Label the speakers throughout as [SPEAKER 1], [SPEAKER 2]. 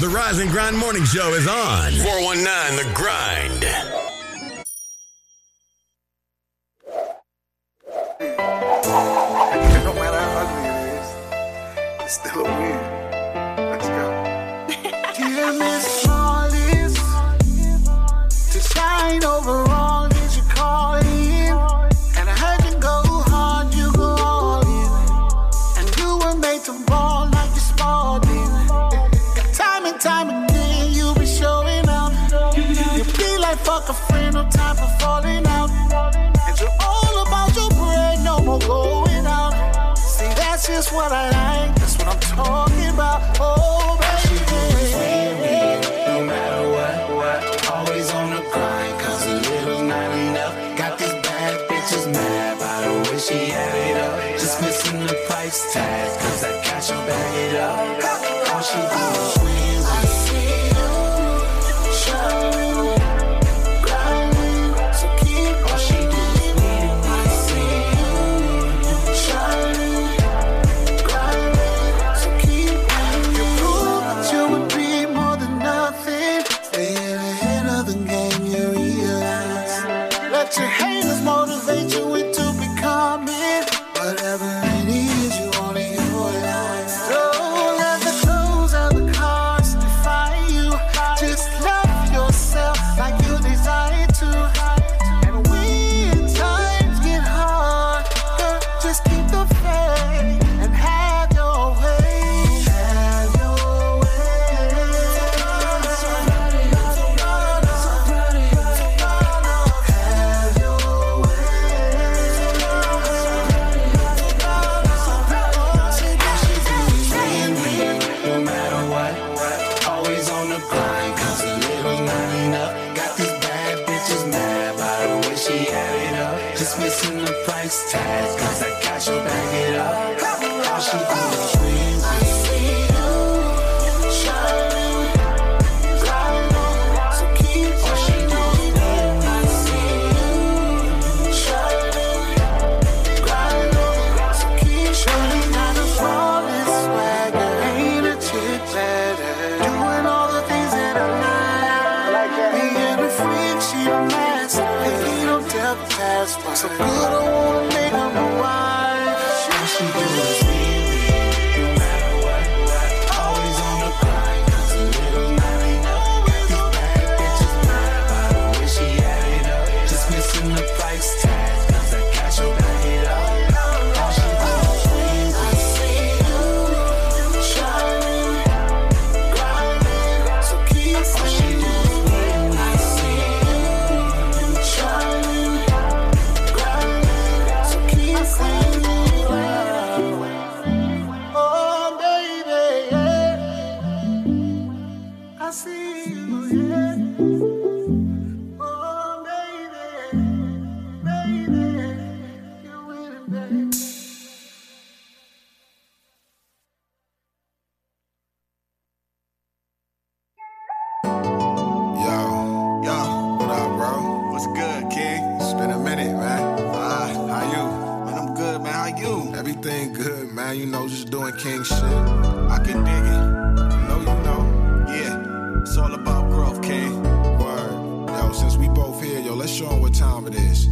[SPEAKER 1] The Rise and Grind Morning Show is on. 419 The Grind.
[SPEAKER 2] It don't matter how ugly it is, it's still a win. Let's go. Dear Miss Marlis, to shine over all that you call in. And I heard you go hard, you go all in. And you were made to ball like you Spalding. Time and time again, you be showing up. You be like fuck a friend, no time for falling out. And you're all about your bread, no more going out. See, that's just what I like. That's what I'm talking about. Oh, baby. No matter what, what, always on the grind. Cause a little's not enough. Got these bad bitches mad by the way she had it up. Just missing the price tag. Cause I got you back it up. All she do is win. I see you shining. Your haters motivate you into becoming whatever it is you want in your life. Don't let the clothes or the cars define you. Just love yourself like you desire to. And when times get hard, girl, just keep the faith and have your way. Have your No matter what, what, always on the grind, cause a little's not enough. Got these bad bitches mad by the way she had it up. Just missing the price tag, cause I got you back it up. All she do is win. I see you shining, so keep All she do is win. I see you shining, so keep Surely not a flawless swagger. Ain't a chick better. Doing all the things that I like. Being a freak, she a master. Ain't no depth past one. So good, I wanna make her my wife. All she do is win. No matter what, what. Always on the grind, 'cause a little not enough. Got these bad bitches mad by the way she had it up. Just missing the price tag, 'cause I got your back it up. All she do is win. I see you shining. So keep all she do is win. I see you shining. So keep winning. Oh, baby, yeah. I see you, yeah. Oh, baby, baby, you're winning, baby. Yo, yo, what up, bro? What's good, King? It's been a minute, man. Ah, how you? Man, I'm good, man. How you? Everything good, man. You know, just doing King shit. I can dig it. You know, you know. Yeah, it's all about growth, King. Word. Yo, since we both here, yo, let's show 'em what time it is.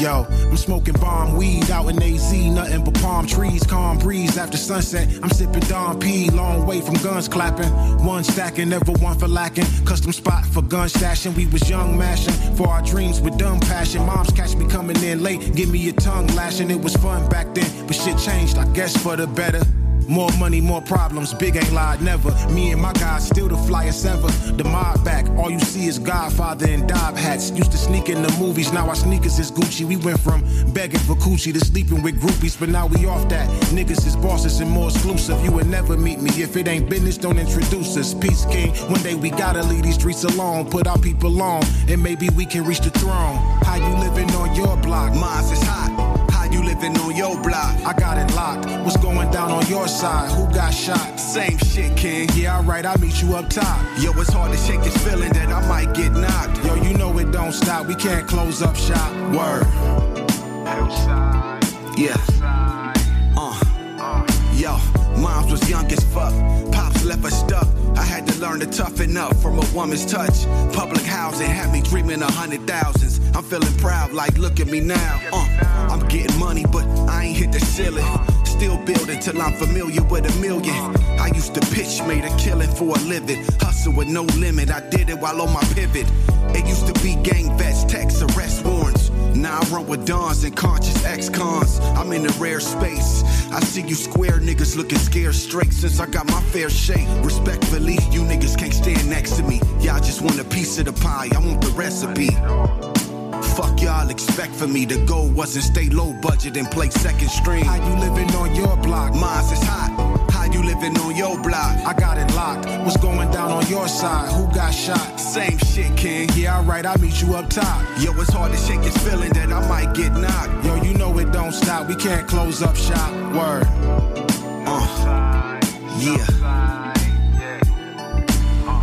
[SPEAKER 3] Yo, I'm smoking bomb weed out in AZ, nothing but palm trees, calm breeze after sunset. I'm sipping Don P, long way from guns clapping. One stacking, never one for lacking. Custom spot for gun stashing. We was young mashing for our dreams with dumb passion. Moms catch me coming in late, give me a tongue lashing. It was fun back then, but shit changed, I guess for the better. More money, more problems. Big ain't lied, never. Me and my guys still the flyest ever. The mob back, all you see is Godfather and Dob hats. Used to sneak in the movies, now our sneakers is Gucci. We went from begging for coochie to sleeping with groupies, but now we off that. Niggas is bosses and more exclusive. You would never meet me if it ain't business. Don't introduce us. Peace King. One day we gotta leave these streets alone, put our people on, and maybe we can reach the throne. How you living on your block?
[SPEAKER 4] Mines is hot. How you living on your block?
[SPEAKER 3] I got it locked. What's going down on your side? Who got shot?
[SPEAKER 4] Same shit, King.
[SPEAKER 3] Yeah, alright, I'll meet you up top.
[SPEAKER 4] Yo, it's hard to shake this feeling that I might get knocked.
[SPEAKER 3] Yo, you know it don't stop. We can't close up shop.
[SPEAKER 4] Word. Yeah. Uh. Yo, moms was young as fuck. Pops left us stuck. I had to learn learned to toughen up from a woman's touch. Public housing had me dreaming of hundred thousands. I'm feeling proud, like look at me now. Uh, I'm getting money, but I ain't hit the ceiling. Still building till I'm familiar with a million. I used to pitch, made a killing for a living. Hustle with no limit, I did it while on my pivot. It used to be gang vets, text, arrest warrants. Now I run with dons and conscious ex-cons. I'm in a rare space. I see you square niggas looking scared straight since I got my fair shake. Respectfully, you niggas can't stand next to me. Y'all just want a piece of the pie. I want the recipe. Fuck y'all expect for me. The goal wasn't stay low budget and play second string.
[SPEAKER 3] How you living on your block?
[SPEAKER 4] Mine's is hot. How you living on your block?
[SPEAKER 3] I got it locked. What's going down on your side? Who got shot?
[SPEAKER 4] Same shit, king.
[SPEAKER 3] Yeah, alright, I'll meet you up top.
[SPEAKER 4] Yo, it's hard to shake this feeling that I might get knocked.
[SPEAKER 3] Yo, you know it don't stop. We can't close up shop. Word.
[SPEAKER 4] Uh, yeah.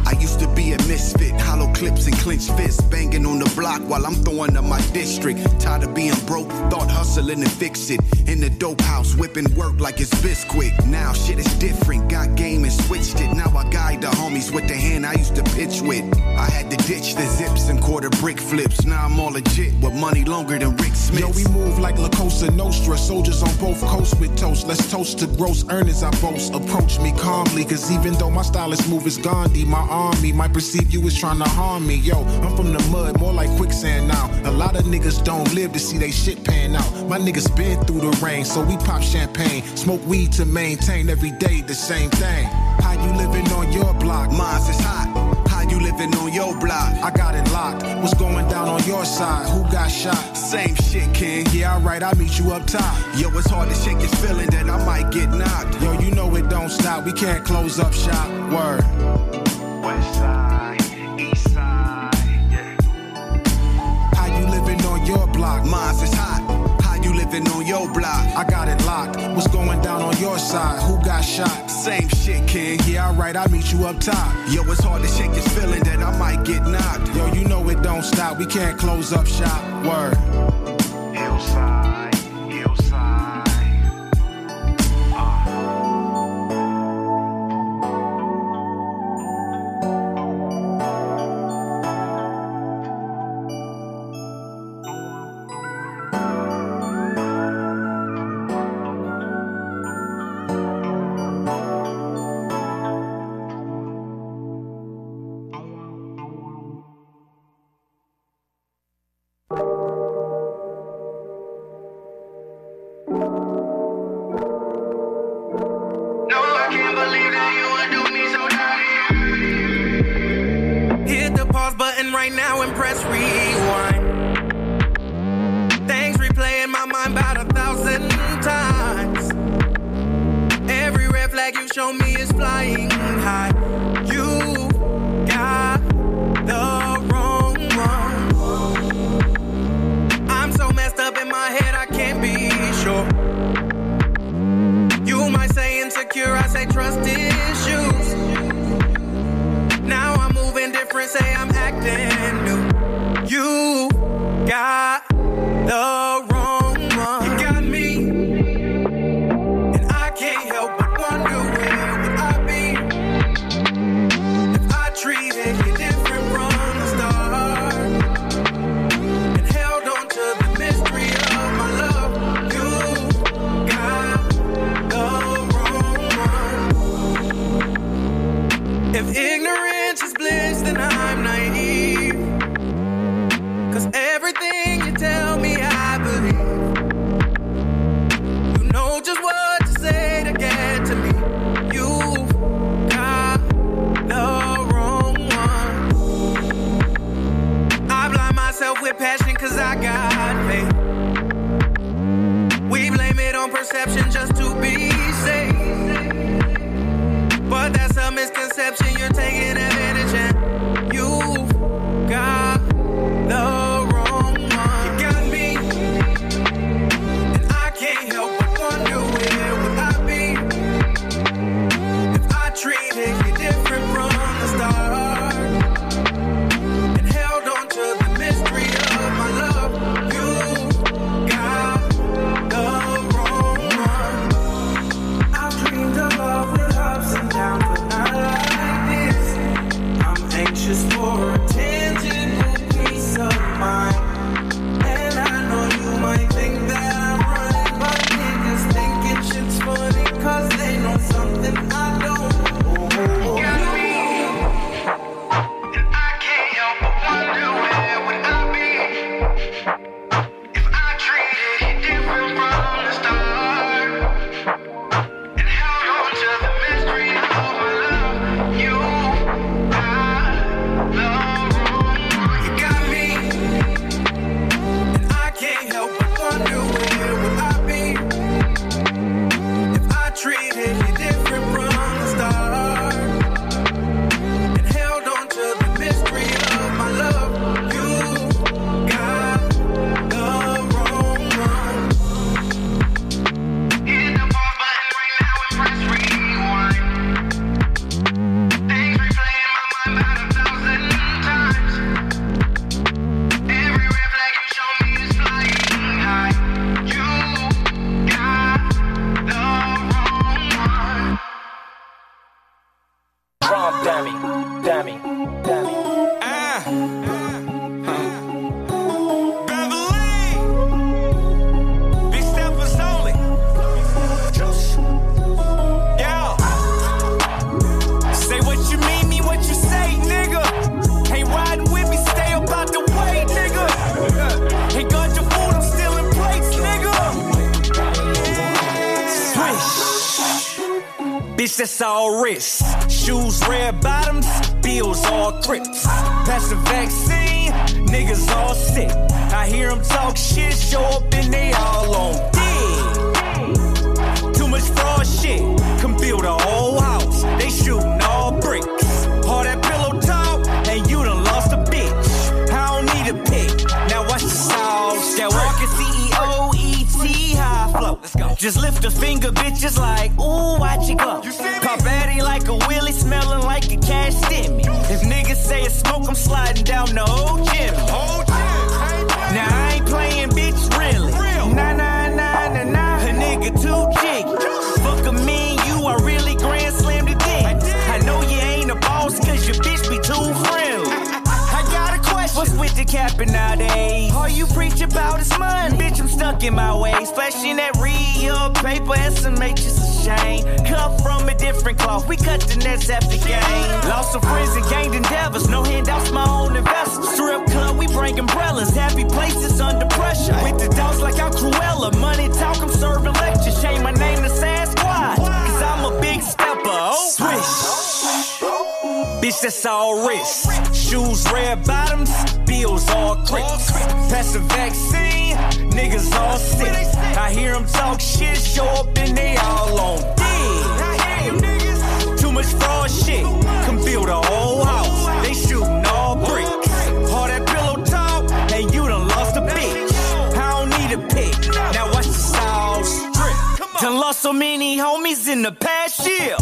[SPEAKER 4] I used to be a misfit, hollow clips and clenched fists, banging on the block while I'm throwing up my district. Tired of being broke, thought hustling and fix it. In the dope house, whipping work like it's biscuit. Now shit is different, got game and switched it. Now I guide the homies with the hand I used to pitch with. I had to ditch the zips and quarter brick flips. Now I'm all legit with money longer than Rick Smith.
[SPEAKER 3] Yo, we move like La Cosa Nostra, soldiers on both coasts with toast. Let's toast to gross earnings I boast. Approach me calmly, cause even though my stylist move is Gandhi, my army might perceive you as trying to harm me. Yo, I'm from the mud, more like quicksand now. A lot of niggas don't live to see they shit pan out. My niggas been through the rain, so we pop champagne, smoke weed to maintain every day the same thing. How you living on your block?
[SPEAKER 4] Mine's is hot. How you living on your block?
[SPEAKER 3] I got it locked. What's going down on your side? Who got shot?
[SPEAKER 4] Same shit, king.
[SPEAKER 3] Yeah, alright, I'll meet you up top.
[SPEAKER 4] Yo, it's hard to shake this feeling that I might get knocked.
[SPEAKER 3] Yo, you know it don't stop. We can't close up shop. Word. How you living on your block?
[SPEAKER 4] Mine's is hot. How you living on your block?
[SPEAKER 3] I got it locked. What's going down on your side? Who got shot?
[SPEAKER 4] Same shit, king.
[SPEAKER 3] Yeah, alright, I'll meet you up top.
[SPEAKER 4] Yo, it's hard to shake this feeling that I might get knocked.
[SPEAKER 3] Yo, you know it don't stop. We can't close up shop. Word.
[SPEAKER 5] Hillside, hillside.
[SPEAKER 6] No, I can't believe that you would do me so dirty.
[SPEAKER 7] Hit the pause button right now and press rewind. Things replay in my mind about a thousand times. Every red flag you show me is flying high. You got the wrong one. I'm so messed up in my head, I can't be sure. You might say insecure, I say trust issues. Now I'm moving different, say I'm acting new. You got the wrong one. You got me, and I can't help but wonder where would I be if I treated you different from the start and held on to the mystery of my love. You got the wrong one. If ignorance is bliss, then I'm naive. Cause everything you tell me, I believe. You know just what to say to get to me. You've got the wrong one. I blind myself with passion cause I got faith. We blame it on perception just to be safe. But that's a misconception. You're taking advantage and you've got the wrong one. You got me, and I can't help but wonder where would I be if I treated you different from the start and held on to the mystery of my love. You got the wrong one. I dreamed of love with ups and downs, but not like this.
[SPEAKER 8] bitch that's all wrist. Shoes red bottoms, bills all crips. Pass the vaccine, niggas all sick. I hear them talk shit, show up and they all on dick. Too much fraud shit, can build a whole house. They shooting all bricks. All that pillow talk, and you done lost a bitch. I don't need a pick. Now watch the sauce. That walking E CEO, ET high flow. Let's go. Just lift a finger, bitches like, ooh, watch it go. Pop Eddie like a wheelie, smelling like a cash stimmy. If niggas say it's smoke, I'm sliding down the old chimney. Now I ain't playing, bitch, really. Nah, nah, nah, nah, nah. A nigga too jiggy. Fuck a mean you, I really grand slammed the dick. I know you ain't a boss, cause your bitch be too friendly. I got a question. What's with the capping nowadays? All you preach about is money. Bitch, I'm stuck in my ways. Flashing that real paper and some matrix of shame. Cut from a different cloth. We cut the nets after game. Lost some friends and gained endeavors. No handouts, my own investors. Strip club, we bring umbrellas. Happy places under pressure. With the dogs like I'm Cruella. Money talk, I'm serving lectures. Shame my name to Sasquatch. Cause I'm a big stepper. Oh, swish. Bitch, that's all wrist. Shoes red bottoms, bills all crips. Pass the vaccine, niggas all sick. I hear them talk shit, show up and they all on dick. Too much fraud shit, can build a whole house. They shooting all bricks. All that pillow talk, and you done lost a bitch. I don't need a pick, now watch the sauce drip. Done lost so many homies in the past year.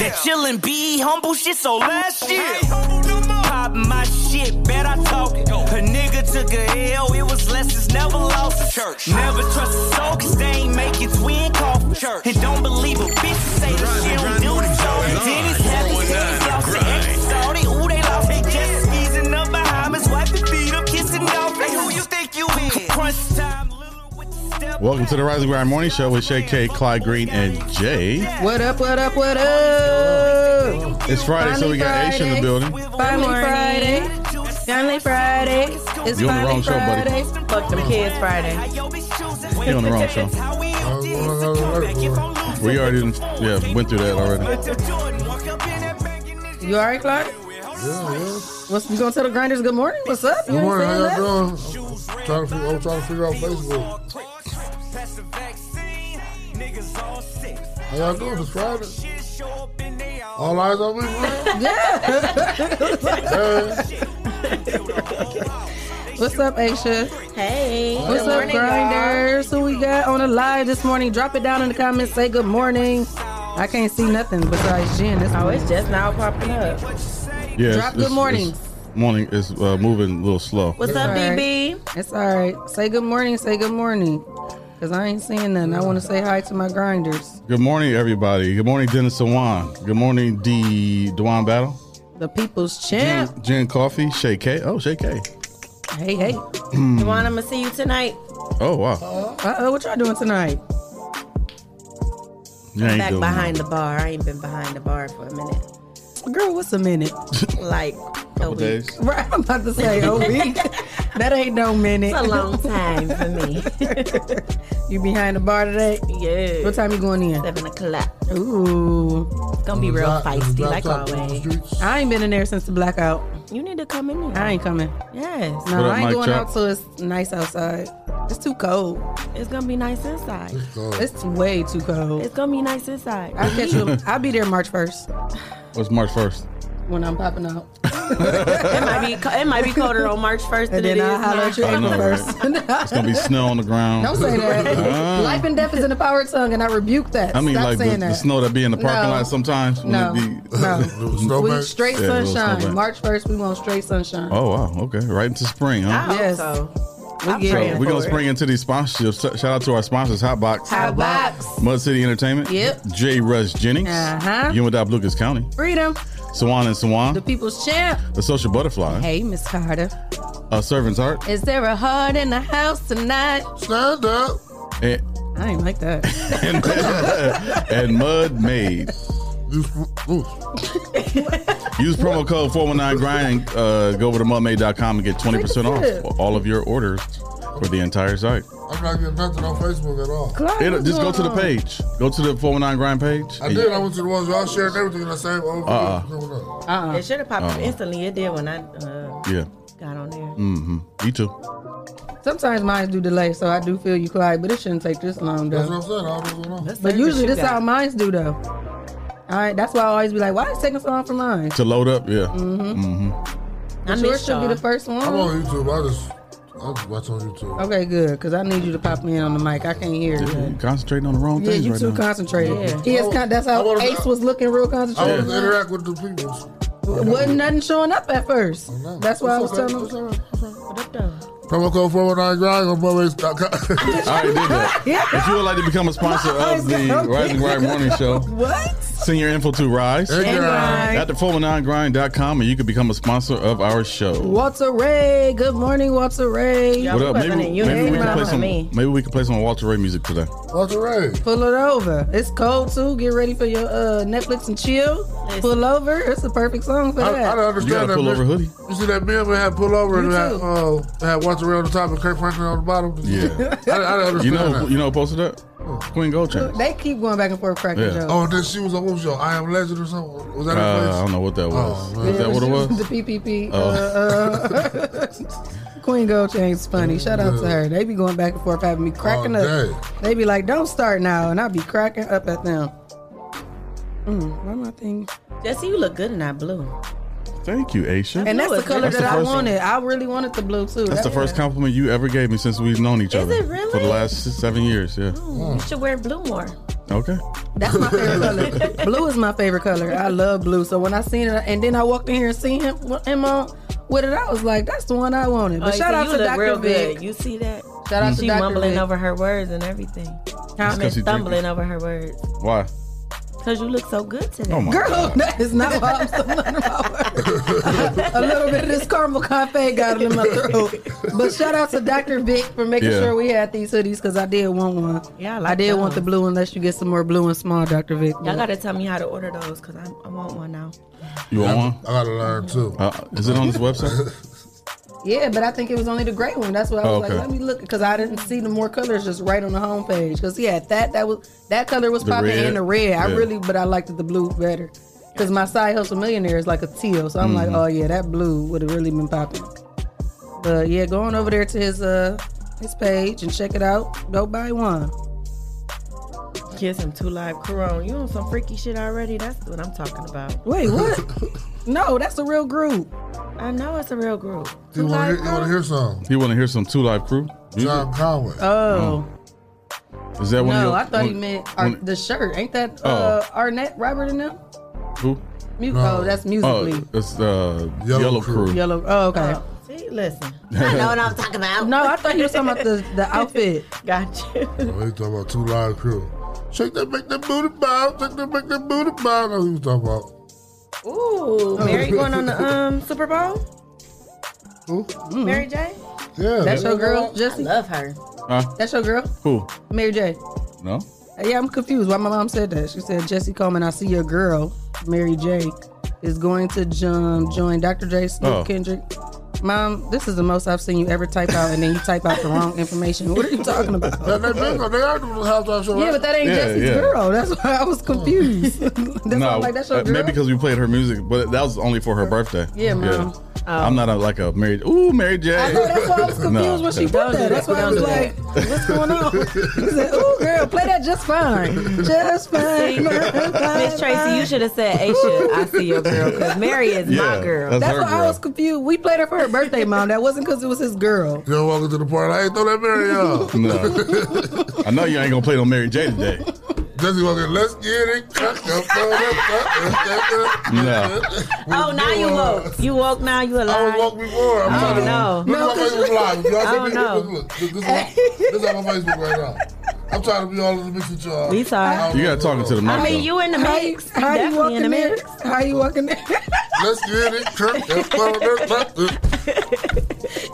[SPEAKER 8] That chillin' be humble shit so last year pop my shit, bet I talk it. A nigga took a L, it was lessons never lost. Church. Never trust a soul, cause they ain't make it twin coffee. Church. And don't believe a bitch say that she don't do it. So Denny's happy, Denny's lost it. Saudi, ooh, they lost it. Just squeezing up behind his wife and feet up, kissing off. Hey, who you think you is? Crunch time.
[SPEAKER 9] Welcome to the Rise and Grind Morning Show with Shay K, Clyde Green, and Jay.
[SPEAKER 10] What up, what up, what up?
[SPEAKER 9] It's Friday, so we got Aisha in the building.
[SPEAKER 10] Finally Friday. Finally Friday. It's
[SPEAKER 9] You on the
[SPEAKER 10] finally
[SPEAKER 9] wrong show, buddy.
[SPEAKER 10] Friday. Fuck them kids Friday.
[SPEAKER 9] You're on the wrong show. We already done, yeah went through that already.
[SPEAKER 10] You alright, Clark?
[SPEAKER 2] Yeah, yeah.
[SPEAKER 10] What's you gonna tell the grinders good morning? What's up? You
[SPEAKER 2] Good
[SPEAKER 10] ain't
[SPEAKER 2] morning, how
[SPEAKER 10] saying
[SPEAKER 2] y'all
[SPEAKER 10] nothing?
[SPEAKER 2] doing? I'm trying, to figure, I'm trying to figure out Facebook. How y'all doing? It's Friday. All eyes on me, man. Yeah.
[SPEAKER 10] What's up, Aisha?
[SPEAKER 11] Hey,
[SPEAKER 10] What's up, grinders? Who we got on the live this morning? Drop it down in the comments. Say good morning. I can't see nothing besides Jen. This
[SPEAKER 11] Oh,
[SPEAKER 10] morning.
[SPEAKER 11] it's just now popping up.
[SPEAKER 9] Yeah. it's-
[SPEAKER 10] Drop good
[SPEAKER 9] it's-
[SPEAKER 10] mornings.
[SPEAKER 9] it's- Morning is uh, moving a little slow.
[SPEAKER 11] What's up,
[SPEAKER 10] Alright.
[SPEAKER 11] BB?
[SPEAKER 10] It's all right. Say good morning. Say good morning. Cause I ain't seeing nothing. I want to say hi to my grinders,
[SPEAKER 9] Good morning, everybody. Good morning, Dennis Dewan. Good morning, D. Dewan Battle.
[SPEAKER 10] the people's champ.
[SPEAKER 9] Jen, Jen Coffee. Shay K. Oh, Shay K. Hmm.
[SPEAKER 10] Hey, hey.
[SPEAKER 9] Mm.
[SPEAKER 11] Juwan, I'm gonna see you tonight.
[SPEAKER 9] Oh wow.
[SPEAKER 10] Uh oh, what y'all doing tonight?
[SPEAKER 9] You ain't
[SPEAKER 11] Back
[SPEAKER 9] doing
[SPEAKER 11] behind the bar. I ain't been behind the bar for a minute.
[SPEAKER 10] Girl, what's a minute?
[SPEAKER 11] Like a
[SPEAKER 9] couple
[SPEAKER 11] week.
[SPEAKER 9] days.
[SPEAKER 10] Right, I'm about to say a week. that ain't no minute.
[SPEAKER 11] It's a long time for me.
[SPEAKER 10] You behind the bar today?
[SPEAKER 11] yeah.
[SPEAKER 10] What time you going in?
[SPEAKER 11] Seven o'clock.
[SPEAKER 10] Ooh,
[SPEAKER 11] It's gonna be real feisty, like always.
[SPEAKER 10] I ain't been in there since the blackout.
[SPEAKER 11] You need to come in here.
[SPEAKER 10] I ain't coming.
[SPEAKER 11] Yes.
[SPEAKER 10] No,
[SPEAKER 9] What up,
[SPEAKER 10] I ain't
[SPEAKER 9] Mike
[SPEAKER 10] going
[SPEAKER 9] Trout?
[SPEAKER 10] out till it's nice outside. It's too cold.
[SPEAKER 11] It's gonna be nice inside.
[SPEAKER 10] It's way too cold.
[SPEAKER 11] It's gonna be nice inside.
[SPEAKER 10] I'll catch you. I'll be there March first
[SPEAKER 9] What's March first?
[SPEAKER 10] when I'm popping out,
[SPEAKER 11] It might be co- it might be colder on March first than
[SPEAKER 10] and
[SPEAKER 11] it
[SPEAKER 10] then I'll
[SPEAKER 11] is
[SPEAKER 10] holler
[SPEAKER 11] now.
[SPEAKER 10] at you
[SPEAKER 9] I
[SPEAKER 10] April
[SPEAKER 9] know, right?
[SPEAKER 10] first.
[SPEAKER 9] It's gonna be snow on the ground.
[SPEAKER 10] Don't say that.
[SPEAKER 9] Ah.
[SPEAKER 10] Life and death is in the power of tongue, and I rebuke that.
[SPEAKER 9] I mean,
[SPEAKER 10] Stop
[SPEAKER 9] like the,
[SPEAKER 10] saying
[SPEAKER 9] the
[SPEAKER 10] that.
[SPEAKER 9] snow that be in the parking
[SPEAKER 10] No.
[SPEAKER 9] lot sometimes. when
[SPEAKER 10] no,
[SPEAKER 9] it be-
[SPEAKER 10] no. We
[SPEAKER 2] Snowman.
[SPEAKER 10] straight
[SPEAKER 9] Yeah, little
[SPEAKER 10] sunshine.
[SPEAKER 9] snowbank.
[SPEAKER 10] March first, we want straight sunshine.
[SPEAKER 9] Oh wow. Okay. Right into spring,
[SPEAKER 11] I
[SPEAKER 9] huh?
[SPEAKER 11] hope
[SPEAKER 10] Yes.
[SPEAKER 11] so.
[SPEAKER 10] we
[SPEAKER 11] I'm
[SPEAKER 10] get
[SPEAKER 11] praying.
[SPEAKER 10] it.
[SPEAKER 9] We're Uh-huh. gonna
[SPEAKER 11] forward.
[SPEAKER 9] spring into these sponsorships. Sh- Shout out to our sponsors, Hotbox,
[SPEAKER 10] Hot box.
[SPEAKER 9] Mud City Entertainment,
[SPEAKER 10] Yep.
[SPEAKER 9] J. Rush Jennings,
[SPEAKER 10] Uh-huh.
[SPEAKER 9] Umadop Lucas County,
[SPEAKER 10] Freedom,
[SPEAKER 9] Swan and Swan,
[SPEAKER 10] the people's champ.
[SPEAKER 9] the Social Butterfly,
[SPEAKER 10] Hey, Miss Carter,
[SPEAKER 9] uh, Servant's Heart,
[SPEAKER 10] is there a heart in the house tonight?
[SPEAKER 2] Stand up.
[SPEAKER 9] and,
[SPEAKER 10] I ain't like that.
[SPEAKER 9] and, and Mud Maid.
[SPEAKER 2] You, ooh.
[SPEAKER 9] Use promo code 419 grind and uh, go over to mudmaid.com and get 20%
[SPEAKER 10] Take a sip.
[SPEAKER 9] off all of your orders for the entire site.
[SPEAKER 12] I'm not getting nothing on Facebook at all.
[SPEAKER 9] It'll- just go to the page. Go to the 419 grind page.
[SPEAKER 12] I did. I went to the ones y'all shared everything in the same old
[SPEAKER 9] Uh-uh.
[SPEAKER 11] It should have popped up
[SPEAKER 9] Uh-uh.
[SPEAKER 11] instantly. It did when I uh,
[SPEAKER 9] Yeah.
[SPEAKER 11] got on there.
[SPEAKER 9] Mm-hmm. You too.
[SPEAKER 10] Sometimes mine do delay, so I do feel you, Clyde, but it shouldn't take this long, though.
[SPEAKER 12] That's what I'm saying. All those went on.
[SPEAKER 10] But usually this how mines do though. All right, that's why I always be like, why is it taking so long for mine?
[SPEAKER 9] To load up, yeah. Mm-hmm.
[SPEAKER 10] Mhm. But yours should be the first one.
[SPEAKER 12] I'm on YouTube. I just, I just watch on YouTube.
[SPEAKER 10] Okay, good, because I need you to pop me in on the mic. I can't hear you.
[SPEAKER 9] You Concentrating on the wrong
[SPEAKER 10] Yeah,
[SPEAKER 9] things
[SPEAKER 10] you
[SPEAKER 9] right
[SPEAKER 10] too
[SPEAKER 9] now.
[SPEAKER 10] concentrated.
[SPEAKER 12] Yeah.
[SPEAKER 10] He is con- that's
[SPEAKER 12] I
[SPEAKER 10] how
[SPEAKER 12] wanna-
[SPEAKER 10] Ace was looking real
[SPEAKER 12] I
[SPEAKER 10] concentrated.
[SPEAKER 12] want to interact with the people.
[SPEAKER 10] Wasn't nothing showing up at first. That's why I was
[SPEAKER 12] What's up,
[SPEAKER 10] telling him.
[SPEAKER 12] Promo code 419 grind on BubbaX.com.
[SPEAKER 9] I already did that. If you would like to become a sponsor of the Rising Grind Morning Show,
[SPEAKER 10] what?
[SPEAKER 9] send your info to Rise
[SPEAKER 10] And grind.
[SPEAKER 9] at the 419grind.com and you can become a sponsor of our show.
[SPEAKER 10] Walter Ray. Good morning, Walter Ray.
[SPEAKER 9] what up? Maybe, maybe we can play some.
[SPEAKER 10] Me.
[SPEAKER 9] Maybe we can play some Walter Ray music today.
[SPEAKER 12] Walter Ray.
[SPEAKER 10] Pull it over. It's cold too. Get ready for your uh, Netflix and chill. Pull over. It's the perfect song for
[SPEAKER 12] I,
[SPEAKER 10] that.
[SPEAKER 12] I don't understand that.
[SPEAKER 9] pull
[SPEAKER 12] mem-
[SPEAKER 9] over hoodie.
[SPEAKER 12] You see that meme that had pull over and
[SPEAKER 10] You
[SPEAKER 12] had,
[SPEAKER 10] too.
[SPEAKER 12] uh, had Walter Ray on the top and Kirk Franklin on the bottom?
[SPEAKER 9] Yeah.
[SPEAKER 12] I, I don't understand
[SPEAKER 9] you know,
[SPEAKER 12] that.
[SPEAKER 9] you know, who posted that Queen Gold Chain.
[SPEAKER 10] They keep going back and forth cracking
[SPEAKER 9] Yeah.
[SPEAKER 10] jokes.
[SPEAKER 12] Oh, and then she was on what was your I Am Legend or something? Was
[SPEAKER 9] Uh,
[SPEAKER 12] that her Oh, place?
[SPEAKER 9] I don't know what that was. Is that what it was?
[SPEAKER 10] The PPP.
[SPEAKER 9] Oh.
[SPEAKER 10] Uh, uh, Queen Gold Chain's funny. Shout out to her. They be going back and forth having me cracking
[SPEAKER 12] All day.
[SPEAKER 10] up. They be like, "Don't start now," and I be cracking up at them. Mm, why my thing?
[SPEAKER 11] Jesse, you look good in that blue.
[SPEAKER 9] Thank you, Aisha.
[SPEAKER 10] And that's the color
[SPEAKER 9] That's
[SPEAKER 10] that
[SPEAKER 9] the
[SPEAKER 10] I
[SPEAKER 9] first-
[SPEAKER 10] wanted. I really wanted the blue too.
[SPEAKER 9] That's the first compliment you ever gave me since we've known each other
[SPEAKER 11] it
[SPEAKER 9] for
[SPEAKER 11] really?
[SPEAKER 9] the last s- seven years. Yeah.
[SPEAKER 11] You should wear blue more.
[SPEAKER 9] Okay.
[SPEAKER 10] That's my favorite color. blue is my favorite color. I love blue. So when I seen it, and then I walked in here and seen him, him on with it, I was like, "That's the one I wanted." But
[SPEAKER 11] Oh,
[SPEAKER 10] shout
[SPEAKER 11] so
[SPEAKER 10] out
[SPEAKER 11] you
[SPEAKER 10] to
[SPEAKER 11] look
[SPEAKER 10] Dr.
[SPEAKER 11] real
[SPEAKER 10] Vic.
[SPEAKER 11] good. You see that?
[SPEAKER 10] Shout out to
[SPEAKER 11] she
[SPEAKER 10] Dr.
[SPEAKER 11] mumbling
[SPEAKER 10] Vic.
[SPEAKER 11] over her words and everything.
[SPEAKER 10] Huh?
[SPEAKER 11] I'm
[SPEAKER 9] 'cause she
[SPEAKER 11] stumbling
[SPEAKER 9] drinking.
[SPEAKER 11] over her words
[SPEAKER 9] Why?
[SPEAKER 11] because you look so good today.
[SPEAKER 9] Oh my
[SPEAKER 10] Girl,
[SPEAKER 9] God.
[SPEAKER 10] that is not what I'm talking about. a little bit of this caramel cafe got it in my throat. But shout out to Dr. Vic for making
[SPEAKER 11] Yeah.
[SPEAKER 10] sure we had these hoodies because I did want one.
[SPEAKER 11] Yeah, I
[SPEAKER 10] I,
[SPEAKER 11] like
[SPEAKER 10] did
[SPEAKER 11] that
[SPEAKER 10] want the
[SPEAKER 11] one.
[SPEAKER 10] blue unless you get some more blue and small, Dr. Vic.
[SPEAKER 11] Y'all gotta tell me how to order those because I, I want one now.
[SPEAKER 9] You want one?
[SPEAKER 12] I gotta learn too.
[SPEAKER 9] Uh, is it on this website?
[SPEAKER 10] Yeah, but I think it was only the gray one. That's why I was
[SPEAKER 9] Oh,
[SPEAKER 10] like,
[SPEAKER 9] okay.
[SPEAKER 10] let me look because I didn't see the more colors just right on the home page. Because yeah, that that was that color was
[SPEAKER 9] The
[SPEAKER 10] popping
[SPEAKER 9] red?
[SPEAKER 10] and the red. I
[SPEAKER 9] Yeah.
[SPEAKER 10] really, but I liked the blue better because my side hustle millionaire is like a teal. So I'm like,
[SPEAKER 9] Mhm.
[SPEAKER 10] oh yeah, that blue would have really been popping. But yeah, go on over there to his uh his page and check it out. Go buy one.
[SPEAKER 11] Kiss him two live Corona. You on some freaky shit already? That's what I'm talking about.
[SPEAKER 10] Wait, what? no, that's a real group.
[SPEAKER 11] I know it's a real group.
[SPEAKER 12] You want to hear, you wanna hear some?
[SPEAKER 9] He want to hear some Two Live Crew. music? Oh.
[SPEAKER 12] John Conway.
[SPEAKER 10] Oh.
[SPEAKER 9] Is that one? of
[SPEAKER 10] no,
[SPEAKER 9] your-
[SPEAKER 10] I thought he
[SPEAKER 9] one-
[SPEAKER 10] meant
[SPEAKER 9] one-
[SPEAKER 10] Ar- the shirt. Ain't that
[SPEAKER 9] Oh.
[SPEAKER 10] uh, Arnett Robert and them?
[SPEAKER 9] Who?
[SPEAKER 10] Mu- No. oh, that's Musical.ly.
[SPEAKER 9] Oh, it's uh, Yellow, Crew.
[SPEAKER 10] Yellow. Oh, okay.
[SPEAKER 11] See, listen. I know what I'm talking about.
[SPEAKER 10] No, I thought you were talking about the, the outfit.
[SPEAKER 11] Gotcha.
[SPEAKER 12] Oh, he talking about two live crew. Shake that, make that booty bounce. Shake that, make that booty bounce. That's what he was talking about.
[SPEAKER 11] Ooh, Mary going on the um Super Bowl?
[SPEAKER 12] Who?
[SPEAKER 10] Mm.
[SPEAKER 11] Mary J.
[SPEAKER 12] Yeah.
[SPEAKER 10] That's your girl, Jesse.
[SPEAKER 11] I love her.
[SPEAKER 9] Huh?
[SPEAKER 10] That's your girl,
[SPEAKER 9] Who?
[SPEAKER 10] Mary J.
[SPEAKER 9] No.
[SPEAKER 10] Yeah, I'm confused why my mom said that. She said Jesse Coleman. I see your girl, Mary J. Is going to jump, join Dr. J, Snoop
[SPEAKER 9] Oh.
[SPEAKER 10] Kendrick. Mom, this is the most I've seen you ever type out, and then you type out the wrong information. What are you talking about?
[SPEAKER 12] That, that big one, they are doing the halftime show.
[SPEAKER 10] Yeah, but that ain't
[SPEAKER 9] Yeah,
[SPEAKER 10] Jesse's
[SPEAKER 9] yeah.
[SPEAKER 10] girl. That's why I was confused. that's why
[SPEAKER 9] no.
[SPEAKER 10] I'm like, that's your
[SPEAKER 9] uh,
[SPEAKER 10] girl.
[SPEAKER 9] maybe because we played her music, but that was only for her birthday.
[SPEAKER 10] Yeah, Mom.
[SPEAKER 9] I'm not a, like a married. Ooh, Mary J.
[SPEAKER 10] I know that's why I was confused
[SPEAKER 9] No.
[SPEAKER 10] when she put that. That's why I was like, "What's going on?" He said, "Ooh, girl, play that just fine, just fine."
[SPEAKER 11] Miss Tracy, you should have said Aisha. I see your girl because Mary is
[SPEAKER 12] Yeah,
[SPEAKER 11] my girl.
[SPEAKER 12] that's
[SPEAKER 10] That's
[SPEAKER 12] her
[SPEAKER 10] why I
[SPEAKER 12] girl.
[SPEAKER 10] was confused. We played her for her birthday, mom. That wasn't because it was his girl.
[SPEAKER 12] You don't walk into the party. I ain't throw that Mary out.
[SPEAKER 9] no. I know you ain't gonna play no Mary J today.
[SPEAKER 12] Jesse walking, let's get it. cooked up, throw that up."
[SPEAKER 9] No.
[SPEAKER 11] oh, now you woke. You woke now. You alive. I was
[SPEAKER 12] woke before.
[SPEAKER 11] I'm oh no.
[SPEAKER 12] Look at my Facebook live. Y'all
[SPEAKER 11] Oh,
[SPEAKER 12] see me?
[SPEAKER 11] no.
[SPEAKER 12] Look, look, look. This is- this is on my Facebook right now. I'm trying to be all in the mix with y'all.
[SPEAKER 11] We sorry.
[SPEAKER 12] I don't
[SPEAKER 9] You
[SPEAKER 12] know
[SPEAKER 9] gotta talk
[SPEAKER 12] what's
[SPEAKER 9] into the
[SPEAKER 12] going on.
[SPEAKER 9] mic, I mean, though.
[SPEAKER 11] You in the
[SPEAKER 10] How you-
[SPEAKER 11] mix?
[SPEAKER 10] How you
[SPEAKER 11] Definitely in
[SPEAKER 10] walking
[SPEAKER 11] the
[SPEAKER 10] there?
[SPEAKER 11] mix.
[SPEAKER 10] How you walking there?
[SPEAKER 12] Let's get it. cooked up, throw that up.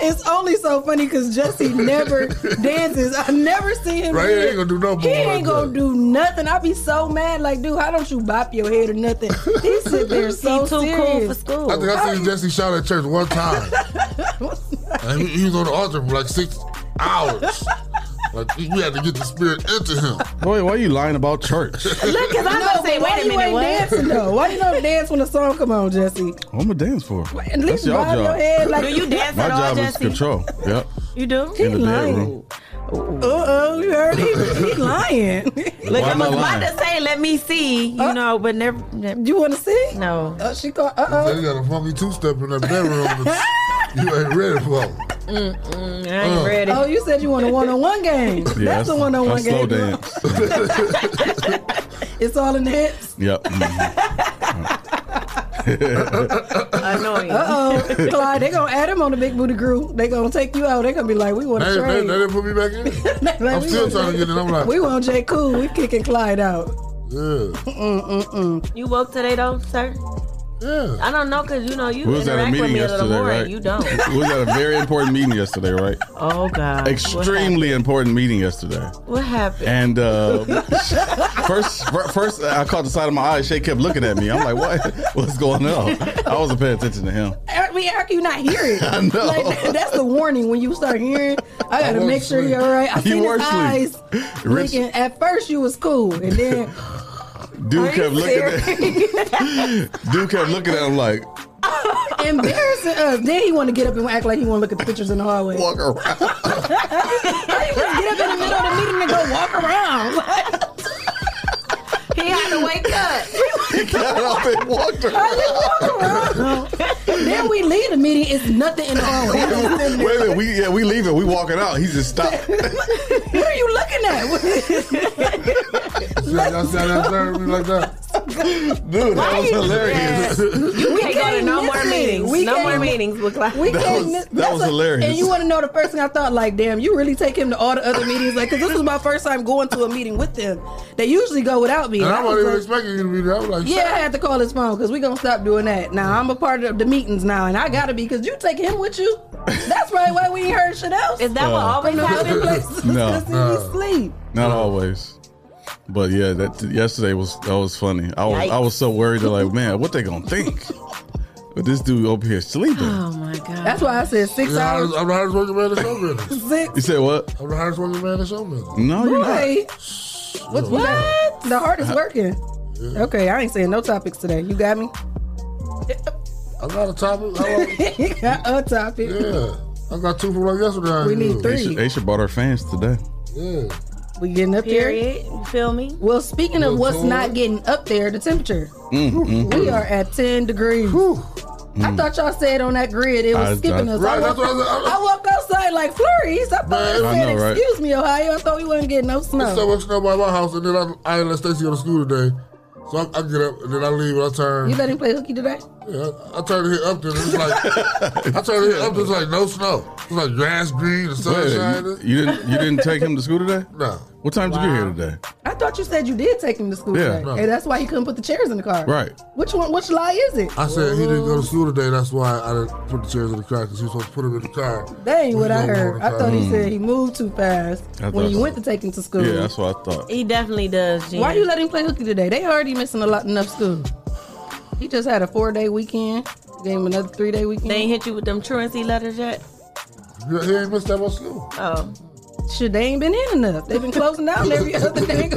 [SPEAKER 10] It's only so funny because Jesse never dances. I never see him.
[SPEAKER 12] Right, he
[SPEAKER 10] dance.
[SPEAKER 12] ain't gonna do no
[SPEAKER 10] He
[SPEAKER 12] more like
[SPEAKER 10] ain't gonna
[SPEAKER 12] that.
[SPEAKER 10] do nothing. I be so mad. Like, dude, how don't you bop your head or nothing? He sit there so
[SPEAKER 11] He too
[SPEAKER 10] serious.
[SPEAKER 11] cool for school.
[SPEAKER 12] I think I seen Jesse shout at church one time. and he, he was on the altar for like six hours. Like, we had to get the spirit into him.
[SPEAKER 9] Boy, why are you lying about church?
[SPEAKER 10] Look, cause I'm
[SPEAKER 11] about to say, wait a minute,
[SPEAKER 10] you ain't
[SPEAKER 11] what?
[SPEAKER 10] dancing though? Why you don't dance when the song come on, Jesse?
[SPEAKER 9] I'm gonna dance for.
[SPEAKER 10] At least bob your head like- Do you dance
[SPEAKER 9] My
[SPEAKER 10] at all,
[SPEAKER 9] job is
[SPEAKER 10] Jesse?
[SPEAKER 9] control. Yep.
[SPEAKER 11] You do?
[SPEAKER 9] In the bedroom.
[SPEAKER 10] Uh oh, you heard him. He lying.
[SPEAKER 11] Look,
[SPEAKER 9] Why
[SPEAKER 11] I
[SPEAKER 9] am
[SPEAKER 11] was
[SPEAKER 9] I
[SPEAKER 11] about
[SPEAKER 9] lying?
[SPEAKER 11] to say, let me see, you know, but never.
[SPEAKER 10] You want to see?
[SPEAKER 11] No.
[SPEAKER 10] Uh, she called. Uh oh.
[SPEAKER 12] They got a funky two step in that bedroom. that you ain't ready for.
[SPEAKER 11] Mm-mm, I
[SPEAKER 12] ain't Uh. ready.
[SPEAKER 10] Oh, you said you want a one on one game.
[SPEAKER 12] Yeah,
[SPEAKER 10] that's
[SPEAKER 12] I-
[SPEAKER 10] a one on
[SPEAKER 12] I
[SPEAKER 10] one
[SPEAKER 12] slow
[SPEAKER 10] game.
[SPEAKER 9] dance.
[SPEAKER 10] it's all in the hips.
[SPEAKER 9] Yep. Mm-hmm. Mhm.
[SPEAKER 11] Annoying.
[SPEAKER 10] Uh oh, Clyde. They gonna add him on the big booty crew. They gonna take you out. They gonna be like, we want
[SPEAKER 12] They-
[SPEAKER 10] to
[SPEAKER 12] they-
[SPEAKER 10] trade.
[SPEAKER 12] they didn't put me back in. I'm still trying to get in. I'm like-
[SPEAKER 10] we want J Cool. We kicking Clyde out.
[SPEAKER 12] Yeah.
[SPEAKER 10] Mm-mm-mm.
[SPEAKER 11] You woke today though, sir?
[SPEAKER 12] Yeah.
[SPEAKER 11] I don't know, cause you know you
[SPEAKER 9] we was at a
[SPEAKER 11] interact with
[SPEAKER 9] meeting
[SPEAKER 11] me a little
[SPEAKER 9] yesterday,
[SPEAKER 11] more,
[SPEAKER 9] right?
[SPEAKER 11] and you don't.
[SPEAKER 9] we was at a very important meeting yesterday, right?
[SPEAKER 11] Oh God.
[SPEAKER 9] Extremely important meeting yesterday.
[SPEAKER 11] What happened?
[SPEAKER 9] And uh, first, fir- first, I caught the side of my eye. Shay kept looking at me. I'm like, "What? What's going on?" I wasn't paying attention to him.
[SPEAKER 10] I mean, how can you not hear it?
[SPEAKER 9] I know.
[SPEAKER 10] Like, that- that's the warning when you start hearing. I gotta
[SPEAKER 9] I
[SPEAKER 10] make
[SPEAKER 9] was
[SPEAKER 10] sure you're all right. I
[SPEAKER 9] asleep.
[SPEAKER 10] seen
[SPEAKER 9] You were
[SPEAKER 10] his eyes
[SPEAKER 9] asleep. Rich-
[SPEAKER 10] blinking. At first, you was cool, and then
[SPEAKER 9] Dude kept looking at
[SPEAKER 10] at.
[SPEAKER 9] dude kept looking at him like,
[SPEAKER 10] embarrassing us. Then he want to get up and act like he want to look at the pictures in the hallway. Walk
[SPEAKER 9] around.
[SPEAKER 10] he just get up in the middle of the meeting and go walk around.
[SPEAKER 11] he had to wake up.
[SPEAKER 9] he got up and walked around.
[SPEAKER 10] then we leave the meeting. It's nothing in the hallway.
[SPEAKER 9] "Wait a minute, we yeah, we leaving, we walking out." He just stopped.
[SPEAKER 10] what are you looking at?
[SPEAKER 12] Y'all sat down there with me like that.
[SPEAKER 9] Dude, that was hilarious.
[SPEAKER 11] You
[SPEAKER 10] We
[SPEAKER 11] can't go to
[SPEAKER 10] can't
[SPEAKER 11] no
[SPEAKER 10] miss
[SPEAKER 11] more
[SPEAKER 10] it.
[SPEAKER 11] meetings.
[SPEAKER 10] We
[SPEAKER 11] no
[SPEAKER 10] can't
[SPEAKER 11] more
[SPEAKER 10] mi-
[SPEAKER 11] meetings with Clyde.
[SPEAKER 10] We
[SPEAKER 9] That
[SPEAKER 10] can't
[SPEAKER 9] was-
[SPEAKER 10] miss-
[SPEAKER 9] that
[SPEAKER 10] that's
[SPEAKER 9] was
[SPEAKER 10] a-
[SPEAKER 9] hilarious.
[SPEAKER 10] And you want to know the first thing I thought? Like, damn, you really take him to all the other meetings? Like, because this was my first time going to a meeting with them. They usually go without me.
[SPEAKER 12] And I
[SPEAKER 10] was
[SPEAKER 12] wasn't even
[SPEAKER 10] like-
[SPEAKER 12] expecting you to be there. I was like,
[SPEAKER 10] Yeah, I had to call his phone because we gonna stop doing that. Now I'm a part of the meetings now, and I gotta be because you take him with you. That's right. Why we ain't heard shit else? Uh, Is
[SPEAKER 11] that what always happens?
[SPEAKER 9] No.
[SPEAKER 12] Uh.
[SPEAKER 10] Sleep.
[SPEAKER 9] Not always. But yeah, that yesterday was that was funny. I was I
[SPEAKER 10] Yikes.
[SPEAKER 9] was so worried. They're like, man, what they gonna think? But this dude over here sleeping.
[SPEAKER 11] my god.
[SPEAKER 10] That's why I said six
[SPEAKER 12] I'm the
[SPEAKER 10] hours.
[SPEAKER 12] hardest- I'm the hardest working man in the show business.
[SPEAKER 10] Six.
[SPEAKER 9] You said what?
[SPEAKER 12] I'm the hardest working man in the show business.
[SPEAKER 9] No, you're not.
[SPEAKER 10] Boy. What? what? The hardest working.
[SPEAKER 12] Yeah.
[SPEAKER 10] Okay, I ain't saying no topics today. You got me.
[SPEAKER 12] I got a topic. I want-
[SPEAKER 10] you got a topic.
[SPEAKER 12] yeah. I got two from like yesterday. I
[SPEAKER 10] We need
[SPEAKER 12] knew.
[SPEAKER 10] three.
[SPEAKER 9] Aisha, Aisha bought her fans today.
[SPEAKER 12] Yeah.
[SPEAKER 10] We getting up
[SPEAKER 11] Period.
[SPEAKER 10] there.
[SPEAKER 11] You feel me?
[SPEAKER 10] Well, speaking of
[SPEAKER 11] Little
[SPEAKER 10] what's
[SPEAKER 11] cold.
[SPEAKER 10] not getting up there, the temperature.
[SPEAKER 9] Mm, mm,
[SPEAKER 10] We
[SPEAKER 12] Mm-hmm.
[SPEAKER 9] mm.
[SPEAKER 10] are at 10 degrees. I
[SPEAKER 9] Mm.
[SPEAKER 10] thought y'all said on that grid it was
[SPEAKER 9] I-
[SPEAKER 10] skipping
[SPEAKER 9] I-
[SPEAKER 10] us.
[SPEAKER 9] Right,
[SPEAKER 10] I, walked,
[SPEAKER 9] that's what I was-
[SPEAKER 10] I walked outside like flurries. I thought it
[SPEAKER 12] Man, I
[SPEAKER 10] said,
[SPEAKER 12] know, right?
[SPEAKER 10] excuse me, Ohio. I thought we wasn't getting no
[SPEAKER 12] There's so
[SPEAKER 10] snow.
[SPEAKER 12] much snow by my house, and then I, I ain't let Stacy go to school today. So I, I get up, and then I leave, and I turn.
[SPEAKER 10] You let him play hooky today?
[SPEAKER 12] Yeah, I, I turn here up there, and it's like, I turn here up there, it's like no snow. It's like grass green, the sun
[SPEAKER 9] Wait, you,
[SPEAKER 12] shining.
[SPEAKER 9] you didn't you didn't take him to school today?
[SPEAKER 12] No.
[SPEAKER 9] What time did you get here today?
[SPEAKER 10] I thought you said you did take him to school
[SPEAKER 9] Yeah.
[SPEAKER 10] today.
[SPEAKER 9] No.
[SPEAKER 10] And that's why he couldn't put the chairs in the car.
[SPEAKER 9] Right.
[SPEAKER 10] Which one? Which lie is it?
[SPEAKER 12] I said he didn't go to school today. That's why I didn't put the chairs in the car because he was supposed to put them in the car.
[SPEAKER 10] That ain't what I heard. I thought he
[SPEAKER 9] Mm.
[SPEAKER 10] said he moved too fast
[SPEAKER 9] I
[SPEAKER 10] when
[SPEAKER 9] thought
[SPEAKER 10] you
[SPEAKER 9] so.
[SPEAKER 10] went to take him to school.
[SPEAKER 9] Yeah, that's what I thought.
[SPEAKER 11] He definitely does. Gina.
[SPEAKER 10] Why you let him play hooky today? They already missing a lot enough school. He just had a four day weekend. Gave him another three day weekend.
[SPEAKER 11] They ain't hit you with them truancy letters yet.
[SPEAKER 12] Yeah, He ain't missed that much school.
[SPEAKER 11] Oh,
[SPEAKER 10] Shit, they ain't been in enough. They've been closing down every other day.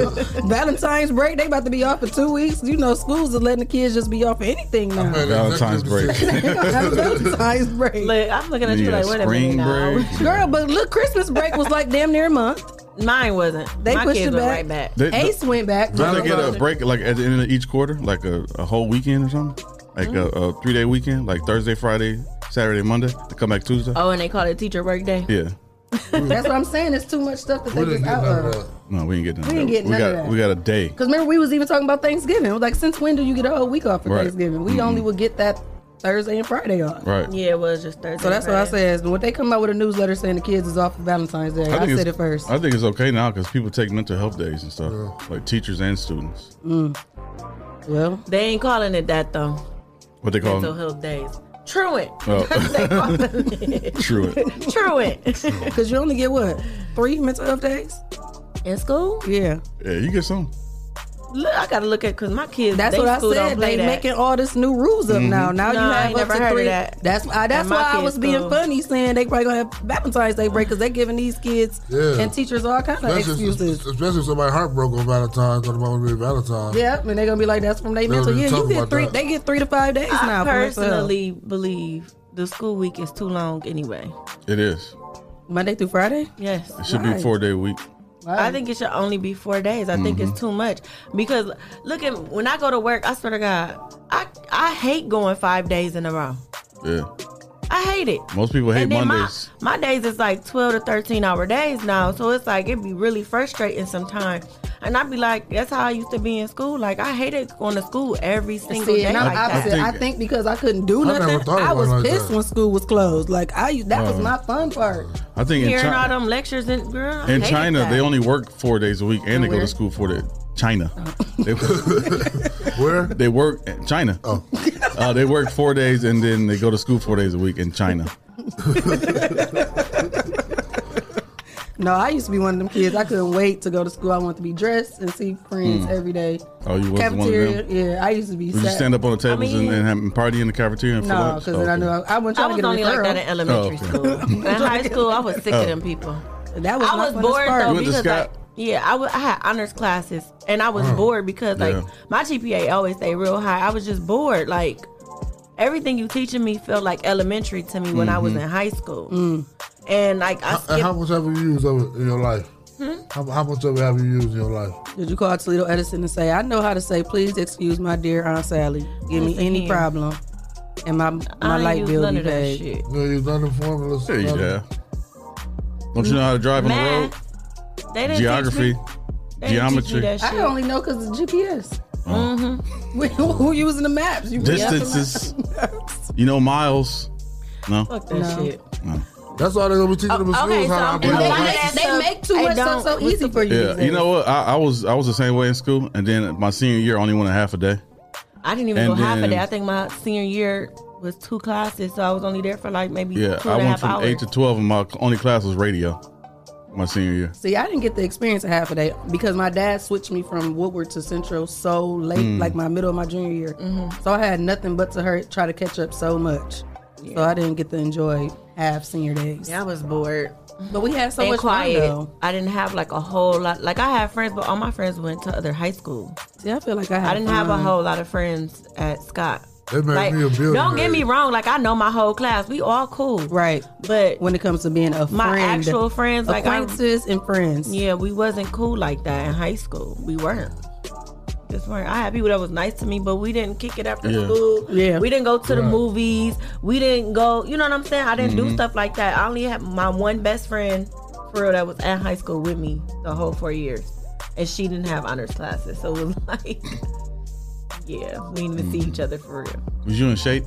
[SPEAKER 10] Valentine's break, they about to be off for two weeks. You know, schools are letting the kids just be off for anything now.
[SPEAKER 9] Valentine's break.
[SPEAKER 10] Valentine's break.
[SPEAKER 11] Look, I'm looking at you
[SPEAKER 9] Yeah,
[SPEAKER 11] like, wait a
[SPEAKER 9] spring
[SPEAKER 11] minute now.
[SPEAKER 9] break.
[SPEAKER 10] Girl, but look, Christmas break was like damn near a month.
[SPEAKER 11] Mine wasn't.
[SPEAKER 10] They
[SPEAKER 11] My
[SPEAKER 10] pushed
[SPEAKER 11] kids
[SPEAKER 10] it
[SPEAKER 11] went
[SPEAKER 10] back.
[SPEAKER 11] right back.
[SPEAKER 9] They-
[SPEAKER 10] Ace went back. uh,
[SPEAKER 9] Don't they get a break like at the end of each quarter, like a, a whole weekend or something, like a, a three day weekend, like Thursday, Friday, Saturday, Monday, to come back Tuesday?
[SPEAKER 11] Oh, and they call it teacher work day.
[SPEAKER 9] Yeah,
[SPEAKER 10] That's what I'm saying. It's too much stuff that they just out of.
[SPEAKER 9] no, we ain't getting.
[SPEAKER 10] We ain't getting
[SPEAKER 9] we
[SPEAKER 10] none
[SPEAKER 9] got
[SPEAKER 10] of that.
[SPEAKER 9] we got a day.
[SPEAKER 10] Because remember, we was even talking about Thanksgiving. It was like, since when do you get a whole week off for
[SPEAKER 9] Right. Mm-hmm.
[SPEAKER 10] Thanksgiving? We only would get that Thursday and Friday off.
[SPEAKER 9] Right.
[SPEAKER 11] Yeah, it was just Thursday.
[SPEAKER 10] So that's what I
[SPEAKER 11] Friday.
[SPEAKER 10] said. When they come out with a newsletter saying the kids is off for Valentine's Day, I,
[SPEAKER 9] think
[SPEAKER 10] said
[SPEAKER 9] it's-
[SPEAKER 10] it first.
[SPEAKER 9] I think it's okay now because people take mental health days and stuff, like teachers and students.
[SPEAKER 10] Mm. Well,
[SPEAKER 11] They ain't calling it that though.
[SPEAKER 9] What they call
[SPEAKER 11] Mental
[SPEAKER 9] them?
[SPEAKER 11] health days. Truant.
[SPEAKER 9] Oh.
[SPEAKER 11] They call it.
[SPEAKER 9] Truant.
[SPEAKER 11] Truant.
[SPEAKER 10] Because you only get what? Three mental health days?
[SPEAKER 11] In school?
[SPEAKER 10] Yeah.
[SPEAKER 9] Yeah, you get some.
[SPEAKER 11] Look, I gotta look at because my kids.
[SPEAKER 10] That's
[SPEAKER 11] they
[SPEAKER 10] what I
[SPEAKER 11] school don't
[SPEAKER 10] said.
[SPEAKER 11] play
[SPEAKER 10] They
[SPEAKER 11] that.
[SPEAKER 10] making all this new rules up
[SPEAKER 9] Mm-hmm.
[SPEAKER 11] Mhm.
[SPEAKER 10] now. Now
[SPEAKER 11] No,
[SPEAKER 10] you
[SPEAKER 11] I
[SPEAKER 10] have
[SPEAKER 11] ain't
[SPEAKER 10] up
[SPEAKER 11] never
[SPEAKER 10] to
[SPEAKER 11] heard of
[SPEAKER 10] three.
[SPEAKER 11] that.
[SPEAKER 10] That's I, that's
[SPEAKER 11] At my
[SPEAKER 10] why I
[SPEAKER 11] kids'
[SPEAKER 10] was being
[SPEAKER 11] school.
[SPEAKER 10] funny, saying they probably gonna have Valentine's Day
[SPEAKER 9] Mm-hmm.
[SPEAKER 10] break because they giving these kids
[SPEAKER 12] Yeah.
[SPEAKER 10] and teachers all kind of
[SPEAKER 12] Especially,
[SPEAKER 10] excuses.
[SPEAKER 12] especially if somebody heartbroken on Valentine's, talking about being Valentine's.
[SPEAKER 10] Yeah, and they're gonna be like, that's from their
[SPEAKER 12] They don't
[SPEAKER 10] mental.
[SPEAKER 12] even
[SPEAKER 10] Yeah, you
[SPEAKER 12] talk
[SPEAKER 10] get
[SPEAKER 12] about
[SPEAKER 10] three.
[SPEAKER 12] that.
[SPEAKER 10] They get three to five days
[SPEAKER 11] I
[SPEAKER 10] now. for themselves.
[SPEAKER 11] personally believe the school week is too long anyway.
[SPEAKER 9] It is.
[SPEAKER 10] Monday through Friday.
[SPEAKER 11] Yes,
[SPEAKER 9] It should be four day week.
[SPEAKER 11] I think it should only be four days. I think
[SPEAKER 9] Mhm.
[SPEAKER 11] it's too much because look at when I go to work. I swear to God, I I hate going five days in a row.
[SPEAKER 9] Yeah.
[SPEAKER 11] I hate it.
[SPEAKER 9] Most people hate
[SPEAKER 11] And then
[SPEAKER 9] Mondays.
[SPEAKER 11] My, my days is like 12 to 13 hour days now. So it's like it'd be really frustrating sometimes. And I'd be like, that's how I used to be in school. Like I hated going to school every single
[SPEAKER 10] See,
[SPEAKER 11] day.
[SPEAKER 10] and I'm
[SPEAKER 11] like that.
[SPEAKER 10] opposite. I think because I couldn't do
[SPEAKER 11] I never
[SPEAKER 10] nothing,
[SPEAKER 11] thought
[SPEAKER 10] I,
[SPEAKER 11] about
[SPEAKER 10] was
[SPEAKER 11] it like
[SPEAKER 10] pissed
[SPEAKER 11] that.
[SPEAKER 10] when school was closed. Like I, that was
[SPEAKER 9] Oh.
[SPEAKER 10] my fun part.
[SPEAKER 9] I think in
[SPEAKER 11] Hearing all
[SPEAKER 9] China,
[SPEAKER 11] them lectures and girl, I
[SPEAKER 9] in
[SPEAKER 11] hated
[SPEAKER 9] China
[SPEAKER 11] that.
[SPEAKER 9] they only work four days a week and they go
[SPEAKER 11] Where?
[SPEAKER 9] to school four days. China. They- Where? They work China. Oh. Uh, they work four days and then they go to school four days a week in China.
[SPEAKER 10] No, I used to be one of them kids. I couldn't wait to go to school. I wanted to be dressed and see friends
[SPEAKER 9] Hmm.
[SPEAKER 10] every day.
[SPEAKER 9] Oh, you was one of them?
[SPEAKER 10] Cafeteria, Yeah, I used to be.
[SPEAKER 9] Would you
[SPEAKER 10] sad.
[SPEAKER 9] stand up on the tables
[SPEAKER 10] I mean,
[SPEAKER 9] and, and have, and party in the cafeteria? Oh. And
[SPEAKER 10] no, because then I knew I, I wasn't
[SPEAKER 11] I
[SPEAKER 10] trying to
[SPEAKER 11] was
[SPEAKER 10] get a
[SPEAKER 11] only like
[SPEAKER 10] referral.
[SPEAKER 11] that in elementary
[SPEAKER 9] Oh, okay.
[SPEAKER 11] school. In high school, I was sick
[SPEAKER 9] Oh.
[SPEAKER 11] of them people.
[SPEAKER 10] That was
[SPEAKER 11] I
[SPEAKER 10] my
[SPEAKER 11] was
[SPEAKER 10] funnest
[SPEAKER 11] bored
[SPEAKER 10] part.
[SPEAKER 11] though
[SPEAKER 10] You went to
[SPEAKER 11] because
[SPEAKER 10] Scott?
[SPEAKER 11] like, yeah, I wa- I had honors classes and I was
[SPEAKER 10] Oh.
[SPEAKER 11] bored because like
[SPEAKER 10] Yeah.
[SPEAKER 11] my GPA always stayed real high. I was just bored. Like everything you teaching me felt like elementary to me when I
[SPEAKER 10] Mm-hmm.
[SPEAKER 11] was in
[SPEAKER 12] Mhm.
[SPEAKER 11] high school.
[SPEAKER 10] Mm.
[SPEAKER 11] And like I
[SPEAKER 10] uh,
[SPEAKER 12] How, and
[SPEAKER 11] skipped.
[SPEAKER 12] how much have you used of it in your life?
[SPEAKER 11] Hmm?
[SPEAKER 12] How, how much of it have you used in your life?
[SPEAKER 10] Did you call Toledo Edison and say, I know how to say, please excuse my dear Aunt Sally. Give me
[SPEAKER 11] Listen
[SPEAKER 10] any
[SPEAKER 11] here.
[SPEAKER 10] problem. And my
[SPEAKER 11] I
[SPEAKER 10] my
[SPEAKER 11] ain't
[SPEAKER 10] light
[SPEAKER 11] use
[SPEAKER 10] bill
[SPEAKER 11] none
[SPEAKER 10] be
[SPEAKER 11] of that
[SPEAKER 10] paid.
[SPEAKER 11] shit.
[SPEAKER 12] You use none of the formulas.
[SPEAKER 9] There you
[SPEAKER 12] nothing?
[SPEAKER 9] go. Don't you know how to drive on the road?
[SPEAKER 11] Math. They didn't teach me-
[SPEAKER 9] Geography.
[SPEAKER 11] they didn't teach me
[SPEAKER 9] Geometry.
[SPEAKER 11] that
[SPEAKER 10] I
[SPEAKER 11] shit.
[SPEAKER 10] only know because of GPS.
[SPEAKER 9] Oh.
[SPEAKER 10] Mm-hmm. who, who using the maps? You using the
[SPEAKER 9] Distances. You know miles. No.
[SPEAKER 10] Fuck that No. shit.
[SPEAKER 9] No.
[SPEAKER 12] That's all they're gonna be teaching them in
[SPEAKER 10] Oh,
[SPEAKER 12] school.
[SPEAKER 10] okay,
[SPEAKER 12] is
[SPEAKER 10] so
[SPEAKER 12] how
[SPEAKER 10] I'm-
[SPEAKER 12] to operate
[SPEAKER 10] they
[SPEAKER 12] a
[SPEAKER 10] make-
[SPEAKER 12] bike.
[SPEAKER 10] they make too much stuff so easy for you.
[SPEAKER 9] Yeah, you know what? I, I was I was the same way in school, and then my senior year I only went a half a day.
[SPEAKER 11] I didn't even
[SPEAKER 9] And
[SPEAKER 11] go half a
[SPEAKER 9] then-
[SPEAKER 11] day. I think my senior year was two classes, so I was only there for like maybe
[SPEAKER 9] Yeah,
[SPEAKER 11] two
[SPEAKER 9] I
[SPEAKER 11] and a
[SPEAKER 9] went
[SPEAKER 11] half
[SPEAKER 9] from
[SPEAKER 11] hours.
[SPEAKER 9] eight to twelve, and my only class was radio. My senior year.
[SPEAKER 10] See, I didn't get the experience of half a day because my dad switched me from Woodward to Central so late,
[SPEAKER 9] Mm.
[SPEAKER 10] like my middle of my junior year.
[SPEAKER 11] Mm-hmm.
[SPEAKER 10] So I had nothing but to hurt, try to catch up so much. So I didn't get to enjoy half senior days.
[SPEAKER 11] Yeah, I was bored.
[SPEAKER 10] But we had so
[SPEAKER 11] And
[SPEAKER 10] much fun,
[SPEAKER 11] quiet.
[SPEAKER 10] though.
[SPEAKER 11] I didn't have like a whole lot. Like I had friends, but all my friends went to other high school.
[SPEAKER 10] See, I feel like I had
[SPEAKER 11] I didn't have a
[SPEAKER 10] fun.
[SPEAKER 11] whole lot of friends at Scott.
[SPEAKER 12] They made
[SPEAKER 11] Like,
[SPEAKER 12] me a billionaire.
[SPEAKER 11] don't get me wrong. Like I know my whole class. We all cool.
[SPEAKER 10] Right.
[SPEAKER 11] But
[SPEAKER 10] when it comes to being a
[SPEAKER 11] My
[SPEAKER 10] friend,
[SPEAKER 11] actual friends, like I-
[SPEAKER 10] acquaintances and friends.
[SPEAKER 11] Yeah, we wasn't cool like that in high school. We weren't. Just weren't. I had people that was nice to me, but we didn't kick it after
[SPEAKER 10] Yeah.
[SPEAKER 11] school.
[SPEAKER 10] Yeah.
[SPEAKER 11] we didn't go to the
[SPEAKER 10] Right.
[SPEAKER 11] movies. We didn't go. You know what I'm saying? I didn't
[SPEAKER 10] Mhm.
[SPEAKER 11] do stuff like that. I only had my one best friend, for real, that was at high school with me the whole four years, and she didn't have honors classes, so it was like, yeah, we didn't see
[SPEAKER 10] Mm-hmm.
[SPEAKER 11] each other for real.
[SPEAKER 9] Was you in shape?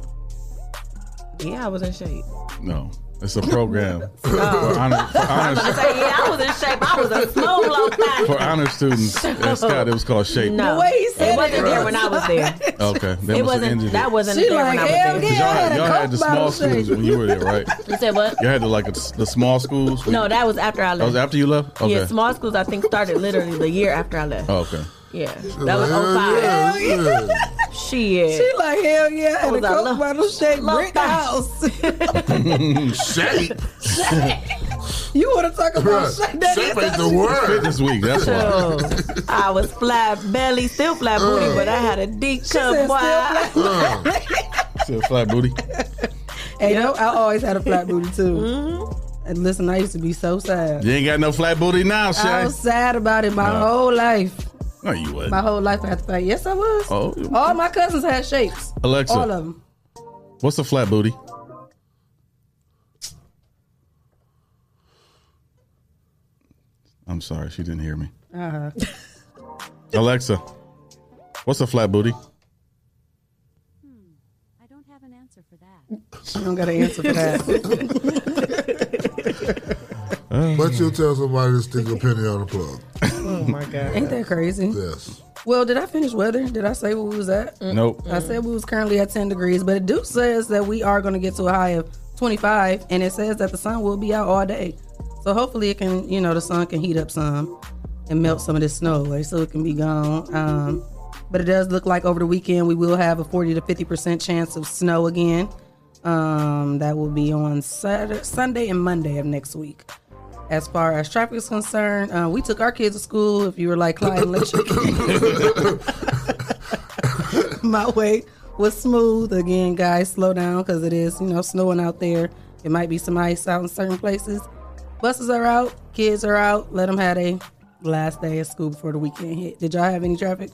[SPEAKER 11] Yeah, I was in shape.
[SPEAKER 9] No, it's a program for,
[SPEAKER 11] Oh.
[SPEAKER 9] honor, for,
[SPEAKER 11] I was
[SPEAKER 9] honor,
[SPEAKER 11] gonna say, yeah, I was in shape. I was a slow blow back.
[SPEAKER 9] for honor students at Scott. It was called Shape.
[SPEAKER 11] No,
[SPEAKER 10] The way he said
[SPEAKER 11] it wasn't
[SPEAKER 10] it,
[SPEAKER 11] there when I was there.
[SPEAKER 9] Okay, that must
[SPEAKER 11] It
[SPEAKER 9] have
[SPEAKER 11] wasn't-
[SPEAKER 9] ended
[SPEAKER 11] that
[SPEAKER 9] it.
[SPEAKER 11] wasn't She there when like, I was "Hell there." yeah,
[SPEAKER 9] 'Cause y'all
[SPEAKER 11] I had
[SPEAKER 9] had,
[SPEAKER 11] a
[SPEAKER 9] y'all had
[SPEAKER 11] Coke
[SPEAKER 9] the small
[SPEAKER 11] bottle
[SPEAKER 9] schools
[SPEAKER 11] shape.
[SPEAKER 9] when you were there, right?
[SPEAKER 11] You said what?
[SPEAKER 9] Y'all had the, like a, the small schools.
[SPEAKER 11] No, that was after I
[SPEAKER 9] that
[SPEAKER 11] left.
[SPEAKER 9] was after you left. Okay.
[SPEAKER 11] Yeah, small schools I think started literally the year after I left.
[SPEAKER 9] oh, okay.
[SPEAKER 11] Yeah, that was
[SPEAKER 12] Hell yeah,
[SPEAKER 11] 05. Shit.
[SPEAKER 10] She like hell yeah, and a
[SPEAKER 11] I
[SPEAKER 10] coke bottle shake brick house.
[SPEAKER 12] Shape.
[SPEAKER 10] You want to talk about
[SPEAKER 12] Right.
[SPEAKER 10] shake? That
[SPEAKER 12] Shape
[SPEAKER 10] is
[SPEAKER 12] ain't the word.
[SPEAKER 9] Fitness week. That's why.
[SPEAKER 11] Chill. I was flat belly, still flat
[SPEAKER 9] Uh.
[SPEAKER 11] booty, but I had a deep cup. Why?
[SPEAKER 9] Said flat booty.
[SPEAKER 10] Hey, no, I always had a flat booty too. And listen, I used to be so sad.
[SPEAKER 9] You ain't got no flat booty now,
[SPEAKER 10] I
[SPEAKER 11] Oh,
[SPEAKER 9] Shay.
[SPEAKER 10] was sad about it my
[SPEAKER 9] No.
[SPEAKER 10] whole life.
[SPEAKER 9] No, you wasn't.
[SPEAKER 10] My whole life I had to fight. Yes, I was.
[SPEAKER 9] Oh.
[SPEAKER 10] All my cousins had shapes.
[SPEAKER 9] Alexa.
[SPEAKER 10] All of them.
[SPEAKER 9] What's a flat booty? I'm sorry, she didn't hear me.
[SPEAKER 10] Uh-huh.
[SPEAKER 9] Alexa, what's a flat booty?
[SPEAKER 10] She don't got an answer for that.
[SPEAKER 12] But you'll tell somebody to stick a penny on the plug.
[SPEAKER 10] Oh, my God. Ain't that crazy?
[SPEAKER 12] Yes.
[SPEAKER 10] well, did I finish weather? Did I say where we was at?
[SPEAKER 9] Nope.
[SPEAKER 10] I said we was currently at 10 degrees, but it do says that we are going to get to a high of 25, and it says that the sun will be out all day. So hopefully it can, you know, the sun can heat up some. and melt some of this snow away so it can be gone. Um, but it does look like over the weekend we will have a 40 to 50% chance of snow again. Um, that will be on Saturday, Sunday and Monday of next week. As far as traffic is concerned, uh, we took our kids to school. If you were like Clyde, let your my way was smooth. Again, guys, slow down because it is, you know, snowing out there. It might be some ice out in certain places. Buses are out, kids are out. Let them have a last day of school before the weekend hit. Did y'all have any traffic?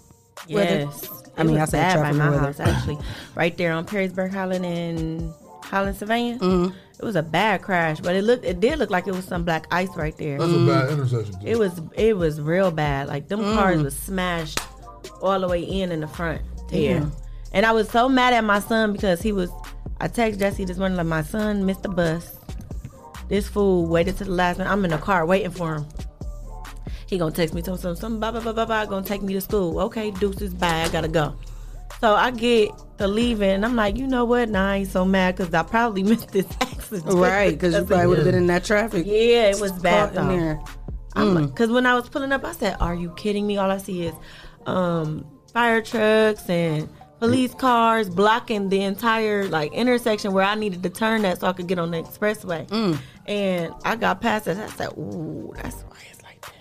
[SPEAKER 10] weather?
[SPEAKER 11] Yes.
[SPEAKER 10] I mean,
[SPEAKER 11] it
[SPEAKER 10] I
[SPEAKER 11] was
[SPEAKER 10] said
[SPEAKER 11] bad by
[SPEAKER 10] traffic
[SPEAKER 11] my
[SPEAKER 10] weather.
[SPEAKER 11] house, actually. right there on Perrysburg Holland and Holland, Savannah.
[SPEAKER 10] Mhm.
[SPEAKER 11] It was a bad crash, but it looked it did look like it was some black ice right there.
[SPEAKER 12] That's a
[SPEAKER 10] Mm-hmm.
[SPEAKER 12] bad intersection, too.
[SPEAKER 11] It was it was real bad. Like them
[SPEAKER 12] Mm.
[SPEAKER 10] Mm-hmm.
[SPEAKER 11] cars was smashed all the way in in the front. Yeah.
[SPEAKER 12] Damn.
[SPEAKER 11] And I was so mad at my son because he was I text Jesse this morning like my son missed the bus. This fool waited to the last minute. I'm in the car waiting for him. He gonna text me, tell me something, something, blah, blah, blah, blah, blah, gonna take me to school. Okay, deuces, bye, I gotta go. So I get to leaving, and I'm like, you know what? Nah, I ain't so mad because I probably missed this accident.
[SPEAKER 10] Right, 'cause you probably would've been in that traffic.
[SPEAKER 11] Yeah, it was bad
[SPEAKER 10] Caught in
[SPEAKER 11] though.
[SPEAKER 10] there.
[SPEAKER 11] I'm
[SPEAKER 10] Mm.
[SPEAKER 11] like, Cause when I was pulling up, I said, "Are you kidding me?" All I see is um, fire trucks and police cars blocking the entire like intersection where I needed to turn that so I could get on the expressway. And I got past it. I said, "Ooh, that's why it's like that."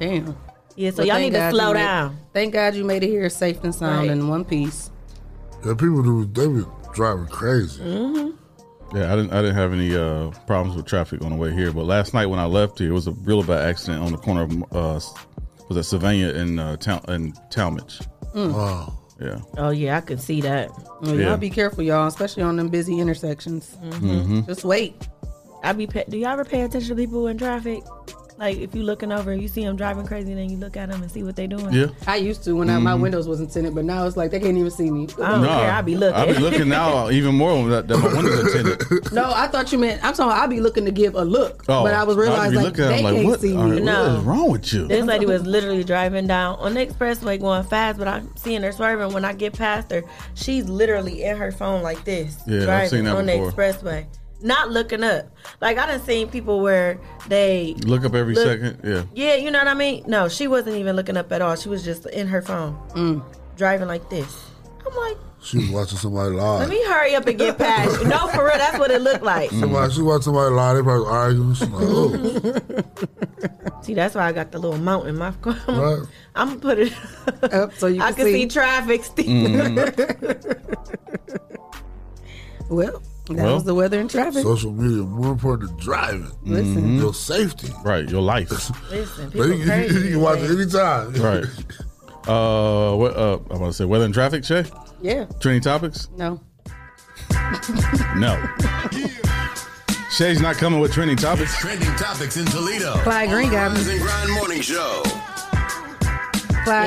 [SPEAKER 10] Damn.
[SPEAKER 11] Yeah, so
[SPEAKER 10] But
[SPEAKER 11] y'all
[SPEAKER 10] thank
[SPEAKER 11] need to
[SPEAKER 10] God
[SPEAKER 11] slow
[SPEAKER 10] you made-
[SPEAKER 11] down.
[SPEAKER 10] thank God you made it here safe and sound in one piece.
[SPEAKER 12] Yeah, people do. They be driving crazy.
[SPEAKER 10] Mm-hmm.
[SPEAKER 9] Yeah, I didn't. I didn't have any uh, problems with traffic on the way here. But last night when I left here, it was a real bad accident on the corner of uh, s- was that Savannah and uh, town and Talmadge.
[SPEAKER 10] Mm.
[SPEAKER 12] Wow.
[SPEAKER 9] Yeah.
[SPEAKER 11] Oh yeah, I can see that.
[SPEAKER 10] Well,
[SPEAKER 9] Yeah.
[SPEAKER 10] Y'all be careful, y'all, especially on them busy intersections.
[SPEAKER 11] Mm-hmm.
[SPEAKER 9] Mhm.
[SPEAKER 10] Just wait.
[SPEAKER 11] I be. Pe- do y'all ever pay attention to people in traffic? Like if you looking over, you see them driving crazy, and then you look at them and see what they doing.
[SPEAKER 10] I used to when I, my
[SPEAKER 9] Mhm.
[SPEAKER 10] windows wasn't tinted, but now it's like they can't even see me.
[SPEAKER 11] I don't care. I be looking.
[SPEAKER 9] I be looking now even more that, that my windows are tinted.
[SPEAKER 10] no, I thought you meant I'm talking. I be looking to give a look,
[SPEAKER 9] Oh,
[SPEAKER 10] but I was
[SPEAKER 9] I'd be
[SPEAKER 10] realizing like,
[SPEAKER 9] looking at
[SPEAKER 10] they
[SPEAKER 9] them like,
[SPEAKER 10] can't
[SPEAKER 9] what
[SPEAKER 10] see
[SPEAKER 9] are-
[SPEAKER 10] me.
[SPEAKER 9] what is wrong with you?
[SPEAKER 11] This lady was literally driving down on the expressway going fast, but I'm seeing her swerving. When I get past her, she's literally in her phone like this,
[SPEAKER 9] Yeah, I've
[SPEAKER 11] driving
[SPEAKER 9] seen that
[SPEAKER 11] on
[SPEAKER 9] before.
[SPEAKER 11] the expressway, not looking up. Like I done seen people where they
[SPEAKER 9] Look up every
[SPEAKER 11] look-
[SPEAKER 9] second. Yeah.
[SPEAKER 11] Yeah, you know what I mean. No, she wasn't even looking up at all. She was just in her phone,
[SPEAKER 10] Mm.
[SPEAKER 11] driving like this. I'm like,
[SPEAKER 12] She was watching somebody
[SPEAKER 11] let
[SPEAKER 9] Uh.
[SPEAKER 12] live.
[SPEAKER 11] me hurry up and get past. you. No, for real, that's what it looked like.
[SPEAKER 9] Mm.
[SPEAKER 12] Somebody, she watching somebody live. They probably arguing. She's like, oh,
[SPEAKER 11] See, that's why I got the little mount in my car.
[SPEAKER 10] Mm-hmm.
[SPEAKER 12] Right.
[SPEAKER 11] I'm gonna put it
[SPEAKER 10] up so you
[SPEAKER 11] I can
[SPEAKER 10] can
[SPEAKER 11] see,
[SPEAKER 10] see.
[SPEAKER 11] traffic still.
[SPEAKER 9] Mm.
[SPEAKER 10] Well, that
[SPEAKER 12] Well,
[SPEAKER 10] was the weather and traffic.
[SPEAKER 12] social media more important than driving.
[SPEAKER 10] Listen.
[SPEAKER 12] your safety.
[SPEAKER 9] Mm-hmm. Right, your life.
[SPEAKER 11] Listen,
[SPEAKER 12] But you, you- you can watch it anytime.
[SPEAKER 9] Right. Uh, what, uh, I'm gonna say weather and traffic, Shay.
[SPEAKER 10] Yeah.
[SPEAKER 9] Trending topics?
[SPEAKER 10] No.
[SPEAKER 9] No. Shay's not coming with trending topics.
[SPEAKER 1] Trending topics in Toledo.
[SPEAKER 10] Clyde Green got me.
[SPEAKER 1] Rise and Grind Morning Show.
[SPEAKER 10] Clyde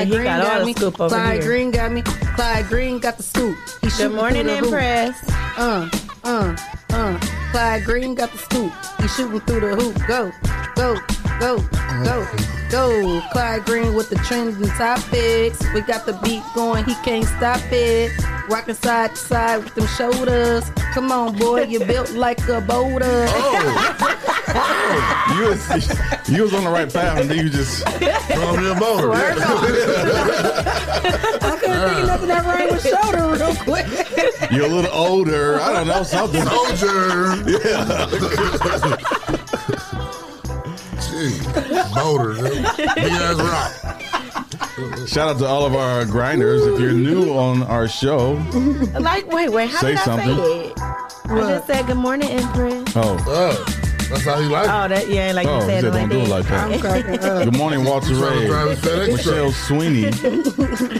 [SPEAKER 11] Yeah, he
[SPEAKER 10] Green
[SPEAKER 11] got
[SPEAKER 10] got,
[SPEAKER 11] all the
[SPEAKER 10] me.
[SPEAKER 11] scoop over
[SPEAKER 10] Clyde
[SPEAKER 11] here.
[SPEAKER 10] Green got me. Clyde Green got the scoop. He shooting
[SPEAKER 11] morning,
[SPEAKER 10] through the hoop.
[SPEAKER 11] Impress.
[SPEAKER 10] Uh, uh, uh. Clyde Green got the scoop. He shooting through the hoop. Go, go, go, go, go. Clyde Green with the trends and topics. We got the beat going. He can't stop it. Rocking side to side with them shoulders. Come on, boy, you built like a boulder.
[SPEAKER 9] You was, you was on the right path, and then you just
[SPEAKER 12] thrown them over.
[SPEAKER 10] I couldn't think of nothing that rhymed with shoulder real quick.
[SPEAKER 9] You're a little older. I don't know something.
[SPEAKER 12] Older.
[SPEAKER 9] Yeah.
[SPEAKER 12] Gee, motor. Big ass rock.
[SPEAKER 9] Shout out to all of our grinders. If you're new on our show,
[SPEAKER 11] Like, wait, wait, how
[SPEAKER 9] Say
[SPEAKER 11] did I
[SPEAKER 9] something.
[SPEAKER 11] say it? I just said good morning, Empress.
[SPEAKER 9] oh,
[SPEAKER 12] that's how he likes
[SPEAKER 11] Oh, that yeah, like
[SPEAKER 9] Oh,
[SPEAKER 11] you
[SPEAKER 9] he
[SPEAKER 11] said,
[SPEAKER 9] said
[SPEAKER 11] it like
[SPEAKER 9] don't do it
[SPEAKER 11] that.
[SPEAKER 9] like that. I'm cracking up. Good morning, Walter
[SPEAKER 12] Trying to
[SPEAKER 9] Ray.
[SPEAKER 12] drive his FedEx
[SPEAKER 9] Michelle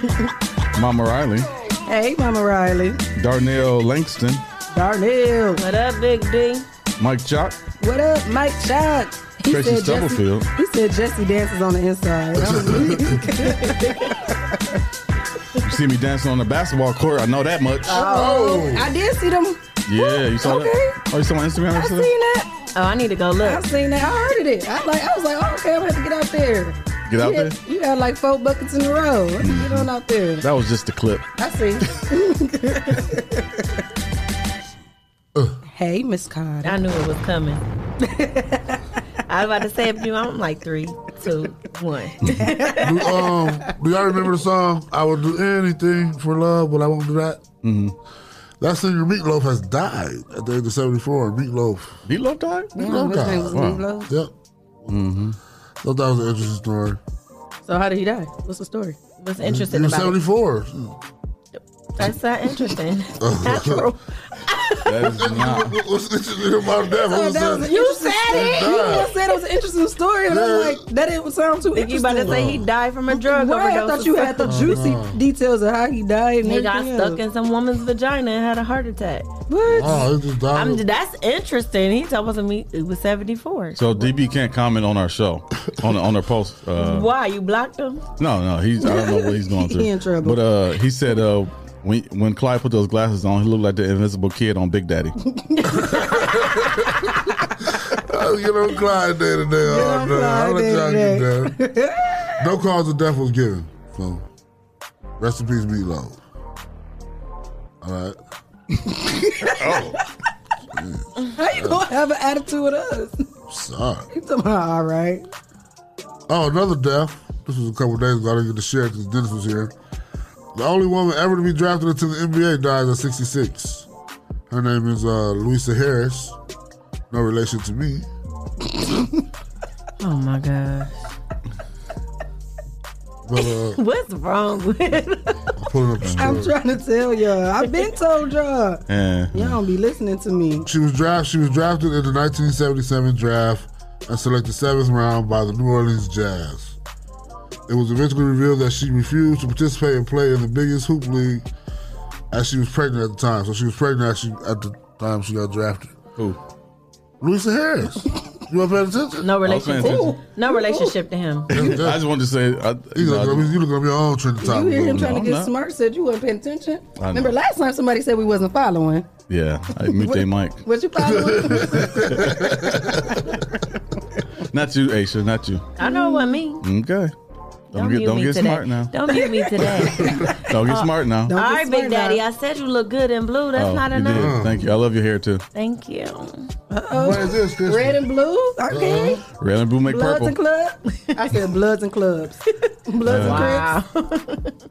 [SPEAKER 12] truck.
[SPEAKER 9] Sweeney, Mama Riley,
[SPEAKER 10] hey, Mama Riley.
[SPEAKER 9] Darnell Langston,
[SPEAKER 10] Darnell.
[SPEAKER 11] What up, Big D?
[SPEAKER 9] Mike Jock.
[SPEAKER 10] What up, Mike Chuck? He
[SPEAKER 9] Tracy
[SPEAKER 10] said Jesse-
[SPEAKER 9] Stubblefield.
[SPEAKER 10] He said Jesse dances on the inside. I was-
[SPEAKER 9] You see me dancing on the basketball court. I know that much.
[SPEAKER 10] oh, I did see them.
[SPEAKER 9] Yeah, you saw that? Oh, you saw my Instagram?
[SPEAKER 10] I seen that.
[SPEAKER 11] Oh, I need to go look.
[SPEAKER 10] I seen that. I heard it. I like. I was like, oh, okay, I'm gonna have to get out there.
[SPEAKER 9] Get out
[SPEAKER 10] you had,
[SPEAKER 9] there?
[SPEAKER 10] You had like four buckets in a row. I said, Get on out there.
[SPEAKER 9] That was just the clip.
[SPEAKER 10] I see. hey, Miss Cod.
[SPEAKER 11] I knew it was coming. I was about to say if you, I'm like three, two, one.
[SPEAKER 12] do, um, do y'all remember the song? I would do anything for love, but I won't do that. Mm-hmm. That singer Meatloaf has died at the age of seventy four. Meatloaf.
[SPEAKER 9] Meatloaf died.
[SPEAKER 12] Meatloaf
[SPEAKER 10] his
[SPEAKER 12] died.
[SPEAKER 10] name was Wow. Meatloaf?
[SPEAKER 12] Yep. Mm-hmm. So that was an interesting story.
[SPEAKER 10] So how did he die? What's the story?
[SPEAKER 11] What's
[SPEAKER 12] He
[SPEAKER 11] interesting
[SPEAKER 12] was
[SPEAKER 11] about
[SPEAKER 12] seventy
[SPEAKER 11] it?
[SPEAKER 12] four.
[SPEAKER 11] That's not interesting. Natural.
[SPEAKER 9] That is not.
[SPEAKER 12] What's interesting about that? What was that?
[SPEAKER 10] you said it. You
[SPEAKER 12] Nah.
[SPEAKER 10] just said it was an interesting story, and I'm
[SPEAKER 12] Yeah.
[SPEAKER 10] like, that didn't sound too
[SPEAKER 11] Think you
[SPEAKER 10] interesting.
[SPEAKER 11] about to say he died from a drug
[SPEAKER 10] Right, I
[SPEAKER 11] overdose
[SPEAKER 10] thought you
[SPEAKER 11] or
[SPEAKER 10] had the
[SPEAKER 11] something.
[SPEAKER 10] juicy details of how he died. And
[SPEAKER 11] He got
[SPEAKER 10] everything
[SPEAKER 11] stuck
[SPEAKER 10] else.
[SPEAKER 11] in some woman's vagina and had a heart attack.
[SPEAKER 10] What?
[SPEAKER 12] Oh, it just died.
[SPEAKER 11] I'm, that's interesting. He told us to meet- it was 74.
[SPEAKER 9] So DB can't comment on our show on on our post. Uh,
[SPEAKER 11] Why you blocked him?
[SPEAKER 9] No, no, he's I don't know what he's going
[SPEAKER 10] He
[SPEAKER 9] through.
[SPEAKER 10] in trouble.
[SPEAKER 9] But uh, he said uh, when when Clyde put those glasses on, he looked like the Invisible Kid on Big Daddy.
[SPEAKER 12] Oh, you know, Clyde day to day. all
[SPEAKER 10] on
[SPEAKER 12] day. I
[SPEAKER 10] Clyde
[SPEAKER 12] let y'all
[SPEAKER 10] day
[SPEAKER 12] get down. No cause of death was given. So, rest in peace, Meatloaf. All right.
[SPEAKER 10] Oh. How you gonna have an attitude with us?
[SPEAKER 12] Sorry.
[SPEAKER 10] You talking about, all right?
[SPEAKER 12] Oh, another death. This was a couple days ago. I didn't get to share because Dennis was here. The only woman ever to be drafted into the NBA dies at 66. Her name is uh, Louisa Harris. No relation to me.
[SPEAKER 11] Oh my gosh.
[SPEAKER 12] But uh,
[SPEAKER 11] What's wrong with
[SPEAKER 12] I'm pulling up the story.
[SPEAKER 10] I'm trying to tell y'all. I've been told y'all.
[SPEAKER 9] And
[SPEAKER 10] Y'all don't be listening to me.
[SPEAKER 12] She was draft. She was drafted in the 1977 draft and selected seventh round by the New Orleans Jazz. It was eventually revealed that she refused to participate and play in the biggest hoop league, as she was pregnant at the time. So she was pregnant as she, at the time she got drafted.
[SPEAKER 9] who?
[SPEAKER 12] Louisa Harris, you want paying attention?
[SPEAKER 11] no
[SPEAKER 9] paying
[SPEAKER 11] relationship?
[SPEAKER 9] attention.
[SPEAKER 11] No relationship to him.
[SPEAKER 12] That's-
[SPEAKER 9] I
[SPEAKER 12] that's-
[SPEAKER 9] just wanted to say, I,
[SPEAKER 12] You
[SPEAKER 9] no,
[SPEAKER 12] look up- you look up your own trending
[SPEAKER 10] You hear him
[SPEAKER 12] topic.
[SPEAKER 10] trying to
[SPEAKER 9] I'm
[SPEAKER 10] get
[SPEAKER 9] not.
[SPEAKER 10] smart? Said you wasn't paying attention.
[SPEAKER 9] know.
[SPEAKER 10] Remember last time somebody said we wasn't following.
[SPEAKER 9] yeah, I mute their mic.
[SPEAKER 10] Was you following?
[SPEAKER 9] Not you, Aisha. Not you.
[SPEAKER 11] I know what me.
[SPEAKER 9] Okay. Don't,
[SPEAKER 11] mute
[SPEAKER 9] get don't
[SPEAKER 11] me
[SPEAKER 9] get
[SPEAKER 11] today.
[SPEAKER 9] smart now.
[SPEAKER 11] Don't mute me today.
[SPEAKER 9] Don't get smart now.
[SPEAKER 10] Don't
[SPEAKER 11] All
[SPEAKER 10] get
[SPEAKER 11] right,
[SPEAKER 10] smart
[SPEAKER 11] Big Daddy.
[SPEAKER 10] now.
[SPEAKER 11] I said you look good in blue. That's
[SPEAKER 9] Oh,
[SPEAKER 11] not
[SPEAKER 9] you
[SPEAKER 11] enough.
[SPEAKER 9] did. Thank you. I love your hair too.
[SPEAKER 11] Thank you.
[SPEAKER 12] What is this? Christian?
[SPEAKER 10] Red and blue. Okay.
[SPEAKER 9] Red and blue make
[SPEAKER 10] Bloods
[SPEAKER 9] purple.
[SPEAKER 10] and club. I said bloods and clubs. Bloods and cribs.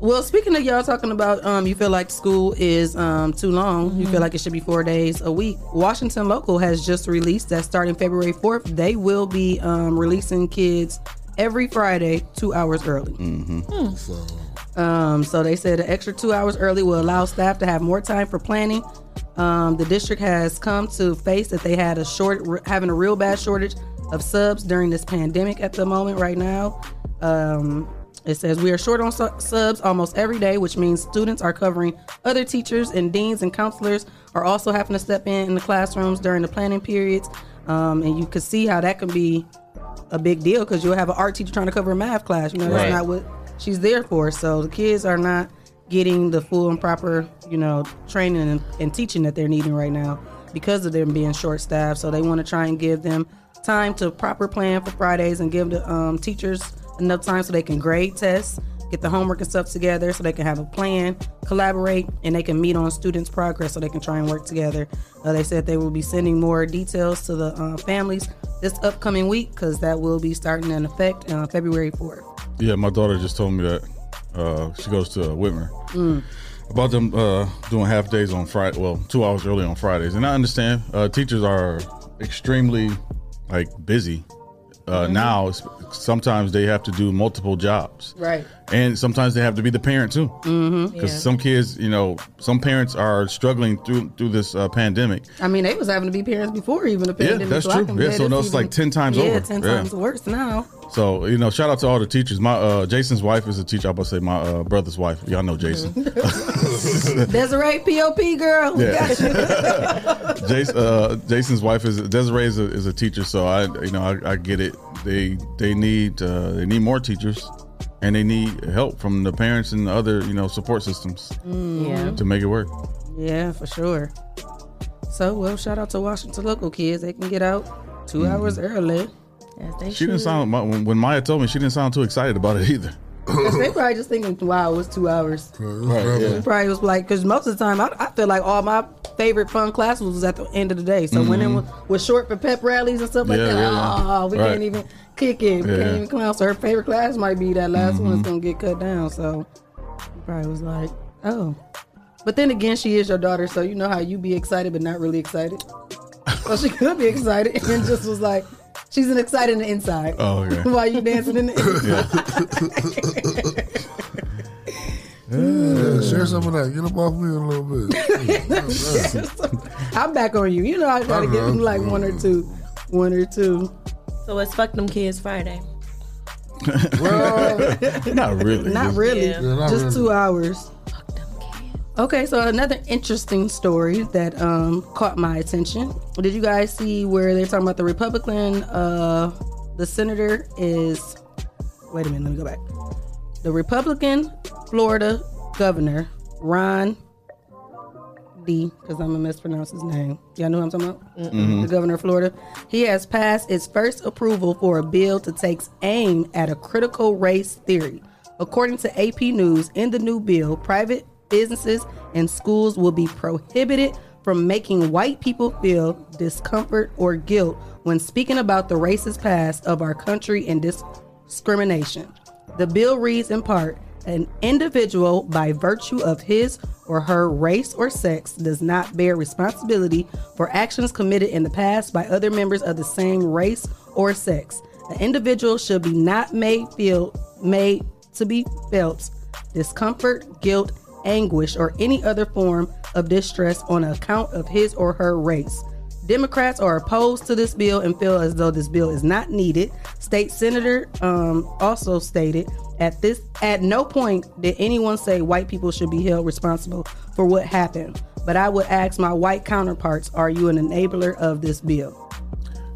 [SPEAKER 10] Well, speaking of y'all talking about, um, you feel like school is um, too long. You feel like it should be four days a week. Washington local has just released that starting February fourth, they will be um, releasing kids every Friday two hours early.
[SPEAKER 9] Mm-hmm.
[SPEAKER 10] Hmm.
[SPEAKER 12] So,
[SPEAKER 10] Um, so they said an extra two hours early will allow staff to have more time for planning. Um, the district has come to face that they had a short, r- having a real bad shortage of subs during this pandemic at the moment right now. Um, it says we are short on su- subs almost every day, which means students are covering other teachers and deans and counselors are also having to step in in the classrooms during the planning periods. Um, and you could see how that can be a big deal because you'll have an art teacher trying to cover a math class. You know, that's
[SPEAKER 11] Right.
[SPEAKER 10] not what she's there for. So the kids are not getting the full and proper, you know, training and, and teaching that they're needing right now because of them being short staffed. So they want to try and give them time to proper plan for Fridays and give the um, teachers enough time so they can grade tests, get the homework and stuff together so they can have a plan, collaborate, and they can meet on students' progress so they can try and work together. Uh, they said they will be sending more details to the uh, families this upcoming week because that will be starting in effect uh, February 4th.
[SPEAKER 9] Yeah, my daughter just told me that. Uh, she goes to uh, Whitmer.
[SPEAKER 11] Mm.
[SPEAKER 9] About them uh, doing half days on Friday, well, two hours early on Fridays. And I understand uh, teachers are extremely like busy uh,
[SPEAKER 11] Mm-hmm.
[SPEAKER 9] now. It's- Sometimes they have to do multiple jobs.
[SPEAKER 10] Right.
[SPEAKER 9] And sometimes they have to be the parent too.
[SPEAKER 11] Mm-hmm.
[SPEAKER 9] Because some kids, you know, some parents are struggling through through this uh, pandemic.
[SPEAKER 10] I mean, they was having to be parents before even the
[SPEAKER 9] Yeah,
[SPEAKER 10] pandemic.
[SPEAKER 9] that's
[SPEAKER 10] so I
[SPEAKER 9] true.
[SPEAKER 10] can
[SPEAKER 9] Yeah,
[SPEAKER 10] bet
[SPEAKER 9] so now it's
[SPEAKER 10] even-
[SPEAKER 9] like 10 times
[SPEAKER 10] yeah,
[SPEAKER 9] over.
[SPEAKER 10] 10
[SPEAKER 9] Yeah.
[SPEAKER 10] times worse now.
[SPEAKER 9] So you know, shout out to all the teachers. My uh, Jason's wife is a teacher. I about to say my uh, brother's wife. Y'all know Jason.
[SPEAKER 11] Mm-hmm.
[SPEAKER 10] Desiree, POP girl,
[SPEAKER 11] Oh,
[SPEAKER 10] we
[SPEAKER 9] Yeah.
[SPEAKER 10] got you.
[SPEAKER 9] Jason, uh, Jason's wife is Desiree is a, is a teacher, so I you know I, I get it. They they need uh, they need more teachers, and they need help from the parents and the other you know support systems
[SPEAKER 11] Yeah.
[SPEAKER 9] to make it work.
[SPEAKER 10] Yeah, for sure. So, well, shout out to Washington local kids. They can get out two hours early.
[SPEAKER 11] Yes, they
[SPEAKER 9] Mm-hmm. She didn't
[SPEAKER 11] should.
[SPEAKER 9] sound my- when when Maya told me she didn't sound too excited about it either.
[SPEAKER 10] they probably just thinking, wow, it was two hours.
[SPEAKER 12] right,
[SPEAKER 9] yeah.
[SPEAKER 10] Probably was like, because most of the time, I, I feel like all my favorite fun classes was at the end of the day. So when it was, was short for pep rallies and stuff like
[SPEAKER 9] Mm-hmm. Yeah,
[SPEAKER 10] that,
[SPEAKER 9] yeah, yeah.
[SPEAKER 10] oh, we
[SPEAKER 9] Right.
[SPEAKER 10] can't even kicking. We
[SPEAKER 12] Yeah.
[SPEAKER 10] Can't even come out. So her favorite class might be that last
[SPEAKER 9] Mm-hmm.
[SPEAKER 10] one that's gonna get cut down. So she probably was like, oh. But then again, she is your daughter, so you know how you be excited but not really excited. So she could be excited and then just was like, she's an excited in the inside.
[SPEAKER 9] Oh, okay.
[SPEAKER 10] While you dancing in the
[SPEAKER 12] Yeah, share some of that. Get up off me a little bit.
[SPEAKER 10] I'm back on you. You know I gotta
[SPEAKER 12] I
[SPEAKER 10] give him
[SPEAKER 12] know.
[SPEAKER 10] like one or two, one or two.
[SPEAKER 11] So it's fuck them kids Friday.
[SPEAKER 12] Well,
[SPEAKER 9] not really.
[SPEAKER 10] Not
[SPEAKER 9] Just-
[SPEAKER 10] really.
[SPEAKER 11] Yeah. Yeah, not
[SPEAKER 10] Just
[SPEAKER 11] really.
[SPEAKER 10] two hours. Okay, so another interesting story that um, caught my attention. Did you guys see where they're talking about the Republican, uh, the senator is? Wait a minute, let me go back. The Republican Florida governor Ron D, because I'm gonna mispronounce his name. Y'all know who I'm talking about?
[SPEAKER 13] Mm-mm.
[SPEAKER 10] The governor of Florida. He has passed its first approval for a bill to take aim at a critical race theory. According to AP News, in the new bill, private businesses and schools will be prohibited from making white people feel discomfort or guilt when speaking about the racist past of our country and discrimination. The bill reads in part An individual, by virtue of his or her race or sex, does not bear responsibility for actions committed in the past by other members of the same race or sex. An individual should be not made feel made to be felt discomfort, guilt, anguish, or any other form of distress on account of his or her race. Democrats are opposed to this bill and feel as though this bill is not needed. State Senator um, also stated at this at no point did anyone say white people should be held responsible for what happened. But I would ask my white counterparts, are you an enabler of this bill?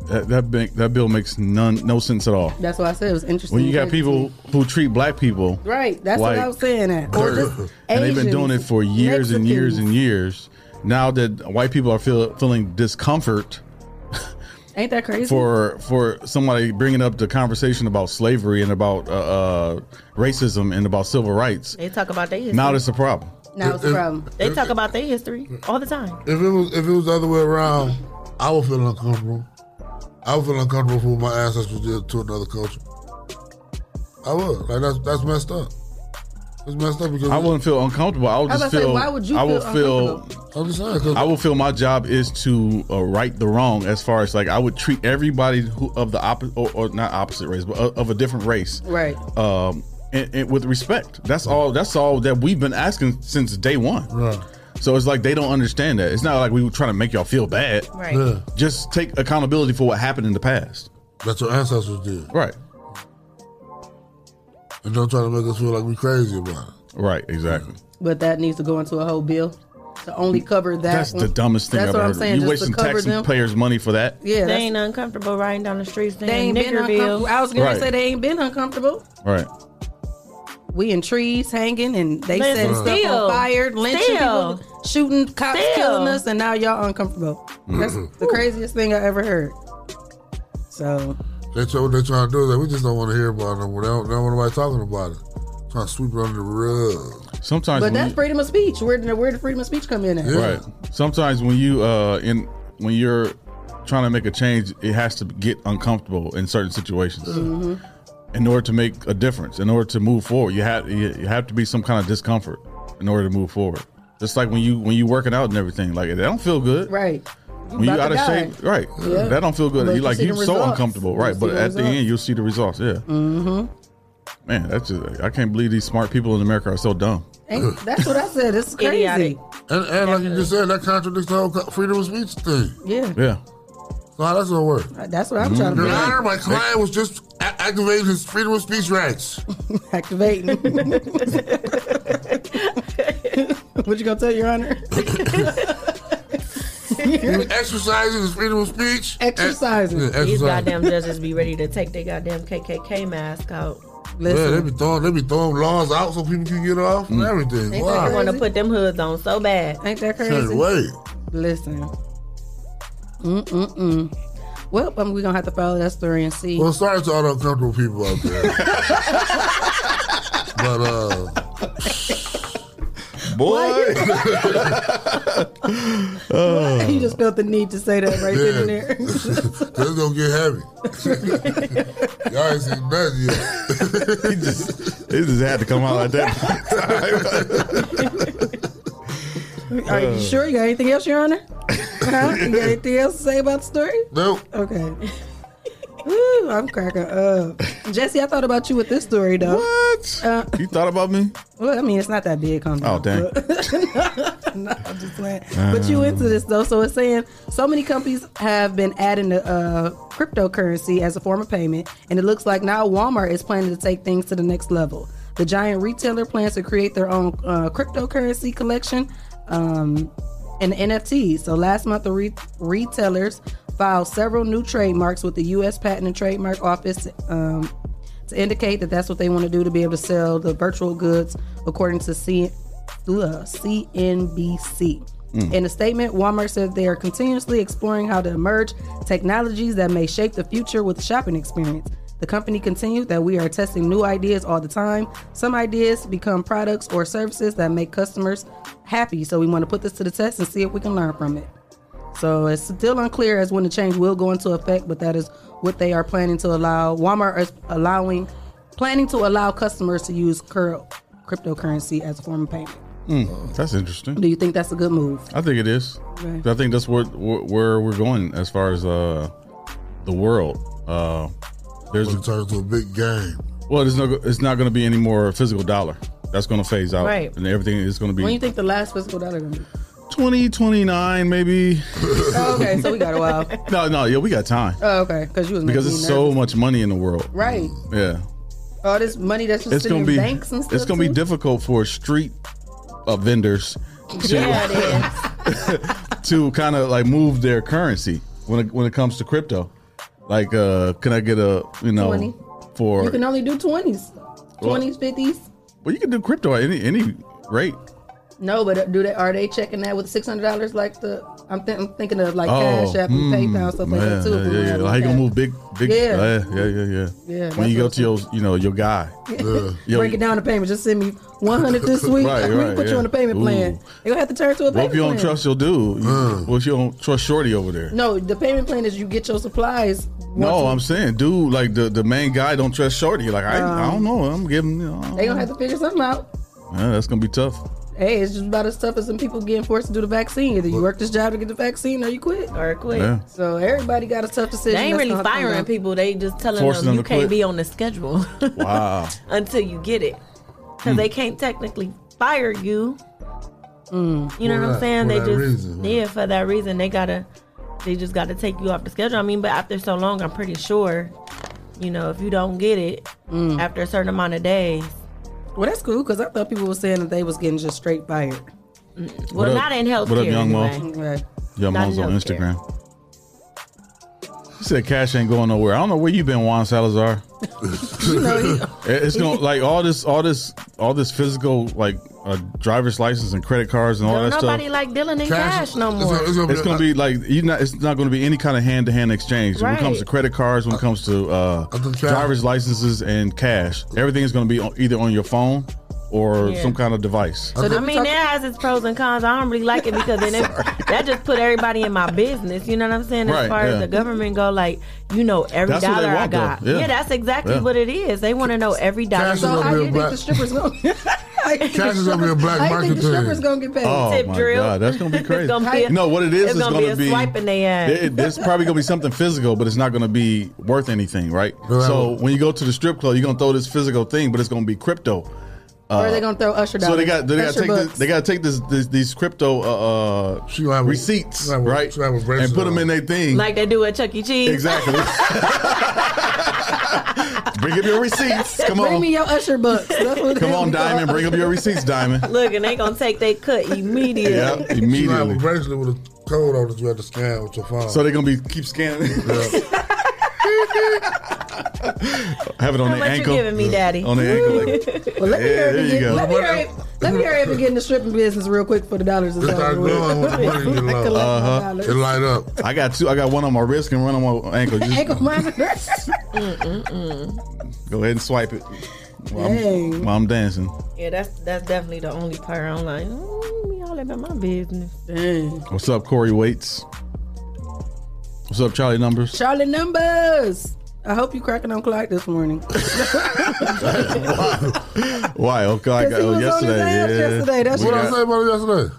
[SPEAKER 9] That that, bank, that bill makes none no sense at all.
[SPEAKER 10] That's why I said it was interesting.
[SPEAKER 9] When you got people who treat black people
[SPEAKER 10] right? That's what I
[SPEAKER 9] like
[SPEAKER 10] was saying. At or
[SPEAKER 9] dirt,
[SPEAKER 10] just
[SPEAKER 9] and they've been doing it
[SPEAKER 10] Asians,
[SPEAKER 9] for years and years
[SPEAKER 10] Mexicans.
[SPEAKER 9] and years. Now that white people are feel, feeling discomfort
[SPEAKER 10] Ain't that crazy?
[SPEAKER 9] for for somebody bringing up the conversation about slavery and about uh, uh, racism and about civil rights,
[SPEAKER 11] They talk about their history.
[SPEAKER 9] now it's a problem.
[SPEAKER 10] Now it's a problem.
[SPEAKER 11] They talk about their history all the time.
[SPEAKER 12] If it was if it was the other way around, I would feel uncomfortable. I would feel uncomfortable for what my ancestors did to another culture. I would. Like that's that's messed up. It's messed up because
[SPEAKER 9] I wouldn't feel uncomfortable. I would
[SPEAKER 12] I was
[SPEAKER 9] just
[SPEAKER 12] about to say,
[SPEAKER 9] feel.
[SPEAKER 12] why would you
[SPEAKER 9] I would
[SPEAKER 12] feel
[SPEAKER 9] feel.
[SPEAKER 12] uncomfortable? I'm just saying, 'cause-
[SPEAKER 9] I would feel my job is to uh, right the wrong. As far as like, I would treat everybody who of the opposite or, or not opposite race, but of, of a different race,
[SPEAKER 10] Right.
[SPEAKER 9] Um, and, and with respect. That's all. That's all that we've been asking since day one.
[SPEAKER 12] Right.
[SPEAKER 9] So it's like they don't understand that. It's not like we were trying to make y'all feel bad.
[SPEAKER 12] Right. Yeah.
[SPEAKER 9] Just take accountability for what happened in the past.
[SPEAKER 12] That's what ancestors did.
[SPEAKER 9] Right.
[SPEAKER 12] And don't try to make us feel like we crazy about it.
[SPEAKER 9] Right. Exactly.
[SPEAKER 10] But that needs to go into a whole bill to only cover that.
[SPEAKER 9] That's the
[SPEAKER 10] one.
[SPEAKER 9] dumbest thing
[SPEAKER 10] That's
[SPEAKER 9] I've
[SPEAKER 10] what
[SPEAKER 9] ever
[SPEAKER 10] I'm
[SPEAKER 9] heard.
[SPEAKER 10] saying.
[SPEAKER 9] you
[SPEAKER 10] just to
[SPEAKER 9] wasting
[SPEAKER 10] cover them.
[SPEAKER 9] taxpayers' money for that.
[SPEAKER 10] Yeah,
[SPEAKER 11] they
[SPEAKER 10] that's-
[SPEAKER 11] ain't uncomfortable riding down the streets. They,
[SPEAKER 10] They ain't
[SPEAKER 11] ain't
[SPEAKER 10] been uncomfortable.
[SPEAKER 11] Niggerville.
[SPEAKER 10] I was gonna
[SPEAKER 9] Right.
[SPEAKER 10] say they ain't been uncomfortable.
[SPEAKER 9] Right.
[SPEAKER 10] We in trees hanging, and they
[SPEAKER 11] Listen,
[SPEAKER 10] said stuff
[SPEAKER 11] still.
[SPEAKER 10] on fire, lynching
[SPEAKER 11] Still.
[SPEAKER 10] people, shooting cops,
[SPEAKER 11] Still.
[SPEAKER 10] killing us, and now y'all uncomfortable. That's the craziest thing I ever heard. So
[SPEAKER 12] They try, what they trying to do is like, we just don't want to hear about it. no more. They don't, they don't want nobody talking about it. Trying to sweep it under the rug.
[SPEAKER 9] Sometimes
[SPEAKER 10] But
[SPEAKER 9] when
[SPEAKER 10] that's
[SPEAKER 9] you-
[SPEAKER 10] freedom of speech. Where did where did freedom of speech come in at?
[SPEAKER 9] Right. Sometimes when you uh in when you're trying to make a change, it has to get uncomfortable in certain situations.
[SPEAKER 10] Mhm.
[SPEAKER 9] In order to make a difference, in order to move forward, you have you you have to be some kind of discomfort in order to move forward. Just like when you when you working out and everything, like that don't feel good.
[SPEAKER 10] Right.
[SPEAKER 9] When you
[SPEAKER 10] about
[SPEAKER 9] out
[SPEAKER 10] to
[SPEAKER 9] of
[SPEAKER 10] die.
[SPEAKER 9] shape, right?
[SPEAKER 10] Yeah.
[SPEAKER 9] That don't feel good.
[SPEAKER 10] But
[SPEAKER 9] you
[SPEAKER 10] you
[SPEAKER 9] like
[SPEAKER 10] see
[SPEAKER 9] you're
[SPEAKER 10] the
[SPEAKER 9] so
[SPEAKER 10] results.
[SPEAKER 9] uncomfortable,
[SPEAKER 10] You
[SPEAKER 9] right?
[SPEAKER 10] see
[SPEAKER 9] But at
[SPEAKER 10] the
[SPEAKER 9] the
[SPEAKER 10] results.
[SPEAKER 9] end, you'll see the results. Yeah.
[SPEAKER 10] Mm-hmm.
[SPEAKER 9] Man, that's just, I can't believe these smart people in America are so dumb.
[SPEAKER 10] Ain't, that's what I said. It's crazy.
[SPEAKER 12] Idiotic. And, and like you just said, that contradicts the whole co- freedom of speech thing.
[SPEAKER 10] Yeah.
[SPEAKER 9] Yeah.
[SPEAKER 12] So how that's gonna work?
[SPEAKER 10] Uh, That's what I'm trying to
[SPEAKER 12] Your
[SPEAKER 10] figure out.
[SPEAKER 12] Honor, my client was just a- activating his freedom of speech rights.
[SPEAKER 10] Activating. what you gonna tell your honor?
[SPEAKER 12] He was exercising his freedom of speech.
[SPEAKER 10] Exercising.
[SPEAKER 12] Yeah,
[SPEAKER 11] These
[SPEAKER 12] exercising.
[SPEAKER 11] goddamn judges be ready to take their goddamn KKK mask out.
[SPEAKER 12] Yeah, they be throwing they be throwing laws out so people can get off
[SPEAKER 9] Mm.
[SPEAKER 12] and everything.
[SPEAKER 11] Ain't they want
[SPEAKER 12] Wow.
[SPEAKER 11] to put them hoods on so bad.
[SPEAKER 10] Ain't that
[SPEAKER 12] Can't wait.
[SPEAKER 10] Listen. Mm-mm-mm. Well, um, we're gonna have to follow that story and see.
[SPEAKER 12] Well, sorry to all the uncomfortable people out there. but uh
[SPEAKER 9] Boy
[SPEAKER 10] you
[SPEAKER 9] Uh.
[SPEAKER 10] just felt the need to say that right then and there.
[SPEAKER 12] This gonna get heavy. Y'all ain't seen nothing yet.
[SPEAKER 9] he just, it just had to come out like that.
[SPEAKER 10] Are you sure you got anything else, Your Honor? Huh? You got anything else to say about the story?
[SPEAKER 12] Nope.
[SPEAKER 10] Okay. Woo, I'm cracking up. Jesse, I thought about you with this story, though.
[SPEAKER 9] What?
[SPEAKER 10] Uh,
[SPEAKER 9] you thought about me?
[SPEAKER 10] Well, I mean, it's not that big, come
[SPEAKER 9] Oh, dang.
[SPEAKER 10] no, I'm just playing. but you into this though, so it's saying so many companies have been adding the uh, cryptocurrency as a form of payment, and it looks like now Walmart is planning to take things to the next level. The giant retailer plans to create their own uh, cryptocurrency collection um, and NFTs. So last month, the re- retailers filed several new trademarks with the U.S. Patent and Trademark Office. Um, to indicate that that's what they want to do to be able to sell the virtual goods according to C- uh, CNBC.
[SPEAKER 13] Mm.
[SPEAKER 10] In a statement, Walmart said they are continuously exploring how to merge technologies that may shape the future with the shopping experience. The company continued that we are testing new ideas all the time. Some ideas become products or services that make customers happy, so we want to put this to the test and see if we can learn from it. So it's still unclear as when the change will go into effect, but that is what they are planning to allow. Walmart is allowing, planning to allow customers to use cur- cryptocurrency as a form of payment.
[SPEAKER 9] Mm, that's interesting.
[SPEAKER 10] Do you think that's a good move?
[SPEAKER 9] I think it is.
[SPEAKER 10] Right.
[SPEAKER 9] I think that's where, where where we're going as far as uh the world. Uh, there's
[SPEAKER 12] turn to a big game.
[SPEAKER 9] Well, there's no. It's not going to be any more physical dollar. That's going to phase out,
[SPEAKER 10] Right.
[SPEAKER 9] and everything is going to be
[SPEAKER 10] When you think the last physical dollar going to be?
[SPEAKER 9] 2029 maybe
[SPEAKER 10] Oh, okay, so we got a while.
[SPEAKER 9] no no yeah we got time
[SPEAKER 10] Oh, okay, because you was
[SPEAKER 9] because
[SPEAKER 10] making
[SPEAKER 9] it's
[SPEAKER 10] me
[SPEAKER 9] so
[SPEAKER 10] nervous.
[SPEAKER 9] much money in the world
[SPEAKER 10] right.
[SPEAKER 9] yeah
[SPEAKER 10] All this money that's just
[SPEAKER 9] it's
[SPEAKER 10] sitting
[SPEAKER 9] gonna
[SPEAKER 10] in
[SPEAKER 9] be
[SPEAKER 10] banks and stuff.
[SPEAKER 9] it's gonna be
[SPEAKER 10] too?
[SPEAKER 9] difficult for street uh, vendors to
[SPEAKER 10] Yeah, it is.
[SPEAKER 9] to kind of like move their currency when it, when it comes to crypto like uh can I get a you know
[SPEAKER 10] 20.
[SPEAKER 9] for
[SPEAKER 10] you can only do twenties,
[SPEAKER 9] Well-
[SPEAKER 10] twenties, fifties.
[SPEAKER 9] well you can do crypto at any any rate
[SPEAKER 10] No, but uh, do they are they checking that with six hundred dollars? Like the I'm, th- I'm thinking of like Cash App and
[SPEAKER 9] mm,
[SPEAKER 10] PayPal and stuff like that too.
[SPEAKER 9] yeah,
[SPEAKER 10] if
[SPEAKER 9] Yeah,
[SPEAKER 10] we
[SPEAKER 9] yeah,
[SPEAKER 10] have
[SPEAKER 9] How you gonna
[SPEAKER 10] cash.
[SPEAKER 9] move big, big?
[SPEAKER 10] Yeah.
[SPEAKER 9] Yeah, yeah, yeah, yeah.
[SPEAKER 10] Yeah,
[SPEAKER 9] when
[SPEAKER 10] that's
[SPEAKER 9] you go to your, you know, your guy. Yo,
[SPEAKER 10] Break it down to payments. Just send me one hundred this week.
[SPEAKER 9] Right,
[SPEAKER 10] we can
[SPEAKER 9] right,
[SPEAKER 10] put you
[SPEAKER 9] yeah.
[SPEAKER 10] on a payment plan.
[SPEAKER 9] Ooh.
[SPEAKER 10] They gonna have to turn to a
[SPEAKER 9] well,
[SPEAKER 10] payment
[SPEAKER 9] if you don't
[SPEAKER 10] plan.
[SPEAKER 9] trust your dude, you, well, if you don't trust Shorty over there.
[SPEAKER 10] no, the payment plan is you get your supplies.
[SPEAKER 9] No, I'm saying, dude, like the, the main guy don't trust Shorty. Like I, I
[SPEAKER 10] Um,
[SPEAKER 9] don't know. I'm giving. You know,
[SPEAKER 10] They gonna have to figure something out.
[SPEAKER 9] yeah, that's gonna be tough.
[SPEAKER 10] Hey, it's just about as tough as some people getting forced to do the vaccine. Either you work this job to get the vaccine, or you quit. Or
[SPEAKER 9] quit. Yeah.
[SPEAKER 10] So everybody got a tough decision.
[SPEAKER 11] They ain't
[SPEAKER 10] that's
[SPEAKER 11] really
[SPEAKER 10] gonna have to come
[SPEAKER 11] firing
[SPEAKER 10] down.
[SPEAKER 11] people. They just telling
[SPEAKER 9] Forcing them
[SPEAKER 11] them you
[SPEAKER 9] to
[SPEAKER 11] can't
[SPEAKER 9] quit.
[SPEAKER 11] be on the schedule
[SPEAKER 9] Wow.
[SPEAKER 11] until you get it, because
[SPEAKER 9] Hmm.
[SPEAKER 11] they can't technically fire you. You know
[SPEAKER 10] For
[SPEAKER 11] what I'm
[SPEAKER 10] that-
[SPEAKER 11] saying?
[SPEAKER 10] for
[SPEAKER 11] They
[SPEAKER 10] that
[SPEAKER 11] just
[SPEAKER 10] reason, right.
[SPEAKER 11] yeah, for that reason they gotta they just gotta take you off the schedule. I mean, but after so long, I'm pretty sure, you know, if you don't get it after a certain amount of days,
[SPEAKER 10] Well, that's cool because I thought people were saying that they was getting just straight fired.
[SPEAKER 11] Well, What up- not in healthcare
[SPEAKER 9] what up, Young Mo? anyway.
[SPEAKER 10] Right.
[SPEAKER 9] Yeah,
[SPEAKER 10] Not
[SPEAKER 9] mom's
[SPEAKER 10] in
[SPEAKER 9] on
[SPEAKER 10] healthcare.
[SPEAKER 9] Instagram. She said cash ain't going nowhere. I don't know where you been, Juan Salazar. It- it's gonna like all this, all this, all this physical like uh, driver's license and credit cards and all
[SPEAKER 11] don't
[SPEAKER 9] that
[SPEAKER 11] nobody
[SPEAKER 9] stuff.
[SPEAKER 11] like dealing in cash, no more.
[SPEAKER 9] It's gonna be like you not. It's not gonna be any kind of hand to hand exchange when it comes to
[SPEAKER 11] Right.
[SPEAKER 9] credit cards, when it comes to uh, driver's licenses and cash. Everything is gonna be on, either on your phone or
[SPEAKER 11] Yeah.
[SPEAKER 9] some kind of device.
[SPEAKER 11] I mean, that has its pros and cons. I don't really like it because then it, that just put everybody in my business. You know what I'm saying? As
[SPEAKER 9] Right,
[SPEAKER 11] far
[SPEAKER 9] yeah.
[SPEAKER 11] as the government go, like you know every
[SPEAKER 9] That's what they
[SPEAKER 11] dollar I
[SPEAKER 9] want, though.
[SPEAKER 11] got.
[SPEAKER 9] Yeah.
[SPEAKER 11] Yeah. that's exactly
[SPEAKER 9] Yeah.
[SPEAKER 11] what it is. They want to know every dollar.
[SPEAKER 12] is So gonna how be a you think black- the
[SPEAKER 10] strippers going?
[SPEAKER 12] Cash is gonna be a black
[SPEAKER 11] How you
[SPEAKER 12] market
[SPEAKER 11] think the strippers
[SPEAKER 12] thing.
[SPEAKER 10] gonna get paid?
[SPEAKER 9] Oh my god, that's gonna be crazy.
[SPEAKER 11] gonna be a-
[SPEAKER 9] you know what it is?
[SPEAKER 11] it's gonna be a swipe in they ass.
[SPEAKER 9] It, it's probably gonna be something physical, but it's not gonna be worth anything, right? So when you go to the strip club, you're gonna throw this physical thing, but it's gonna be crypto.
[SPEAKER 10] or are
[SPEAKER 9] Uh,
[SPEAKER 10] they gonna throw Usher dollars?
[SPEAKER 9] so they got they got
[SPEAKER 10] Usher
[SPEAKER 9] to take this,
[SPEAKER 10] books.
[SPEAKER 9] they got to take this, this these crypto uh, uh, receipts right and put them in their thing.
[SPEAKER 11] like they do at Chuck E. Cheese.
[SPEAKER 9] Exactly. bring up your receipts. Come
[SPEAKER 10] Bring
[SPEAKER 9] on,
[SPEAKER 10] me your Usher books. That's what
[SPEAKER 9] come
[SPEAKER 10] they-
[SPEAKER 9] on, Diamond. Bring up your receipts, Diamond.
[SPEAKER 11] Look, and they gonna take their cut immediately.
[SPEAKER 9] Yeah,
[SPEAKER 12] You might have
[SPEAKER 9] immediately.
[SPEAKER 12] a bracelet with a code on it you have to scan with your phone.
[SPEAKER 9] So they're gonna be keep scanning. Have it on
[SPEAKER 11] How
[SPEAKER 9] the
[SPEAKER 11] much
[SPEAKER 9] ankle.
[SPEAKER 11] you giving me, Daddy?
[SPEAKER 9] On the ankle. like-
[SPEAKER 10] Well, let me
[SPEAKER 9] Yeah,
[SPEAKER 10] hurry up
[SPEAKER 9] there
[SPEAKER 10] and
[SPEAKER 9] you
[SPEAKER 10] get-
[SPEAKER 9] go.
[SPEAKER 10] let me hurry up- let me hurry up and get in the stripping business real quick for the dollars. is
[SPEAKER 12] Start
[SPEAKER 10] over with.
[SPEAKER 12] glowing with the money you
[SPEAKER 10] I
[SPEAKER 12] love.
[SPEAKER 10] collect my
[SPEAKER 9] Uh-huh.
[SPEAKER 10] dollars.
[SPEAKER 12] light up.
[SPEAKER 9] I got two. I got one on my wrist and one on my ankle. Just
[SPEAKER 10] Ankle monitor. Mm-mm-mm.
[SPEAKER 9] go ahead and swipe it while
[SPEAKER 11] Dang.
[SPEAKER 9] I'm, while I'm dancing.
[SPEAKER 11] Yeah, that's that's definitely the only part I'm like, mm, be all about my business.
[SPEAKER 9] What's up, Corey Waits? What's up, Charlie Numbers?
[SPEAKER 10] Charlie numbers. I hope you cracking on Clyde this morning.
[SPEAKER 9] oh, Why? Okay, I
[SPEAKER 10] 'Cause
[SPEAKER 9] got
[SPEAKER 10] he was
[SPEAKER 9] oh,
[SPEAKER 10] on his
[SPEAKER 9] yesterday.
[SPEAKER 10] ass
[SPEAKER 9] yeah.
[SPEAKER 10] yesterday, that's
[SPEAKER 9] We
[SPEAKER 10] what I
[SPEAKER 9] got-
[SPEAKER 10] said
[SPEAKER 12] about yesterday.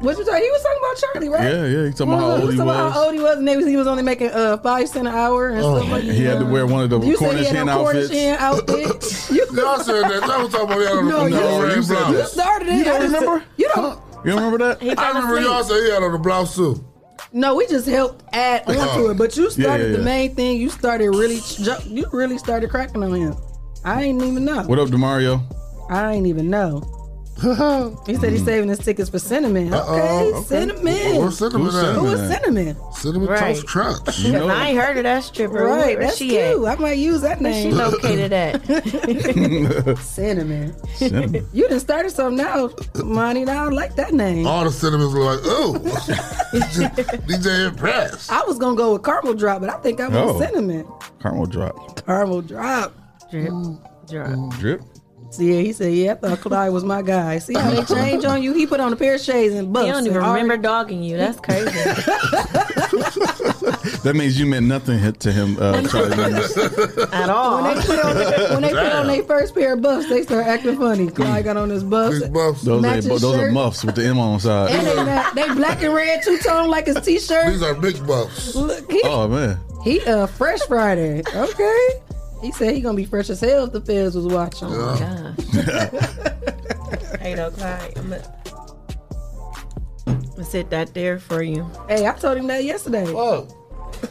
[SPEAKER 10] What you talking? He was talking about Charlie, right?
[SPEAKER 9] Yeah, yeah, he talking about how old
[SPEAKER 10] He
[SPEAKER 9] he
[SPEAKER 10] talking about how
[SPEAKER 9] was.
[SPEAKER 10] old he was, and they was, he was only making uh, five cent an hour and
[SPEAKER 12] Oh,
[SPEAKER 10] stuff like that.
[SPEAKER 9] Oh, He had to wear one of the
[SPEAKER 10] You said
[SPEAKER 9] Cornish
[SPEAKER 10] he had
[SPEAKER 9] hen
[SPEAKER 10] on Cornish
[SPEAKER 9] outfits.
[SPEAKER 10] hen outfit. You
[SPEAKER 12] Y'all said that. Y'all was talking about that on the
[SPEAKER 10] No,
[SPEAKER 12] on the
[SPEAKER 10] you-
[SPEAKER 12] red
[SPEAKER 9] you said
[SPEAKER 12] blouse.
[SPEAKER 10] You started it.
[SPEAKER 12] You don't
[SPEAKER 10] I just-
[SPEAKER 12] remember?
[SPEAKER 10] You don't.
[SPEAKER 9] You remember that?
[SPEAKER 10] He
[SPEAKER 12] I
[SPEAKER 10] fell
[SPEAKER 12] remember
[SPEAKER 10] asleep.
[SPEAKER 12] y'all said he had on the blouse too.
[SPEAKER 10] No, we just helped add onto it, but you
[SPEAKER 12] Yeah, yeah,
[SPEAKER 10] started the
[SPEAKER 12] yeah.
[SPEAKER 10] main thing. You started really, ju- you really started cracking on him. I ain't even know.
[SPEAKER 9] What up, Demario?
[SPEAKER 10] I ain't even know. he said he's saving his tickets for cinnamon. Okay,
[SPEAKER 12] Hmm. okay.
[SPEAKER 10] cinnamon.
[SPEAKER 12] Where's cinnamon
[SPEAKER 10] Who's
[SPEAKER 12] at?
[SPEAKER 10] Who is cinnamon?
[SPEAKER 12] Cinnamon
[SPEAKER 11] Right.
[SPEAKER 12] Toast Crunch.
[SPEAKER 11] You know- I ain't heard of that stripper.
[SPEAKER 10] Right,
[SPEAKER 11] Where
[SPEAKER 10] that's
[SPEAKER 11] she
[SPEAKER 10] cute.
[SPEAKER 11] at?
[SPEAKER 10] I might use that
[SPEAKER 11] Where she
[SPEAKER 10] name.
[SPEAKER 11] located at?
[SPEAKER 10] cinnamon.
[SPEAKER 12] Cinnamon.
[SPEAKER 10] You done started something now, Monty. and I don't like that name.
[SPEAKER 12] All the cinnamons were like, oh, DJ impressed.
[SPEAKER 10] I was gonna go with caramel drop, but I think I want
[SPEAKER 9] Oh.
[SPEAKER 10] cinnamon.
[SPEAKER 9] Caramel drop.
[SPEAKER 10] Caramel drop. Mm.
[SPEAKER 11] Drip. Drop.
[SPEAKER 9] Drip.
[SPEAKER 10] See, yeah, he said, yeah, I thought Clyde was my guy. See how they change on you? He put on a pair of shades and bucks.
[SPEAKER 11] He don't even
[SPEAKER 10] and already-
[SPEAKER 11] remember dogging you. That's crazy.
[SPEAKER 9] That means you meant nothing hit to him. Uh, Charlie.
[SPEAKER 11] At all.
[SPEAKER 10] When they put on, their, when they put on their first pair of buffs, they start acting funny. Clyde got on his buffs.
[SPEAKER 9] Those, ain't,
[SPEAKER 10] matching
[SPEAKER 9] bu- those are
[SPEAKER 10] shirt.
[SPEAKER 9] muffs with the M on the side.
[SPEAKER 10] And they, not- they black and red two tone like his t shirt.
[SPEAKER 12] These are big buffs.
[SPEAKER 10] Look, he,
[SPEAKER 9] Oh man,
[SPEAKER 10] he uh fresh Friday. Okay. He said he gonna be fresh as hell if the feds was watching.
[SPEAKER 11] Yeah. Hey, no, Clyde. I'm gonna sit that there for you.
[SPEAKER 10] Hey, I told him that yesterday.
[SPEAKER 12] Whoa.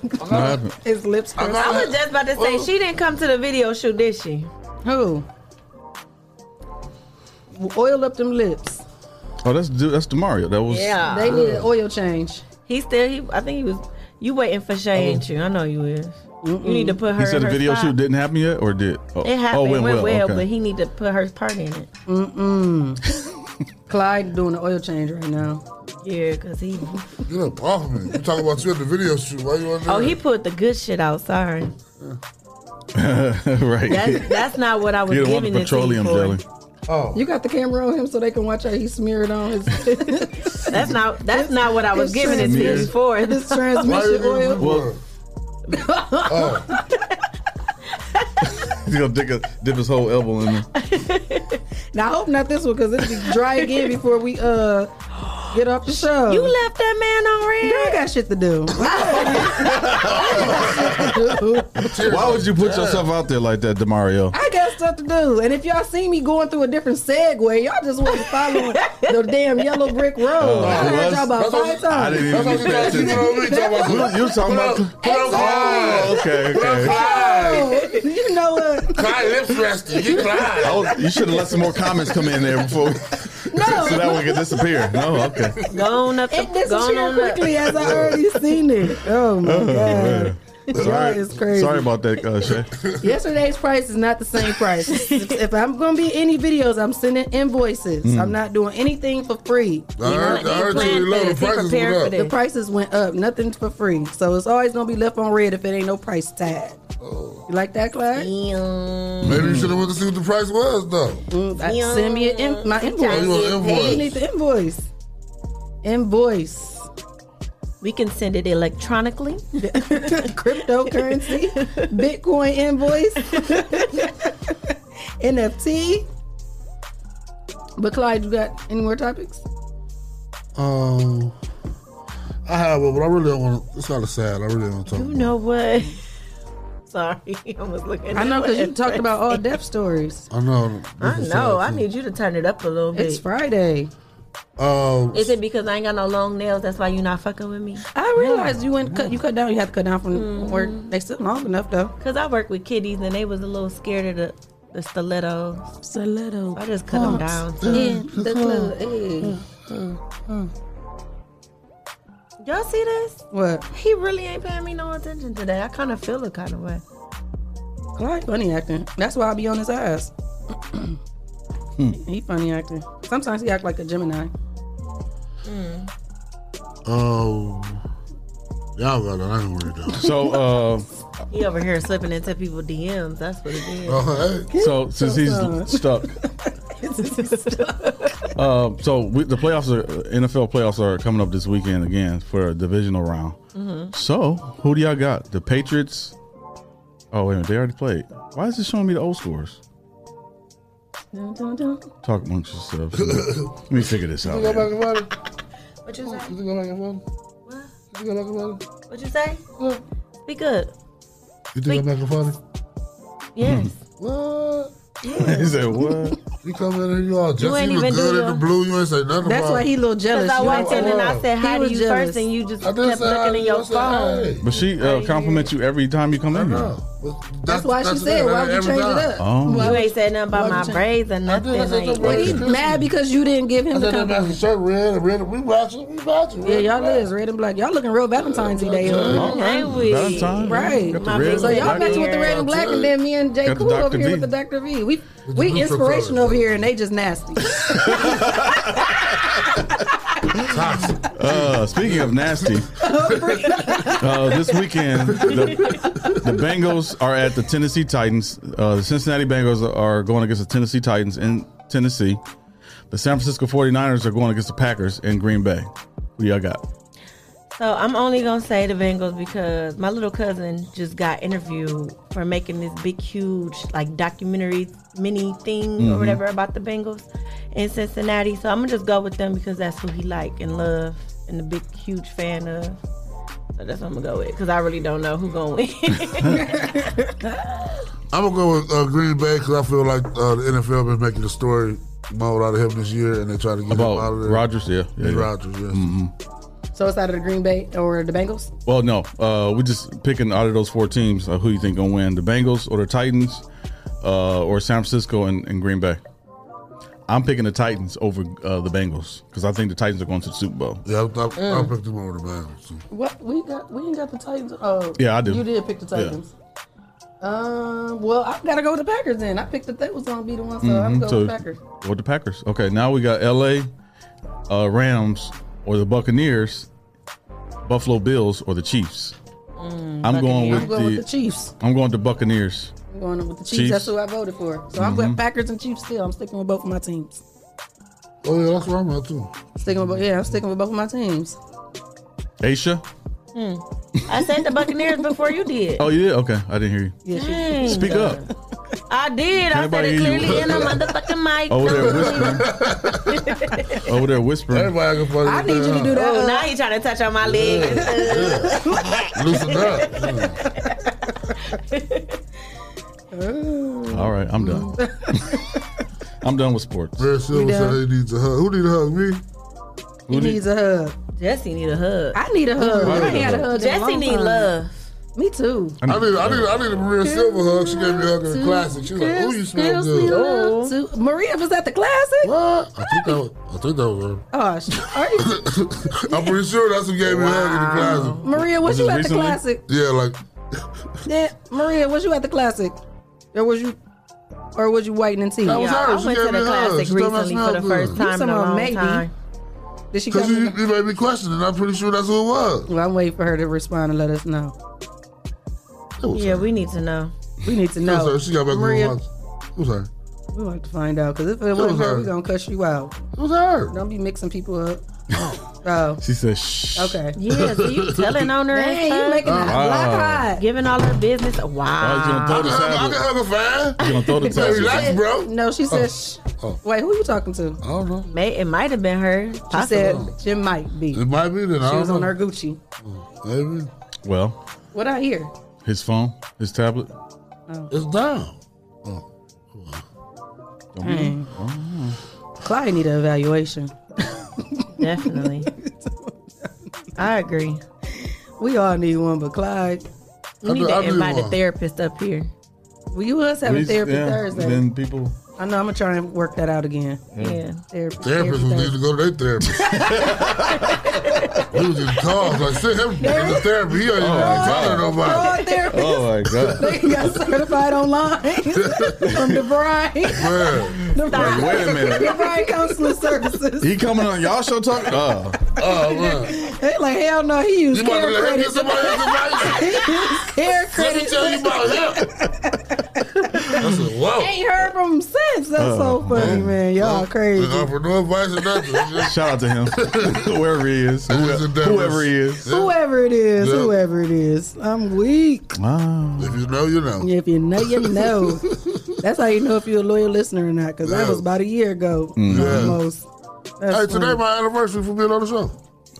[SPEAKER 9] what happened?
[SPEAKER 10] His lips
[SPEAKER 11] Oh, I,
[SPEAKER 10] curled.
[SPEAKER 11] was just about to say she didn't come to the video shoot, did she?
[SPEAKER 10] Who? Oil up them lips.
[SPEAKER 9] Oh, that's Du- that's Demario. That was
[SPEAKER 11] Yeah.
[SPEAKER 10] They need an oil change.
[SPEAKER 11] He still. He, I think he was. You waiting for Shay,
[SPEAKER 10] Oh.
[SPEAKER 11] ain't you? I know you is. You need to put her.
[SPEAKER 9] He said
[SPEAKER 11] in
[SPEAKER 9] the
[SPEAKER 11] her
[SPEAKER 9] video
[SPEAKER 11] spot.
[SPEAKER 9] shoot didn't happen yet, or did? Oh,
[SPEAKER 11] It happened.
[SPEAKER 9] Oh,
[SPEAKER 11] went, well,
[SPEAKER 9] okay.
[SPEAKER 11] but he need to put her part in it.
[SPEAKER 10] Mm-mm. Clyde doing an oil change right now.
[SPEAKER 11] Yeah, cause he.
[SPEAKER 12] Get up off me. You talking about you at the video shoot. Why you on there?
[SPEAKER 11] Oh, he put the good shit out. Sorry,
[SPEAKER 9] right.
[SPEAKER 11] that's that's not what I was
[SPEAKER 9] You don't want
[SPEAKER 11] giving
[SPEAKER 9] the
[SPEAKER 11] it to you
[SPEAKER 9] petroleum
[SPEAKER 11] for.
[SPEAKER 9] jelly.
[SPEAKER 11] Oh.
[SPEAKER 10] You got the camera on him so they can watch how he smeared on his.
[SPEAKER 11] That's not that's not what I was
[SPEAKER 10] It's
[SPEAKER 11] giving it to you
[SPEAKER 10] transmission.
[SPEAKER 11] for.
[SPEAKER 10] It's transmission Why you giving oil.
[SPEAKER 9] Well, Oh. he's gonna dip, a, dip his whole elbow in there.
[SPEAKER 10] Now I hope not this one because it'll be dry again before we uh get off the show.
[SPEAKER 11] You left that man on red.
[SPEAKER 10] Girl, I got shit to do.
[SPEAKER 9] Why would you put yourself out there like that, Demario?
[SPEAKER 10] I got stuff to do. And if y'all see me going through a different segue, y'all just wasn't following the damn yellow brick road.
[SPEAKER 9] Oh,
[SPEAKER 10] I
[SPEAKER 9] it
[SPEAKER 10] heard
[SPEAKER 9] was?
[SPEAKER 10] y'all about
[SPEAKER 9] That's what-
[SPEAKER 10] five times.
[SPEAKER 9] I didn't even
[SPEAKER 12] That's
[SPEAKER 9] get that.
[SPEAKER 12] what
[SPEAKER 9] attention.
[SPEAKER 12] you got. You know what we talking about.
[SPEAKER 9] You, you talking about? Oh, okay, okay.
[SPEAKER 10] Oh, you know what?
[SPEAKER 12] Clyde lips resting. Get Clyde.
[SPEAKER 9] I was- you should have let some more comments come in there before, so that one could disappear. No, okay.
[SPEAKER 11] Go on up. The,
[SPEAKER 10] It disappeared
[SPEAKER 11] go on up.
[SPEAKER 10] quickly as I already seen it. Oh my
[SPEAKER 9] Oh,
[SPEAKER 10] god.
[SPEAKER 9] man. Sorry,
[SPEAKER 10] is crazy.
[SPEAKER 9] sorry about that, uh, Shay.
[SPEAKER 10] Yesterday's price is not the same price. if, if I'm gonna be any videos, I'm sending invoices.
[SPEAKER 9] Mm.
[SPEAKER 10] I'm not doing anything for free.
[SPEAKER 12] Hmm. I heard, I heard you love the prices went
[SPEAKER 10] The
[SPEAKER 12] up.
[SPEAKER 10] prices went up. Nothing's for free. So it's always gonna be left on red if it ain't no price tag. You like that, Clyde?
[SPEAKER 12] Oh. Maybe you should have went to see what the price was though.
[SPEAKER 10] Mm, I- send me an
[SPEAKER 11] Uh,
[SPEAKER 10] in, my invoice.
[SPEAKER 12] Oh, you want an invoice.
[SPEAKER 10] You need the invoice. Invoice.
[SPEAKER 11] We can send it electronically.
[SPEAKER 10] Cryptocurrency, Bitcoin invoice, NFT. But Clyde, you got any more topics?
[SPEAKER 12] Um, I have one, but I really don't want to. It's kind of sad. I really don't want to talk.
[SPEAKER 11] You know what? Sorry, I was looking.
[SPEAKER 10] I know because you
[SPEAKER 11] at
[SPEAKER 10] talked about all
[SPEAKER 11] Francie.
[SPEAKER 10] death stories.
[SPEAKER 12] I know.
[SPEAKER 11] I know. I need you to turn it up a little bit.
[SPEAKER 10] It's Friday.
[SPEAKER 12] Um,
[SPEAKER 11] Is it because I ain't got no long nails? That's why you not fucking with me?
[SPEAKER 10] I realized you went cut. You cut down. You had to cut down from work. They still long enough though.
[SPEAKER 11] Cause I work with kiddies and they was a little scared of the the stiletto.
[SPEAKER 10] Stiletto.
[SPEAKER 11] I just cut them down. so-
[SPEAKER 10] the club. Hey. mm,
[SPEAKER 11] Y'all see this?
[SPEAKER 10] What?
[SPEAKER 11] He really ain't paying me no attention today. I kind of feel the kind of way.
[SPEAKER 10] Clyde funny acting. That's why I be on his ass.
[SPEAKER 12] Hmm.
[SPEAKER 10] He funny acting. Sometimes he act like a Gemini. mm.
[SPEAKER 12] Um, y'all got it. I ain't worried about it.
[SPEAKER 9] So, uh,
[SPEAKER 11] He over here slipping into people DMs. That's what it is.
[SPEAKER 12] Oh, hey.
[SPEAKER 9] so since he's stuck, uh, so we, the playoffs are NFL playoffs are coming up this weekend again for a divisional round. So, who do y'all got? The Patriots Oh wait a minute, they already played. Why is it showing me the old scores?
[SPEAKER 11] Dun, dun, dun.
[SPEAKER 9] Talk amongst yourselves. Let me figure this out.
[SPEAKER 12] Go back and forth.
[SPEAKER 11] What you say?
[SPEAKER 12] You go back and forth. You go back and forth.
[SPEAKER 11] What you say? Be good.
[SPEAKER 12] You do go back and forth.
[SPEAKER 11] Yes.
[SPEAKER 10] Hmm.
[SPEAKER 12] What?
[SPEAKER 9] He said what?
[SPEAKER 12] You come in here, you all just
[SPEAKER 11] ain't
[SPEAKER 12] you look
[SPEAKER 11] even do
[SPEAKER 12] good in the
[SPEAKER 11] your-
[SPEAKER 12] blue. You ain't say nothing
[SPEAKER 10] That's
[SPEAKER 12] about
[SPEAKER 10] why he a little jealous.
[SPEAKER 11] Because I
[SPEAKER 10] you
[SPEAKER 11] went
[SPEAKER 10] know?
[SPEAKER 11] in and I said
[SPEAKER 10] He
[SPEAKER 11] hi to
[SPEAKER 10] was
[SPEAKER 11] you
[SPEAKER 10] jealous.
[SPEAKER 11] first, and you just
[SPEAKER 12] I
[SPEAKER 11] kept
[SPEAKER 12] didn't say hi,
[SPEAKER 11] looking at
[SPEAKER 12] I
[SPEAKER 11] your
[SPEAKER 12] said
[SPEAKER 11] phone.
[SPEAKER 12] hey.
[SPEAKER 9] But she uh, compliments you every time you come in here.
[SPEAKER 12] But
[SPEAKER 10] That's why she
[SPEAKER 12] that's
[SPEAKER 10] said,
[SPEAKER 12] it.
[SPEAKER 10] "Why would you
[SPEAKER 12] Every
[SPEAKER 10] change
[SPEAKER 12] time.
[SPEAKER 10] it up?"
[SPEAKER 9] Oh.
[SPEAKER 11] You
[SPEAKER 10] Why-
[SPEAKER 11] ain't said nothing about
[SPEAKER 10] Why
[SPEAKER 11] my
[SPEAKER 10] you-
[SPEAKER 11] braids or
[SPEAKER 12] I did. I
[SPEAKER 11] nothing.
[SPEAKER 12] said
[SPEAKER 11] Like,
[SPEAKER 12] your
[SPEAKER 10] But
[SPEAKER 12] brother
[SPEAKER 10] he
[SPEAKER 12] Christmas.
[SPEAKER 10] mad because you didn't give
[SPEAKER 12] Hmm.
[SPEAKER 10] him
[SPEAKER 12] I
[SPEAKER 10] the
[SPEAKER 12] said that man
[SPEAKER 10] compliment.
[SPEAKER 12] shirt red, red. We watch you. We watch you.
[SPEAKER 10] Yeah, y'all
[SPEAKER 12] red.
[SPEAKER 10] is red and black. Y'all looking real Valentine's Day, huh?
[SPEAKER 9] All
[SPEAKER 11] Hey, we-
[SPEAKER 9] Valentine,
[SPEAKER 10] Right.
[SPEAKER 9] Got the
[SPEAKER 11] My
[SPEAKER 9] red,
[SPEAKER 11] big
[SPEAKER 10] So y'all
[SPEAKER 9] black-
[SPEAKER 10] matching with the red and black, and then me and Jay
[SPEAKER 9] Got the
[SPEAKER 10] Cool over
[SPEAKER 9] Dr.
[SPEAKER 10] here
[SPEAKER 9] V.
[SPEAKER 10] with the Dr. V. We
[SPEAKER 12] With the
[SPEAKER 10] we
[SPEAKER 12] blue
[SPEAKER 10] inspirational
[SPEAKER 12] profiles.
[SPEAKER 10] over here, and they just nasty.
[SPEAKER 12] Toxic.
[SPEAKER 9] Uh, speaking of nasty, uh, this weekend the, the Bengals are at the Tennessee Titans. Uh, the Cincinnati Bengals are going against the Tennessee Titans in Tennessee. The San Francisco 49ers are going against the Packers in Green Bay. Who y'all got?
[SPEAKER 11] So I'm only gonna say the Bengals because my little cousin just got interviewed for making this big, huge like documentary mini thing
[SPEAKER 9] Mm-hmm.
[SPEAKER 11] or whatever about the Bengals in Cincinnati. So I'm gonna just go with them because that's who he like and love and a big, huge fan of. So that's what I'm gonna go with because I really don't know who gonna win.
[SPEAKER 12] I'm gonna go with uh, Green Bay because I feel like uh, the NFL been making a story mode out of him this year, and they try to get him out
[SPEAKER 9] About
[SPEAKER 12] of there.
[SPEAKER 9] Rodgers, yeah. yeah,
[SPEAKER 12] and
[SPEAKER 9] yeah.
[SPEAKER 12] Rodgers, yes.
[SPEAKER 10] so it's out of the Green Bay or the Bengals.
[SPEAKER 9] Mm-hmm. Well, no, uh, we just picking out of those four teams uh, who you think gonna win: the Bengals or the Titans, uh, or San Francisco and, and Green Bay. I'm picking the Titans over uh, the Bengals because I think the Titans are going to the Super Bowl.
[SPEAKER 12] Yeah, I, I, I picked him over the Bengals. too.
[SPEAKER 10] What we got? We ain't got the Titans. Oh,
[SPEAKER 9] Yeah, I do.
[SPEAKER 10] You did pick the
[SPEAKER 9] Yeah.
[SPEAKER 10] Titans. Um. Well, I've got to go with the Packers then. I picked that they was gonna be the one, so I'm
[SPEAKER 9] Mm-hmm.
[SPEAKER 10] going
[SPEAKER 9] So,
[SPEAKER 10] with the Packers.
[SPEAKER 9] or the Packers. Okay, now we got L.A. Uh, Rams or the Buccaneers, Buffalo Bills or the Chiefs. I'm going
[SPEAKER 10] Mm, I'm
[SPEAKER 9] with
[SPEAKER 10] going
[SPEAKER 9] the,
[SPEAKER 10] with the Chiefs.
[SPEAKER 9] I'm going with the Buccaneers.
[SPEAKER 10] I'm going with the Chiefs.
[SPEAKER 9] Chiefs. Mm-hmm.
[SPEAKER 10] That's who I voted for. So I'm with Packers and Chiefs still. I'm sticking with both of my teams.
[SPEAKER 12] Oh yeah, that's where I'm at too.
[SPEAKER 10] Sticking with both. Yeah, I'm sticking with both of my teams.
[SPEAKER 9] Aisha?
[SPEAKER 11] Hmm. I said the Buccaneers before you did.
[SPEAKER 9] Oh, you did? Okay, I didn't hear you.
[SPEAKER 10] Yes, you-
[SPEAKER 11] Dang.
[SPEAKER 9] Speak up.
[SPEAKER 11] I did. I said
[SPEAKER 9] Everybody
[SPEAKER 11] it
[SPEAKER 9] hear you.
[SPEAKER 11] clearly in the motherfucking mic.
[SPEAKER 9] Over there whispering. Over there whispering.
[SPEAKER 12] Everybody can fuck
[SPEAKER 10] I need you to do that.
[SPEAKER 11] Oh,
[SPEAKER 10] uh,
[SPEAKER 11] now he trying to touch on my leg.
[SPEAKER 12] Loosen up. Yeah.
[SPEAKER 9] All right, I'm done. I'm done with sports.
[SPEAKER 12] Red Silver
[SPEAKER 10] done?
[SPEAKER 12] said he needs a hug. Who need a hug? Me?
[SPEAKER 10] He needs a hug.
[SPEAKER 11] Jesse need a hug.
[SPEAKER 10] I need a hug.
[SPEAKER 9] Why
[SPEAKER 10] I
[SPEAKER 9] you
[SPEAKER 10] ain't had a
[SPEAKER 9] hug?
[SPEAKER 10] hug. in a
[SPEAKER 11] Jesse
[SPEAKER 10] long
[SPEAKER 11] need
[SPEAKER 10] time.
[SPEAKER 11] love.
[SPEAKER 10] Me too.
[SPEAKER 12] I need, I need, I need a Maria Silver hug. She gave me a hug in the
[SPEAKER 10] Two
[SPEAKER 12] classic. She was like, "Ooh, you
[SPEAKER 10] girls,
[SPEAKER 12] smell
[SPEAKER 10] girls need
[SPEAKER 12] good."
[SPEAKER 10] love
[SPEAKER 11] Oh.
[SPEAKER 10] too. Maria was at the classic.
[SPEAKER 12] What? I think that was, I think that was her.
[SPEAKER 10] Oh, sh- are you,
[SPEAKER 12] I'm pretty sure that's who gave me a hug in the classic.
[SPEAKER 10] Maria, was,
[SPEAKER 9] Was
[SPEAKER 10] you
[SPEAKER 9] this recently?
[SPEAKER 10] at the classic?
[SPEAKER 12] Yeah, like
[SPEAKER 10] Yeah, Maria, was you at the classic? Or was you, or was you whitening teeth?
[SPEAKER 12] That was
[SPEAKER 11] Yeah,
[SPEAKER 12] her.
[SPEAKER 11] I
[SPEAKER 12] She
[SPEAKER 11] went
[SPEAKER 12] gave
[SPEAKER 11] to
[SPEAKER 12] me
[SPEAKER 11] the
[SPEAKER 12] a hug.
[SPEAKER 11] classic
[SPEAKER 12] She told me I
[SPEAKER 11] recently for the
[SPEAKER 12] smelled
[SPEAKER 11] first
[SPEAKER 12] good.
[SPEAKER 11] time in a
[SPEAKER 10] Someone
[SPEAKER 11] long
[SPEAKER 10] maybe.
[SPEAKER 11] time.
[SPEAKER 10] Did she
[SPEAKER 12] because
[SPEAKER 10] come?
[SPEAKER 12] you,
[SPEAKER 10] in the-
[SPEAKER 12] you made me question, and I'm pretty sure that's who it was.
[SPEAKER 10] Well, I'm waiting for her to respond and let us know.
[SPEAKER 12] It was
[SPEAKER 11] Yeah,
[SPEAKER 12] her.
[SPEAKER 11] we need to know.
[SPEAKER 10] We need to
[SPEAKER 12] It was her.
[SPEAKER 10] know.
[SPEAKER 12] uh, She got back
[SPEAKER 10] Maria.
[SPEAKER 12] Maria. It was her.
[SPEAKER 10] We want to find out because if it wasn't
[SPEAKER 12] was
[SPEAKER 10] her,
[SPEAKER 12] her.
[SPEAKER 10] we gonna cuss you out.
[SPEAKER 12] It was her.
[SPEAKER 10] Don't be mixing people up. Oh,
[SPEAKER 9] She said, shh.
[SPEAKER 10] okay.
[SPEAKER 11] Yeah, so you telling on her and
[SPEAKER 10] Dang, you
[SPEAKER 11] stuff,
[SPEAKER 12] Uh,
[SPEAKER 10] making it
[SPEAKER 9] Wow.
[SPEAKER 10] black hot.
[SPEAKER 11] giving all her business.
[SPEAKER 9] I was
[SPEAKER 10] Ah.
[SPEAKER 9] gonna throw
[SPEAKER 11] Wow.
[SPEAKER 9] the
[SPEAKER 12] I can
[SPEAKER 9] tablet.
[SPEAKER 12] hug her
[SPEAKER 9] I
[SPEAKER 12] fine.
[SPEAKER 9] was gonna throw
[SPEAKER 12] Hey,
[SPEAKER 9] the tablet.
[SPEAKER 12] relax, bro.
[SPEAKER 10] No, she said. Shh.
[SPEAKER 12] Oh.
[SPEAKER 10] Wait, who you talking to?
[SPEAKER 12] I don't know.
[SPEAKER 11] May it might have been her.
[SPEAKER 10] She said
[SPEAKER 11] Possible.
[SPEAKER 10] she might be.
[SPEAKER 12] It might be that I
[SPEAKER 10] She
[SPEAKER 12] don't
[SPEAKER 10] was
[SPEAKER 12] know. Oh,
[SPEAKER 10] on her Gucci.
[SPEAKER 12] Maybe
[SPEAKER 9] Well,
[SPEAKER 10] What I hear?
[SPEAKER 9] his phone, his tablet.
[SPEAKER 12] Oh. it's down.
[SPEAKER 10] Clyde need an evaluation.
[SPEAKER 11] Definitely. I agree.
[SPEAKER 10] We all need one, but Clyde,
[SPEAKER 11] We need
[SPEAKER 12] do- I
[SPEAKER 11] to
[SPEAKER 12] do
[SPEAKER 11] invite a
[SPEAKER 12] one.
[SPEAKER 11] therapist up here.
[SPEAKER 10] well, you was having
[SPEAKER 9] He's-
[SPEAKER 10] therapy
[SPEAKER 9] yeah,
[SPEAKER 10] Thursday.
[SPEAKER 9] Then people.
[SPEAKER 10] I know I'm gonna try and work that out again.
[SPEAKER 11] Yeah.
[SPEAKER 10] Therapy, therapy
[SPEAKER 12] Therapists would need
[SPEAKER 10] Thursday.
[SPEAKER 12] to go to their therapist. we was getting calls like, send him to therapy. He ain't even bothering nobody.
[SPEAKER 10] Oh, therapy.
[SPEAKER 9] Oh my god.
[SPEAKER 10] They got certified online from DeVry,
[SPEAKER 12] Man,
[SPEAKER 9] Like, wait a minute.
[SPEAKER 10] DeVry Counseling Services.
[SPEAKER 9] He coming on y'all show talk. Oh,
[SPEAKER 12] oh man,
[SPEAKER 10] They like, hell no, he
[SPEAKER 12] you
[SPEAKER 10] used
[SPEAKER 12] about to
[SPEAKER 10] care
[SPEAKER 12] let him get
[SPEAKER 10] credit.
[SPEAKER 12] somebody else's advice?
[SPEAKER 10] He used care
[SPEAKER 12] Let me
[SPEAKER 10] credit.
[SPEAKER 12] tell you about him. That's a whoa.
[SPEAKER 10] Ain't heard from him since. That's so
[SPEAKER 9] Oh,
[SPEAKER 10] funny, man. Y'all crazy.
[SPEAKER 12] They offer no advice or nothing.
[SPEAKER 9] Shout out to him, whoever he is, whoever, whoever he is.
[SPEAKER 10] Whoever it is,
[SPEAKER 9] Yeah.
[SPEAKER 10] whoever it is, I'm weak.
[SPEAKER 9] Wow.
[SPEAKER 12] If you know, you know.
[SPEAKER 10] If you know, you know. That's how you know if you're a loyal listener or not, because that
[SPEAKER 12] Yeah.
[SPEAKER 10] was about a year ago
[SPEAKER 12] Mm. Yeah.
[SPEAKER 10] almost. That's
[SPEAKER 12] hey, today
[SPEAKER 10] funny.
[SPEAKER 12] my anniversary for being on the show.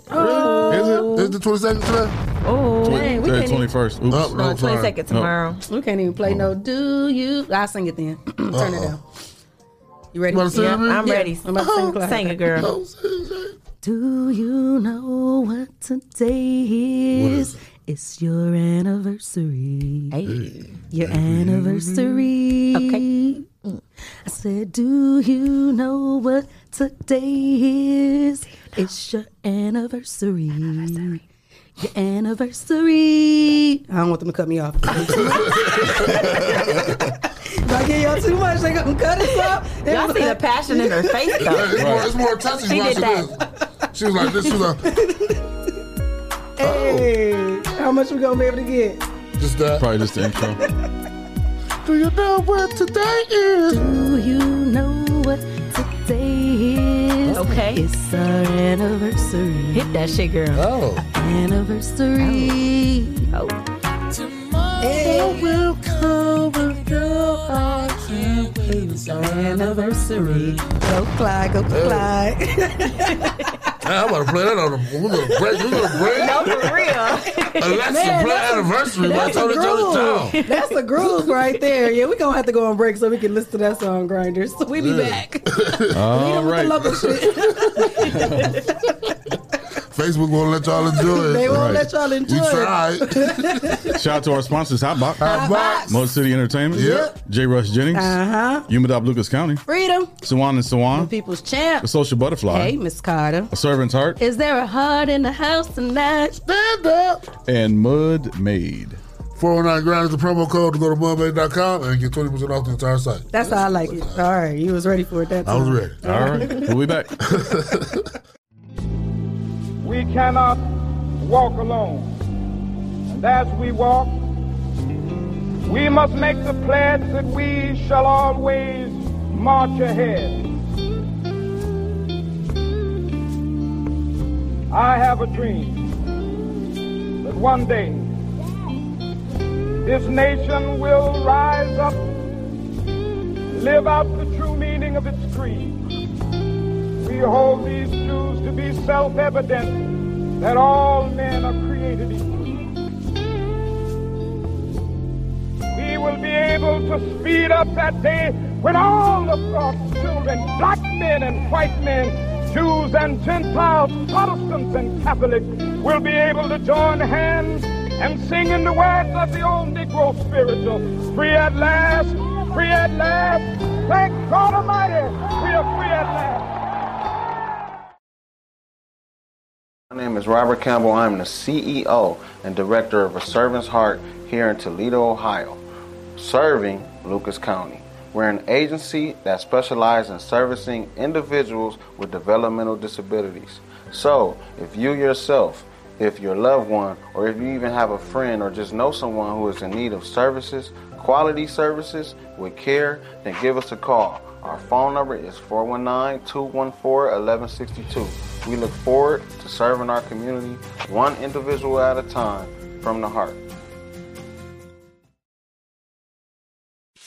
[SPEAKER 10] Oh.
[SPEAKER 12] Is it? Is the twenty second today?
[SPEAKER 11] Oh,
[SPEAKER 10] Dang, we can't
[SPEAKER 9] twenty
[SPEAKER 10] even-
[SPEAKER 9] first. Oops.
[SPEAKER 12] Oh, no, No, sorry. 22nd
[SPEAKER 11] tomorrow.
[SPEAKER 10] We can't even play no do you. I'll sing it then. Turn it
[SPEAKER 12] Uh-oh.
[SPEAKER 10] down. You ready?
[SPEAKER 12] You wanna sing it, baby?
[SPEAKER 11] I'm ready.
[SPEAKER 10] I'm about to sing, Clyde.
[SPEAKER 11] Sing it, girl.
[SPEAKER 13] Do you know what today
[SPEAKER 10] What
[SPEAKER 13] is? It's your anniversary. Your
[SPEAKER 10] Hey.
[SPEAKER 13] anniversary. Okay. I said, Do you know what today is? It's your anniversary. Your anniversary.
[SPEAKER 10] I don't want them to cut me off. if I give y'all too much, they gonna cut us off.
[SPEAKER 11] Y'all see the passion in her face, though.
[SPEAKER 12] It's more- it's more touching
[SPEAKER 11] She
[SPEAKER 12] when I
[SPEAKER 11] did
[SPEAKER 12] see
[SPEAKER 11] that.
[SPEAKER 12] She was like, this was like,
[SPEAKER 10] Hey, how much we gonna be able to get?
[SPEAKER 12] just that.
[SPEAKER 9] Probably just the intro.
[SPEAKER 10] Do you know what today is?
[SPEAKER 13] Do you know what today is?
[SPEAKER 11] Okay.
[SPEAKER 13] It's our anniversary.
[SPEAKER 11] Hit that shit, girl.
[SPEAKER 12] Oh.
[SPEAKER 13] Anniversary.
[SPEAKER 11] Oh.
[SPEAKER 13] Tomorrow
[SPEAKER 10] Hey.
[SPEAKER 13] will come with your heart.
[SPEAKER 10] Anniversary. Go Clyde, go Clyde.
[SPEAKER 12] Man, I'm about to play that on the. We're gonna break. We're gonna break.
[SPEAKER 11] No, for real.
[SPEAKER 12] Alexa, play anniversary. Man,
[SPEAKER 10] That's
[SPEAKER 12] turn
[SPEAKER 10] a
[SPEAKER 12] it turn it
[SPEAKER 10] groove.
[SPEAKER 12] down.
[SPEAKER 10] That's a groove right there. Yeah, we gonna have to go on break so we can listen to that song, Grinders. So we be
[SPEAKER 12] Yeah.
[SPEAKER 10] back.
[SPEAKER 9] All
[SPEAKER 10] With the
[SPEAKER 9] right.
[SPEAKER 10] local shit.
[SPEAKER 12] Facebook won't let y'all enjoy it.
[SPEAKER 10] They won't
[SPEAKER 9] Right.
[SPEAKER 10] let y'all enjoy
[SPEAKER 12] We
[SPEAKER 10] it.
[SPEAKER 12] tried.
[SPEAKER 9] Shout out to our sponsors, Hotbox,
[SPEAKER 12] Hotbox.
[SPEAKER 9] Motor City Entertainment,
[SPEAKER 12] Yep.
[SPEAKER 9] J. Rush Jennings,
[SPEAKER 10] Uh-huh.
[SPEAKER 9] Umadop Lucas County,
[SPEAKER 10] Freedom.
[SPEAKER 9] Sawan and
[SPEAKER 10] The
[SPEAKER 9] Sawan,
[SPEAKER 10] people's champ.
[SPEAKER 9] The Social Butterfly,
[SPEAKER 10] Hey, Miss Carter.
[SPEAKER 9] A Servant's Heart,
[SPEAKER 10] Is there a heart in the house tonight? Stand up.
[SPEAKER 9] and Mud Made.
[SPEAKER 12] 409 Grind is the promo code to go to mudmaid.com and get 20% off the entire site.
[SPEAKER 10] That's how I like it. All right, you was ready for it that
[SPEAKER 12] I
[SPEAKER 10] time.
[SPEAKER 12] was ready.
[SPEAKER 9] All right. We'll be back.
[SPEAKER 14] We cannot walk alone. And as we walk, we must make the pledge that we shall always march ahead. I have a dream that one day this nation will rise up, live out the true meaning of its creed. We hold these truths to be self-evident that all men are created equal. We will be able to speed up that day when all of God's children, black men and white men, Jews and Gentiles, Protestants and Catholics, will be able to join hands and sing in the words of the old Negro spiritual, free at last, free at last, thank God Almighty, we are free at last.
[SPEAKER 15] My name is Robert Campbell. I'm the CEO and director of A Servant's Heart here in Toledo, Ohio, serving Lucas County. We're an agency that specializes in servicing individuals with developmental disabilities. So, if you yourself, if your loved one, or if you even have a friend or just know someone who is in need of services, quality services with care, then give us a call. Our phone number is 419 214 1162. We look forward to serving our community one individual at a time from the heart.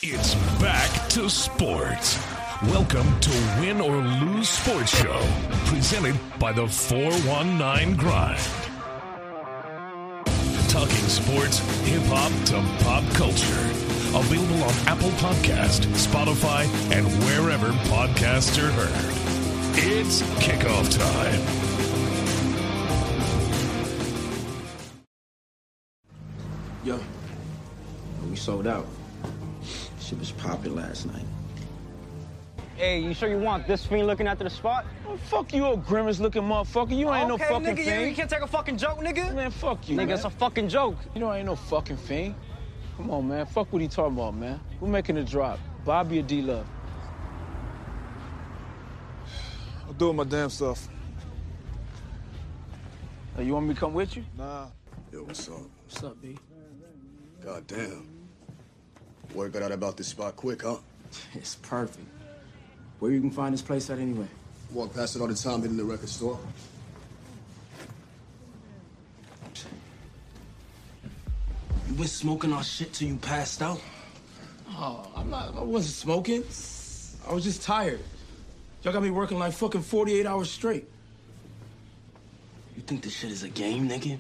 [SPEAKER 7] It's back to sports. Welcome to Win or Lose Sports Show, presented by the 419 Grind. Talking sports, hip hop to pop culture. Available on Apple Podcast, Spotify, and wherever podcasts are heard. It's kickoff time.
[SPEAKER 16] Yo, we sold out. Shit was popping last night.
[SPEAKER 17] Hey, you sure you want this fiend looking after the spot?
[SPEAKER 18] Oh, fuck you, old grimace looking motherfucker. You ain't no
[SPEAKER 17] Okay,
[SPEAKER 18] fucking
[SPEAKER 17] nigga, you-
[SPEAKER 18] fiend.
[SPEAKER 17] you can't take a fucking joke, nigga.
[SPEAKER 18] Man, fuck you.
[SPEAKER 17] Nigga,
[SPEAKER 18] man.
[SPEAKER 17] it's a fucking joke.
[SPEAKER 18] You know I ain't no fucking fiend. Come on, man. Fuck what he talking about, man. We're making a drop. Bobby or D Love?
[SPEAKER 19] I'll do it my damn self.
[SPEAKER 18] Uh, you want me to come with you?
[SPEAKER 4] uh,
[SPEAKER 19] Nah. Yo, what's up?
[SPEAKER 18] What's up, B?
[SPEAKER 19] Goddamn.
[SPEAKER 16] Working out about this spot quick, huh?
[SPEAKER 20] It's perfect. Where you can find this place at anyway?
[SPEAKER 16] Walk past it all the time hitting the record store.
[SPEAKER 20] You been smoking our shit till you passed out?
[SPEAKER 16] Oh, I'm not. I wasn't smoking. I was just tired. Y'all got me working like fucking 48 hours straight.
[SPEAKER 20] You think this shit is a game, nigga?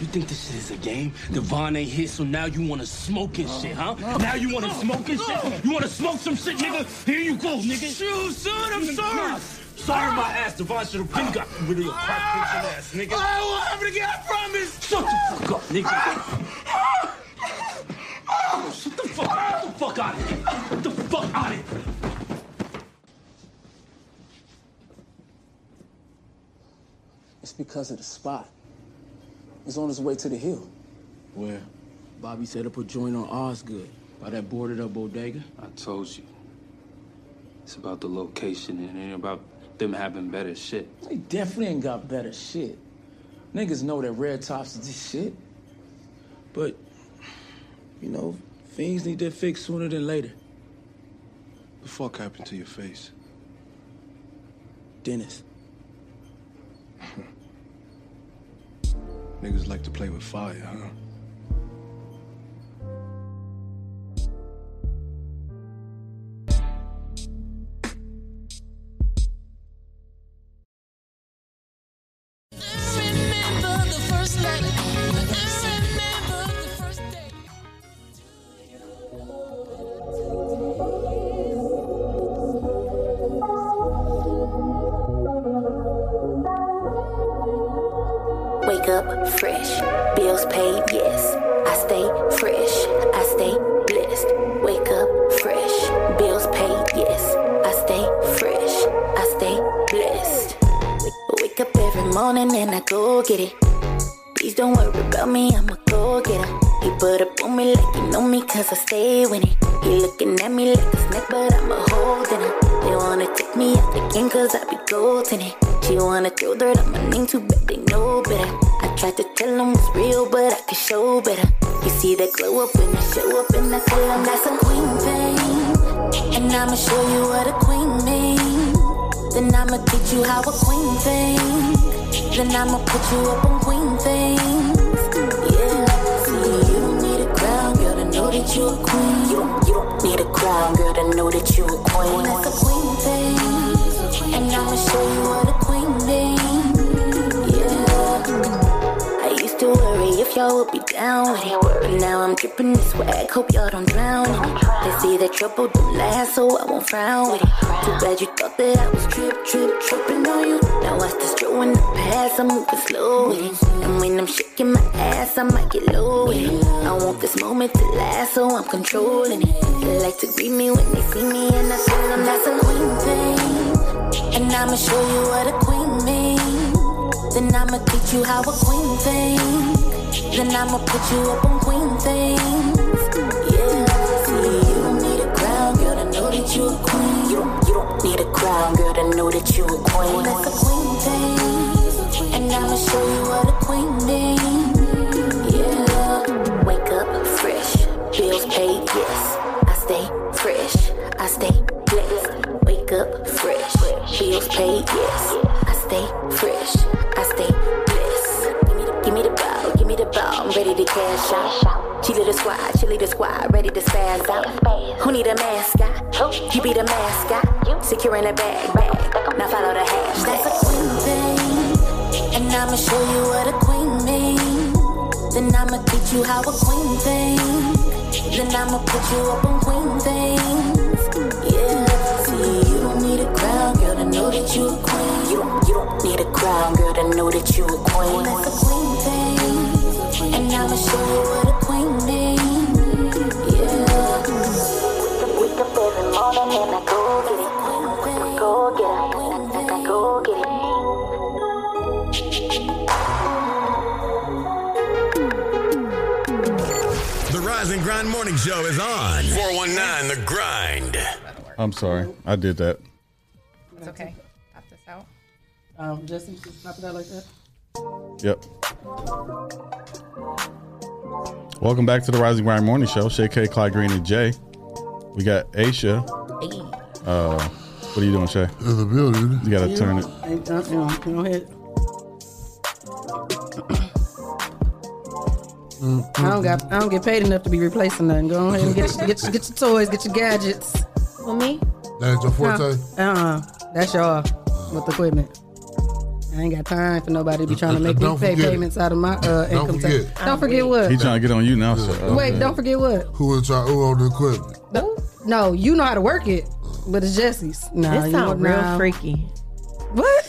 [SPEAKER 20] You think this shit is a game? Devon ain't here, so now you wanna smoke and shit, huh?
[SPEAKER 16] no.
[SPEAKER 20] now you wanna
[SPEAKER 16] No,
[SPEAKER 20] smoke and
[SPEAKER 16] no.
[SPEAKER 20] shit? You wanna smoke some shit, nigga? Here you go, nigga.
[SPEAKER 16] Shoot, son, I'm sorry.
[SPEAKER 20] Nah, sorry my ass, Devon should have been got rid of your crack bitch ass, nigga.
[SPEAKER 16] I will have it again, I promise.
[SPEAKER 20] Shut the fuck up, nigga. Shut the fuck up. Get the fuck out of here. Get the fuck out of here.
[SPEAKER 17] It's because of the spot. It's on its way to the hill.
[SPEAKER 20] Where? Bobby set up a joint on Osgood by that boarded up bodega.
[SPEAKER 21] I told you. It's about the location and it ain't about them having better shit.
[SPEAKER 17] They definitely ain't got better shit. Niggas know that Red Tops is this shit. But, you know,
[SPEAKER 16] Things need to fix sooner than later. The fuck happened to your face?
[SPEAKER 17] Dennis.
[SPEAKER 16] Niggas like to play with fire, huh?
[SPEAKER 22] Wake up fresh. Bills paid, yes. I stay fresh. I stay blessed. Wake up fresh. Bills paid, yes. I stay fresh. I stay blessed. Wake- Wake up every morning and I go get it. Please don't worry about me, I'ma go get him. He put up on me like he know me, cause I stay with it. He looking at me like a snack, but I'ma holding him. They wanna take me out the game, cause I be golden it. She wanna throw dirt on my name, too bad they know better. I tried to tell him it's real, but I could show better. You see that glow up when I show up, and I tell him that's a queen thing. And I'ma show you what a queen mean. Then I'ma teach you how a queen think. Then I'ma put you up on queen things. Yeah, see, you don't need a crown, girl, to know that you a queen. You don't, you don't need a crown, girl, to know that you a queen. That's a queen thing, and I'ma show you what a queen means. Yeah, I used to worry if y'all would be down with it, but now I'm dripping this swag. Hope y'all don't drown. in it. They say that trouble don't last, so I won't frown with it. Too bad you thought that I was trip, trip, tripping on you. Now I still throwing the pass, I'm moving slow with it. And when I'm shaking my ass, I might get low with it. I want this moment to last, so I'm controlling it. They like to greet me when they see me, and I tell them that's a queen thing. And I'ma show you what a queen means. Then I'ma teach you how a queen think. Then I'ma put you up on queen things. Yeah, see, you don't need a crown, girl, to know that you a queen. You don't, you don't need a crown, girl, to know that you a queen. That's a queen thing, and I'ma show you what a queen means. Yeah, wake up fresh, bills paid, yes. I stay fresh, I stay blessed. Wake up fresh, bills paid, yes. I stay fresh, I stay blessed. Give me the, give me the ball, give me the ball, I'm ready to cash out. She lead the squad, she lead the squad, ready to spaz out. Who need a mascot? You be the mascot. Securing a bag, bag. Now follow the hash. That's a queen thing, and I'ma show you what a queen means. Then I'ma teach you how a queen think. Then I'ma put you up on queen things. Yeah, see, you don't need a crown, girl, to know that you a queen. You don't, you don't need a crown, girl, to know that you a queen. That's a queen thing, and I'ma show you what a queen means. Yeah, wake up every morning and I go get it. I go get it. I- I go get it.
[SPEAKER 1] The Rise and Grind Morning Show is on. 419 The Grind.
[SPEAKER 9] I'm sorry. I did that.
[SPEAKER 23] It's okay. Pop this out.
[SPEAKER 10] Um, Justin, just pop it out like that.
[SPEAKER 9] Yep. Welcome back to the Rising Grind Morning Show. Shay K, Clyde Green, and Jay. We got Aisha. Uh, what are you doing, Shay?
[SPEAKER 12] In the building.
[SPEAKER 9] You gotta
[SPEAKER 10] Yeah.
[SPEAKER 9] turn it.
[SPEAKER 10] Hey, uh, you know, you know, hit. I don't got. I don't get paid enough to be replacing nothing. Go ahead and get your, get, your, get your toys, get your gadgets. For me?
[SPEAKER 12] That ain't your forte.
[SPEAKER 10] Uh uh That's y'all with equipment. I ain't got time for nobody to be trying to make me
[SPEAKER 12] Uh, Don't
[SPEAKER 10] pay
[SPEAKER 12] forget.
[SPEAKER 10] payments out of my uh,
[SPEAKER 12] Don't
[SPEAKER 10] income tax.
[SPEAKER 12] forget.
[SPEAKER 10] Don't forget what?
[SPEAKER 9] He trying to get on you now, sir.
[SPEAKER 10] Wait, don't forget what?
[SPEAKER 12] Who is y'all? Who on the equipment?
[SPEAKER 10] No, no, you know how to work it, but it's Jesse's. No,
[SPEAKER 11] This
[SPEAKER 10] you
[SPEAKER 11] sound
[SPEAKER 10] know-
[SPEAKER 11] real
[SPEAKER 10] no.
[SPEAKER 11] freaky.
[SPEAKER 10] What?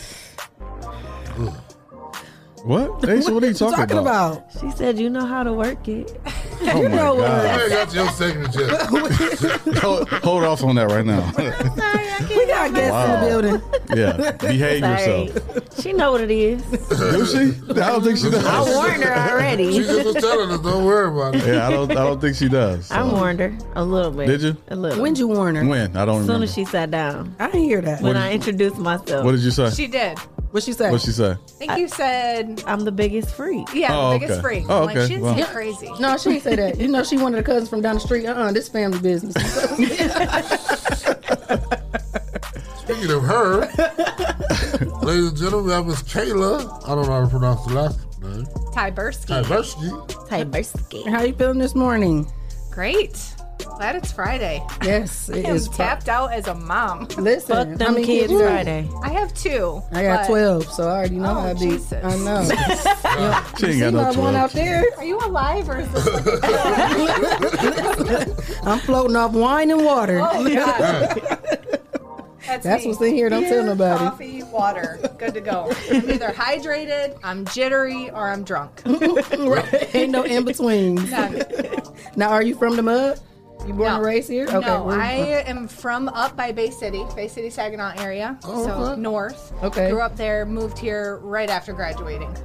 [SPEAKER 9] What? Aisha, what are you talking,
[SPEAKER 11] She said, "You know how to work it."
[SPEAKER 9] Oh my God.
[SPEAKER 12] Hey, that's your segment, Jeff.
[SPEAKER 9] hold, hold off on that right now.
[SPEAKER 10] We got guests
[SPEAKER 9] Wow.
[SPEAKER 10] in the building.
[SPEAKER 9] yeah, behave
[SPEAKER 11] Sorry.
[SPEAKER 9] yourself.
[SPEAKER 11] She know what it is.
[SPEAKER 9] Do she? I don't think she does.
[SPEAKER 11] I warned her already.
[SPEAKER 12] She just was telling us, don't worry about it.
[SPEAKER 9] Yeah, I don't. I don't think she does.
[SPEAKER 11] I warned her a little bit.
[SPEAKER 9] Did you?
[SPEAKER 11] A little.
[SPEAKER 10] When'd you warn her?
[SPEAKER 9] When? I don't
[SPEAKER 11] As soon
[SPEAKER 9] remember.
[SPEAKER 11] as she sat down.
[SPEAKER 10] I didn't hear that.
[SPEAKER 11] When
[SPEAKER 9] What
[SPEAKER 11] I introduced myself.
[SPEAKER 9] What did you say?
[SPEAKER 23] She did.
[SPEAKER 10] What she said?
[SPEAKER 9] What'd she say?
[SPEAKER 23] I think you said
[SPEAKER 11] I'm the biggest freak.
[SPEAKER 23] Yeah,
[SPEAKER 9] Oh,
[SPEAKER 23] the biggest
[SPEAKER 9] okay.
[SPEAKER 23] freak. I'm
[SPEAKER 9] Oh, okay.
[SPEAKER 23] Like, she didn't
[SPEAKER 9] Well.
[SPEAKER 23] seem crazy.
[SPEAKER 10] No, she didn't say that. You know, she one of the cousins from down the street. Uh, uh this family business.
[SPEAKER 12] Speaking of her, ladies and gentlemen, that was Kayla. I don't know how to pronounce the last name.
[SPEAKER 23] Tybersky.
[SPEAKER 12] Tybersky.
[SPEAKER 11] Tybersky.
[SPEAKER 10] How you feeling this morning?
[SPEAKER 23] Great. Glad it's Friday.
[SPEAKER 10] Yes, it
[SPEAKER 23] I am
[SPEAKER 10] is.
[SPEAKER 23] tapped out as a mom.
[SPEAKER 10] Listen, Fuck them how many kids kids you got? Friday.
[SPEAKER 23] I have two.
[SPEAKER 10] I got
[SPEAKER 23] but-
[SPEAKER 10] twelve, so I already know
[SPEAKER 23] Oh,
[SPEAKER 10] how I be.
[SPEAKER 23] Jesus.
[SPEAKER 10] I know.
[SPEAKER 9] She ain't got
[SPEAKER 10] See
[SPEAKER 9] no
[SPEAKER 10] my one out
[SPEAKER 9] twelve.
[SPEAKER 10] there?
[SPEAKER 23] Are you alive or is this like
[SPEAKER 10] I'm floating off wine and water.
[SPEAKER 23] Oh, God. That's,
[SPEAKER 10] That's
[SPEAKER 23] me.
[SPEAKER 10] what's in here, don't tell
[SPEAKER 23] Beer,
[SPEAKER 10] nobody.
[SPEAKER 23] Coffee, water, good to go. I'm either hydrated, I'm jittery, or I'm drunk.
[SPEAKER 10] right. Ain't no in between.
[SPEAKER 23] None.
[SPEAKER 10] Now, are you from the mud? You born
[SPEAKER 23] No.
[SPEAKER 10] and raised here?
[SPEAKER 23] no,
[SPEAKER 10] we're-
[SPEAKER 23] I am from up by Bay City, Bay City, Saginaw area,
[SPEAKER 10] Oh,
[SPEAKER 23] so
[SPEAKER 10] okay.
[SPEAKER 23] north.
[SPEAKER 10] Okay.
[SPEAKER 23] Grew up there, moved here right after graduating.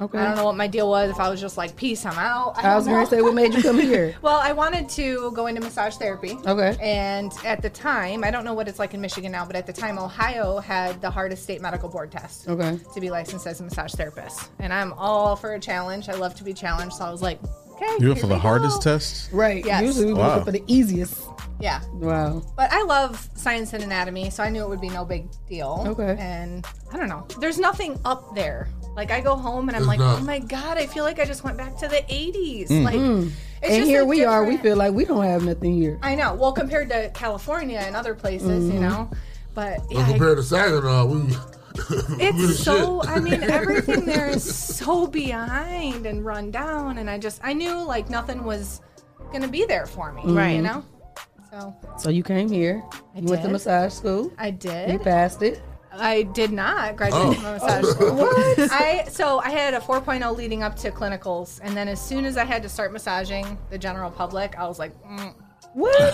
[SPEAKER 10] Okay.
[SPEAKER 23] I don't know what my deal was. If I was just like, peace, I'm out.
[SPEAKER 10] I was
[SPEAKER 23] don't
[SPEAKER 10] gonna
[SPEAKER 23] know.
[SPEAKER 10] say, what made you come here?
[SPEAKER 23] Well, I wanted to go into massage therapy.
[SPEAKER 10] Okay.
[SPEAKER 23] And at the time, I don't know what it's like in Michigan now, but at the time, Ohio had the hardest state medical board test
[SPEAKER 10] Okay.
[SPEAKER 23] to be licensed as a massage therapist. And I'm all for a challenge. I love to be challenged. So I was like, okay.
[SPEAKER 9] You
[SPEAKER 23] here
[SPEAKER 9] went for
[SPEAKER 23] we
[SPEAKER 9] the hardest
[SPEAKER 23] go.
[SPEAKER 9] test.
[SPEAKER 10] Right.
[SPEAKER 23] Yes.
[SPEAKER 10] Usually we go
[SPEAKER 9] Wow. Mm.
[SPEAKER 10] for the easiest.
[SPEAKER 23] Yeah.
[SPEAKER 10] Wow.
[SPEAKER 23] But I love science and anatomy, so I knew it would be no big deal.
[SPEAKER 10] Okay.
[SPEAKER 23] And I don't know. There's nothing up there. Like I go home and I'm
[SPEAKER 10] There's
[SPEAKER 23] like,
[SPEAKER 10] not.
[SPEAKER 23] oh my god, I feel like I just went back to the 80s. Like,
[SPEAKER 10] Mm.
[SPEAKER 23] it's
[SPEAKER 10] And
[SPEAKER 23] just
[SPEAKER 10] here
[SPEAKER 23] a
[SPEAKER 10] we are. We
[SPEAKER 23] different-
[SPEAKER 10] feel like we don't have nothing here.
[SPEAKER 23] I know. Well, compared to California and other places,
[SPEAKER 10] Mhm.
[SPEAKER 23] you know. But
[SPEAKER 12] Well,
[SPEAKER 23] yeah,
[SPEAKER 12] compared to Saginaw, we. we the
[SPEAKER 23] it's so.
[SPEAKER 12] shit.
[SPEAKER 23] I mean, everything there is so behind and run down, and I just I knew like nothing was gonna be there for me,
[SPEAKER 10] Right.
[SPEAKER 23] You know. So
[SPEAKER 10] So you came here. you Mm-hmm. went to
[SPEAKER 23] did.
[SPEAKER 10] massage school.
[SPEAKER 23] I
[SPEAKER 10] You
[SPEAKER 23] did.
[SPEAKER 10] passed it.
[SPEAKER 23] I did not graduate
[SPEAKER 10] Oh.
[SPEAKER 23] from a massage school. I so I had a 4.0 leading up to clinicals, and then as soon as I had to start massaging the general public, I was like, mm,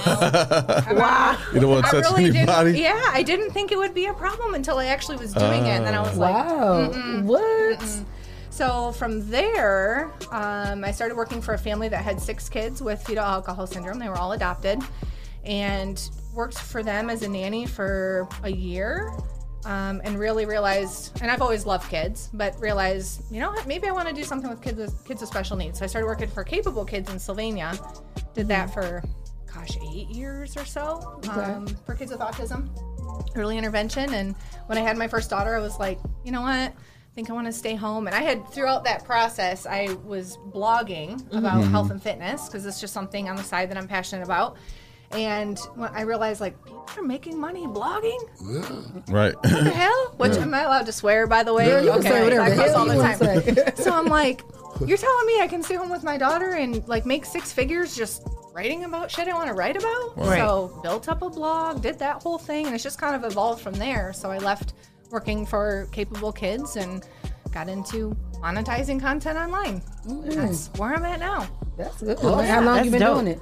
[SPEAKER 9] wow. You don't want
[SPEAKER 23] I
[SPEAKER 9] to touch
[SPEAKER 23] really
[SPEAKER 9] anybody.
[SPEAKER 23] Didn't, yeah, I didn't think it would be a problem until I actually was doing it, and then I was like,
[SPEAKER 10] Wow.
[SPEAKER 23] "Mm-mm,
[SPEAKER 10] What?
[SPEAKER 23] mm-mm." So from there, um, I started working for a family that had six kids with fetal alcohol syndrome. They were all adopted, and worked for them as a nanny for a year. Um, and really realized, and I've always loved kids, but realized, you know what, maybe I want to do something with kids with kids with special needs. So I started working for Capable Kids in Sylvania. Did that for, gosh, eight years or so
[SPEAKER 10] Okay.
[SPEAKER 23] um, for kids with autism early intervention. And when I had my first daughter, I was like, you know what? I think I want to stay home. And I had throughout that process, I was blogging about
[SPEAKER 10] Mhm.
[SPEAKER 23] health and fitness because it's just something on the side that I'm passionate about. And when I realized, like, people are making money blogging.
[SPEAKER 9] Right.
[SPEAKER 23] What the hell? Which
[SPEAKER 9] Yeah.
[SPEAKER 23] am I allowed to swear? By the way,
[SPEAKER 10] Yeah, you can say whatever
[SPEAKER 23] I
[SPEAKER 10] the
[SPEAKER 23] cuss
[SPEAKER 10] hell
[SPEAKER 23] all
[SPEAKER 10] you
[SPEAKER 23] the
[SPEAKER 10] wanna
[SPEAKER 23] time. so I'm like, you're telling me I can stay home with my daughter and like make six figures just writing about shit I want to write about?
[SPEAKER 10] Right.
[SPEAKER 23] So built up a blog, did that whole thing, and it's just kind of evolved from there. So I left working for Capable Kids and got into monetizing content online. That's where I'm at now.
[SPEAKER 10] Mm-hmm. That's good.
[SPEAKER 9] Oh,
[SPEAKER 10] How long you been doing it?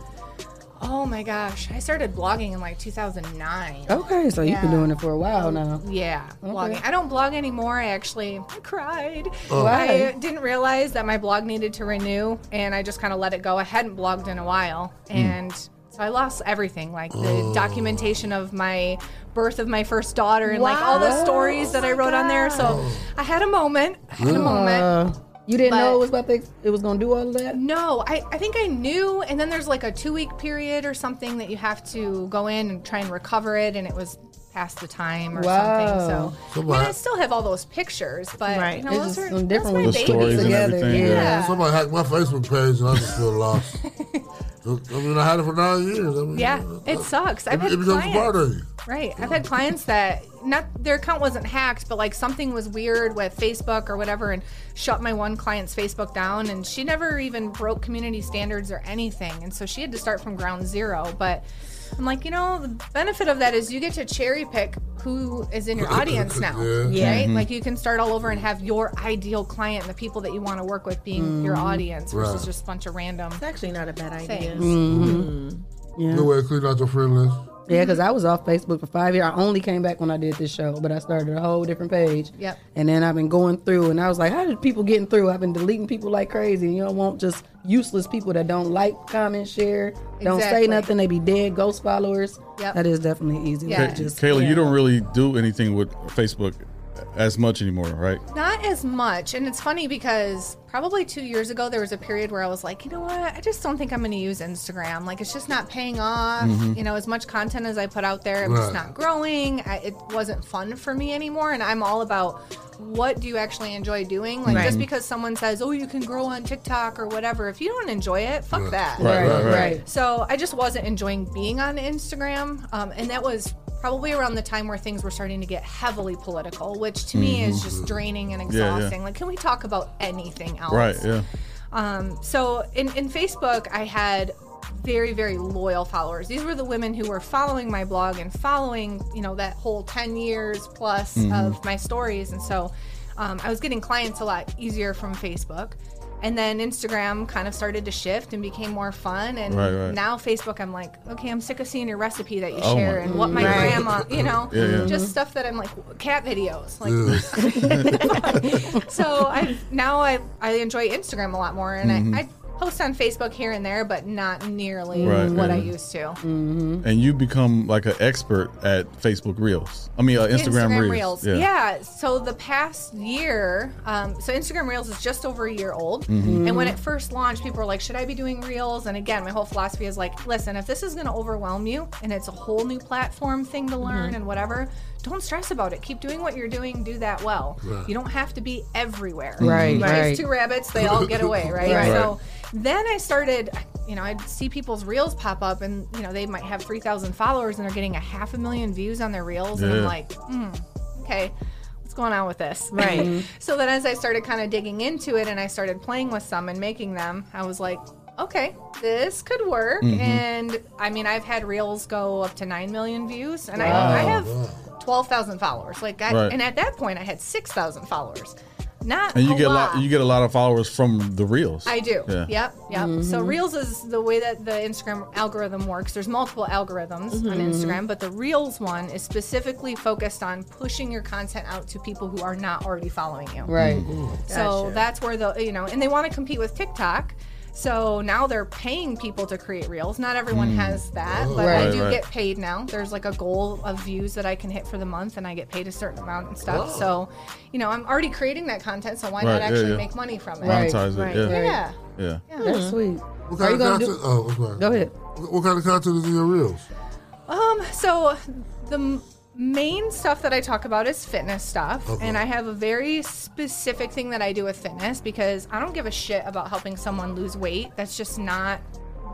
[SPEAKER 23] Oh my gosh, I started blogging in like 2009.
[SPEAKER 10] Okay, so you've been
[SPEAKER 23] Yeah.
[SPEAKER 10] doing it for a while now.
[SPEAKER 23] Yeah,
[SPEAKER 10] Okay.
[SPEAKER 23] blogging. I don't blog anymore. I actually I cried.
[SPEAKER 10] Oh. Why?
[SPEAKER 23] I didn't realize that my blog needed to renew, and I just kind of let it go. I hadn't blogged in a while,
[SPEAKER 10] Hmm.
[SPEAKER 23] and so I lost everything, like
[SPEAKER 10] Oh.
[SPEAKER 23] the documentation of my birth of my first daughter, and like all the
[SPEAKER 10] Wow. Oh
[SPEAKER 23] stories that I wrote on there. So I had a moment. I had a moment.
[SPEAKER 10] You didn't know
[SPEAKER 23] But-
[SPEAKER 10] it was about to, ex- it was gonna do all of that.
[SPEAKER 23] No, I, I think I knew. And then there's like a two week period or something that you have to go in and try and recover it. And it was past the time or something.
[SPEAKER 10] Wow.
[SPEAKER 23] So,
[SPEAKER 12] So
[SPEAKER 23] I, mean,
[SPEAKER 12] what?
[SPEAKER 23] I still have all those pictures, but you know,
[SPEAKER 10] It's
[SPEAKER 23] those
[SPEAKER 10] just
[SPEAKER 23] are,
[SPEAKER 10] some
[SPEAKER 23] those
[SPEAKER 10] different
[SPEAKER 23] were
[SPEAKER 10] ones.
[SPEAKER 23] baby
[SPEAKER 10] stories and
[SPEAKER 23] together.
[SPEAKER 10] everything,
[SPEAKER 23] Yeah.
[SPEAKER 12] Somebody hacked my Facebook page and I just feel lost. I mean, I had it for nine years. I mean,
[SPEAKER 23] Yeah, it sucks. I've
[SPEAKER 12] it,
[SPEAKER 23] had
[SPEAKER 12] it becomes a part
[SPEAKER 23] clients.
[SPEAKER 12] of you.
[SPEAKER 23] Right. I've had clients that not their account wasn't hacked, but like something was weird with Facebook or whatever and shut my one client's Facebook down and she never even broke community standards or anything. And so she had to start from ground zero, but I'm like, you know, the benefit of that is you get to cherry pick who is in your audience now.
[SPEAKER 10] Yeah. Yeah.
[SPEAKER 23] Right?
[SPEAKER 10] Mhm.
[SPEAKER 23] Like you can start all over and have your ideal client and the people that you want to work with being your
[SPEAKER 10] Mhm.
[SPEAKER 23] audience versus
[SPEAKER 12] Right. Mm-hmm.
[SPEAKER 23] just a bunch of random. It's
[SPEAKER 11] actually not a bad idea.
[SPEAKER 10] Mhm. Yeah.
[SPEAKER 12] Good way to clean out your friend list.
[SPEAKER 10] Yeah, because I was off Facebook for five years. I only came back when I did this show, but I started a whole different page.
[SPEAKER 23] Yep.
[SPEAKER 10] And then I've been going through, and I was like, how did people getting through? I've been deleting people like crazy. You don't want just useless people that don't like, comment, share, don't
[SPEAKER 23] Exactly.
[SPEAKER 10] say nothing. They be dead ghost followers.
[SPEAKER 23] Yep.
[SPEAKER 10] That is definitely easy.
[SPEAKER 9] Ka-
[SPEAKER 23] Yeah. Yes.
[SPEAKER 9] Kayla,
[SPEAKER 23] Yeah.
[SPEAKER 9] you don't really do anything with Facebook as much anymore, right?
[SPEAKER 23] Not as much. And it's funny because probably two years ago, there was a period where I was like, you know what? I just don't think I'm going to use Instagram. Like, it's just not paying off.
[SPEAKER 3] Mhm.
[SPEAKER 23] You know, as much content as I put out there, I'm just
[SPEAKER 3] Right.
[SPEAKER 23] not growing. I, it wasn't fun for me anymore. And I'm all about what do you actually enjoy doing? Like, just
[SPEAKER 3] Right.
[SPEAKER 23] because someone says, oh, you can grow on TikTok or whatever, if you don't enjoy it, fuck
[SPEAKER 3] Right.
[SPEAKER 23] that.
[SPEAKER 3] Right, Right, right, right. right.
[SPEAKER 23] So I just wasn't enjoying being on Instagram. Um, and that was. Probably around the time where things were starting to get heavily political, which to me is
[SPEAKER 3] Mhm.
[SPEAKER 23] just draining and
[SPEAKER 3] Yeah, yeah.
[SPEAKER 23] exhausting. Like, can we talk about anything else?
[SPEAKER 3] Right, yeah.
[SPEAKER 23] Um, so in, in Facebook, I had very, very loyal followers. These were the women who were following my blog and following, you know, that whole 10 years plus
[SPEAKER 3] Mhm.
[SPEAKER 23] of my stories. And so um, I was getting clients a lot easier from Facebook. And then Instagram kind of started to shift and became more fun. And
[SPEAKER 3] Right, right.
[SPEAKER 23] now Facebook, I'm like, okay, I'm sick of seeing your recipe that you
[SPEAKER 3] Oh my-
[SPEAKER 23] share and what my
[SPEAKER 3] Yeah.
[SPEAKER 23] grandma, you know,
[SPEAKER 3] Yeah, yeah.
[SPEAKER 23] just stuff that I'm like, cat videos. Like, so I now I I enjoy Instagram a lot more, and
[SPEAKER 9] Mhm.
[SPEAKER 23] I, I post on Facebook here and there, but not nearly
[SPEAKER 9] Right,
[SPEAKER 23] what I
[SPEAKER 9] yeah.
[SPEAKER 23] used to.
[SPEAKER 10] Mm-hmm.
[SPEAKER 9] And you become like an expert at Facebook Reels. I mean, uh, Instagram, Reels.
[SPEAKER 23] Yeah. So the past year, um, so Instagram Reels is just over a year old.
[SPEAKER 3] Mhm.
[SPEAKER 23] And when it first launched, people were like, should I be doing Reels? And again, my whole philosophy is like, listen, if this is going to overwhelm you and it's a whole new platform thing to learn
[SPEAKER 3] Mhm.
[SPEAKER 23] and whatever, don't stress about it. Keep doing what you're doing. Do that well.
[SPEAKER 3] Right.
[SPEAKER 23] You don't have to be everywhere.
[SPEAKER 3] Right,
[SPEAKER 23] You raise
[SPEAKER 3] right.
[SPEAKER 23] two rabbits, they all get away, right?
[SPEAKER 3] Right.
[SPEAKER 23] So then I started, you know, I'd see people's Reels pop up and, you know, they might have 3,000 followers and they're getting a half a million views on their Reels. And I'm
[SPEAKER 3] Yeah.
[SPEAKER 23] like, hmm, okay, what's going on with this?
[SPEAKER 3] Right. Mhm.
[SPEAKER 23] so then as I started kind of digging into it and I started playing with some and making them, I was like, okay, this could work.
[SPEAKER 9] Mm-hmm.
[SPEAKER 3] Mhm.
[SPEAKER 23] And I mean, I've had Reels go up to 9 million views and
[SPEAKER 3] Wow.
[SPEAKER 23] I, I have 12,000 followers. Like, I,
[SPEAKER 9] Right.
[SPEAKER 23] and at that point, I had 6,000 followers. Not
[SPEAKER 9] And you
[SPEAKER 23] a
[SPEAKER 9] get a
[SPEAKER 23] lot.
[SPEAKER 9] lot. You get a lot of followers from the Reels.
[SPEAKER 23] I do.
[SPEAKER 9] Yeah.
[SPEAKER 23] Yep. Yep. So
[SPEAKER 3] Mhm.
[SPEAKER 23] Reels is the way that the Instagram algorithm works. There's multiple algorithms on
[SPEAKER 3] Mhm.
[SPEAKER 23] Instagram, but the Reels one is specifically focused on pushing your content out to people who are not already following you.
[SPEAKER 10] Right.
[SPEAKER 23] So
[SPEAKER 10] Gotcha.
[SPEAKER 23] that's where the you know, and they want to compete with TikTok. So now they're paying people to create reels. Not everyone
[SPEAKER 3] Mm.
[SPEAKER 23] has that,
[SPEAKER 3] Oh.
[SPEAKER 23] but I
[SPEAKER 3] Right,
[SPEAKER 23] do
[SPEAKER 3] right.
[SPEAKER 23] get paid now. There's like a goal of views that I can hit for the month, and I get paid a certain amount and stuff.
[SPEAKER 3] Oh.
[SPEAKER 23] So, you know, I'm already creating that content, so why
[SPEAKER 9] Right,
[SPEAKER 23] not
[SPEAKER 9] yeah,
[SPEAKER 23] actually
[SPEAKER 9] yeah.
[SPEAKER 23] make money from it?
[SPEAKER 9] Monetize it, yeah.
[SPEAKER 23] yeah.
[SPEAKER 9] Yeah.
[SPEAKER 10] That's sweet.
[SPEAKER 12] What
[SPEAKER 10] Are
[SPEAKER 12] kind
[SPEAKER 10] you
[SPEAKER 12] of
[SPEAKER 10] gonna
[SPEAKER 12] content?
[SPEAKER 10] do?
[SPEAKER 12] oh, I'm sorry.
[SPEAKER 10] Go ahead.
[SPEAKER 12] What, what kind of content is in your reels?
[SPEAKER 23] Um, so the m- main stuff that I talk about is fitness stuff,
[SPEAKER 12] Okay.
[SPEAKER 23] and I have a very specific thing that I do with fitness because I don't give a shit about helping someone lose weight. That's just not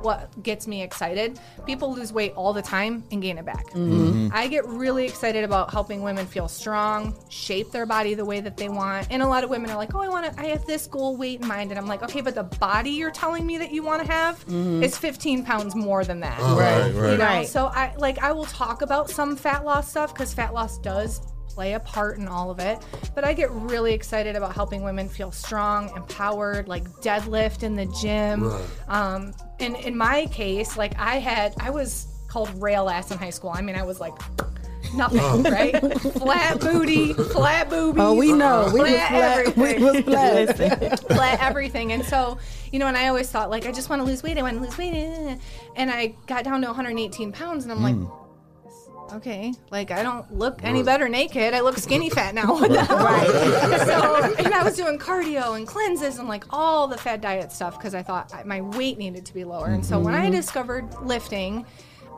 [SPEAKER 23] what gets me excited. People lose weight all the time and gain it back.
[SPEAKER 3] Mhm.
[SPEAKER 23] I get really excited about helping women feel strong, shape their body the way that they want. And a lot of women are like, "Oh, I want to I have this goal weight in mind." And I'm like, "Okay, but the body you're telling me that you want to have
[SPEAKER 3] Mhm.
[SPEAKER 23] is 15 pounds more than that."
[SPEAKER 3] Oh, Right, right.
[SPEAKER 23] You know,
[SPEAKER 3] right.
[SPEAKER 23] So I like I will talk about some fat loss stuff because fat loss does play a part in all of it. But I get really excited about helping women feel strong, empowered, like deadlift in the gym.
[SPEAKER 3] Right.
[SPEAKER 23] Um, and in my case, like I had I was called rail ass in high school. I mean, I was like nothing,
[SPEAKER 10] Oh.
[SPEAKER 23] right? flat booty, flat boobies.
[SPEAKER 10] Oh, we know. We was flat.
[SPEAKER 23] everything
[SPEAKER 10] We was flat.
[SPEAKER 23] flat everything. And so, you know, and I always thought like, I just want to lose weight. I want to lose weight. eh, eh, eh. And I got down to 118 pounds, and I'm like, okay, like I don't look any
[SPEAKER 10] Right.
[SPEAKER 23] better naked. I look skinny fat now. What the hell? so, and I was doing cardio and cleanses and like all the fad diet stuff because I thought I- my weight needed to be lower. And so when I
[SPEAKER 3] Mhm.
[SPEAKER 23] discovered lifting,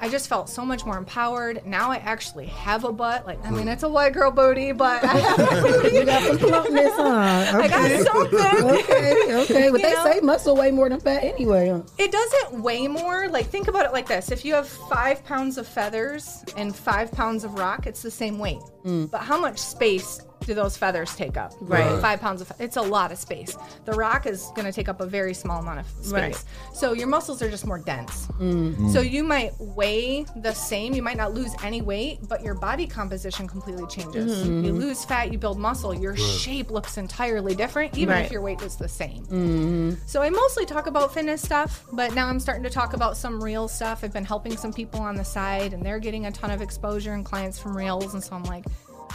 [SPEAKER 23] I just felt so much more empowered. Now I actually have a butt. Like, I mean, it's a white girl booty, but I have a booty.
[SPEAKER 10] You got some plumpness, huh?
[SPEAKER 23] I got something.
[SPEAKER 10] Okay, okay. But
[SPEAKER 23] You
[SPEAKER 10] they
[SPEAKER 23] know?
[SPEAKER 10] say muscle weigh more than fat anyway. Huh?
[SPEAKER 23] It doesn't weigh more. Like, think about it like this if you have five pounds of feathers and five pounds of rock, it's the same weight.
[SPEAKER 10] Mm.
[SPEAKER 23] But how much space do those feathers take up?
[SPEAKER 10] Right. Right.
[SPEAKER 23] Five pounds of fe- it's a lot of space. The rock is going to take up a very small amount of space.
[SPEAKER 10] Right.
[SPEAKER 23] So your muscles are just more dense.
[SPEAKER 10] Mm.
[SPEAKER 23] So you might weigh the same, you might not lose any weight, but your body composition completely changes.
[SPEAKER 10] Mhm.
[SPEAKER 23] You lose fat, you build muscle, your
[SPEAKER 10] Right.
[SPEAKER 23] shape looks entirely different, even
[SPEAKER 10] Right.
[SPEAKER 23] if your weight was the same.
[SPEAKER 10] Mm-hmm.
[SPEAKER 23] So I mostly talk about fitness stuff, but now I'm starting to talk about some real stuff. I've been helping some people on the side and they're getting a ton of exposure and clients from reels and so I'm like,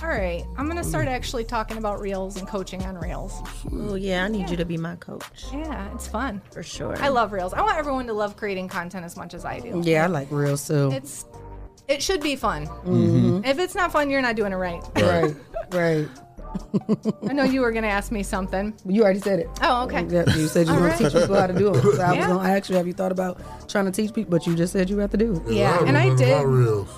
[SPEAKER 23] all right, I'm going to start
[SPEAKER 10] Mm.
[SPEAKER 23] actually talking about reels and coaching on reels.
[SPEAKER 11] Oh yeah, I need you
[SPEAKER 23] Yeah.
[SPEAKER 11] to be my coach
[SPEAKER 23] Yeah, it's fun.
[SPEAKER 11] for sure.
[SPEAKER 23] I love reels. I want everyone to love creating content as much as I do.
[SPEAKER 10] Yeah, I like real too.
[SPEAKER 23] It's it should be fun.
[SPEAKER 10] Mhm.
[SPEAKER 23] If it's not fun, you're not doing it right.
[SPEAKER 10] Right, right.
[SPEAKER 23] I know you were going to ask me something.
[SPEAKER 10] You already said it.
[SPEAKER 23] Oh, okay.
[SPEAKER 10] Yeah, You said you
[SPEAKER 23] All
[SPEAKER 10] want
[SPEAKER 23] right.
[SPEAKER 10] to teach people how to do it. So I was
[SPEAKER 23] Yeah.
[SPEAKER 10] going to ask you, have you thought about trying to teach people? But you just said you have to do it.
[SPEAKER 23] Yeah, Yeah, I and I remember my did.
[SPEAKER 12] reels.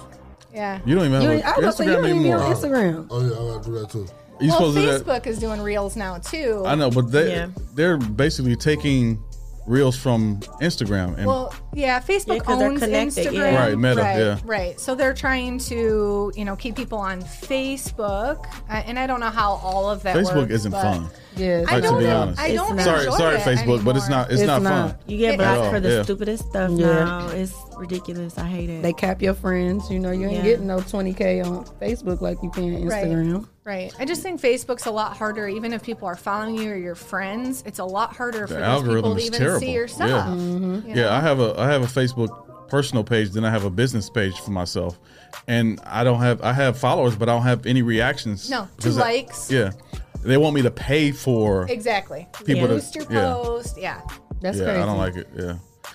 [SPEAKER 23] Yeah.
[SPEAKER 9] You don't even
[SPEAKER 10] You
[SPEAKER 9] have
[SPEAKER 10] ain't- Mm. I
[SPEAKER 9] an
[SPEAKER 10] was
[SPEAKER 9] Instagram
[SPEAKER 10] gonna say, you don't even
[SPEAKER 9] anymore.
[SPEAKER 10] be on Instagram.
[SPEAKER 12] Oh yeah, I gotta do that too.
[SPEAKER 9] You
[SPEAKER 23] well,
[SPEAKER 9] supposed to do that-
[SPEAKER 23] Facebook is doing reels now too.
[SPEAKER 9] I know, but they
[SPEAKER 23] Yeah.
[SPEAKER 9] they're basically taking reels from Instagram and
[SPEAKER 23] well, yeah, Facebook
[SPEAKER 11] 'cause they're
[SPEAKER 23] owns
[SPEAKER 11] connected,
[SPEAKER 23] Instagram,
[SPEAKER 9] yeah. Right, Meta,
[SPEAKER 23] right,
[SPEAKER 9] yeah.
[SPEAKER 23] right. So they're trying to, you know, keep people on Facebook, uh, and I don't know how all of that.
[SPEAKER 9] Facebook
[SPEAKER 23] works,
[SPEAKER 9] isn't
[SPEAKER 23] but-
[SPEAKER 9] fun.
[SPEAKER 10] Yeah,
[SPEAKER 23] I
[SPEAKER 9] Like, to
[SPEAKER 23] don't.
[SPEAKER 9] be
[SPEAKER 23] know-
[SPEAKER 9] honest,
[SPEAKER 23] I don't.
[SPEAKER 9] sorry,
[SPEAKER 23] enjoy
[SPEAKER 9] sorry,
[SPEAKER 23] it
[SPEAKER 9] Facebook, but it's not it's,
[SPEAKER 10] It's
[SPEAKER 9] not,
[SPEAKER 10] not.
[SPEAKER 9] fun.
[SPEAKER 11] You get
[SPEAKER 10] It-
[SPEAKER 11] blocked
[SPEAKER 10] I-
[SPEAKER 11] for the
[SPEAKER 9] Yeah.
[SPEAKER 11] stupidest stuff
[SPEAKER 10] Yeah.
[SPEAKER 11] now. It's ridiculous. I hate it.
[SPEAKER 10] They cap your friends. You know, you ain't
[SPEAKER 11] Yeah.
[SPEAKER 10] getting no 20K on Facebook like you can
[SPEAKER 23] Right.
[SPEAKER 10] Instagram.
[SPEAKER 23] Right. I just think Facebook's a lot harder. Even if people are following you or your friends, it's a lot harder for
[SPEAKER 9] The
[SPEAKER 23] those people
[SPEAKER 9] algorithm
[SPEAKER 23] to
[SPEAKER 9] is
[SPEAKER 23] even
[SPEAKER 9] terrible.
[SPEAKER 23] see your stuff.
[SPEAKER 9] Yeah, Mm-hmm.
[SPEAKER 23] you
[SPEAKER 9] yeah.
[SPEAKER 23] know?
[SPEAKER 9] I have a I have a Facebook personal page, then I have a business page for myself, and I don't have I have followers, but I don't have any reactions.
[SPEAKER 23] No, two
[SPEAKER 9] Because I-
[SPEAKER 23] likes.
[SPEAKER 9] yeah, they want me to pay for
[SPEAKER 23] Exactly.
[SPEAKER 9] People to-
[SPEAKER 23] Boost your
[SPEAKER 9] yeah.
[SPEAKER 23] post. Yeah.
[SPEAKER 9] yeah, I don't like it. Yeah.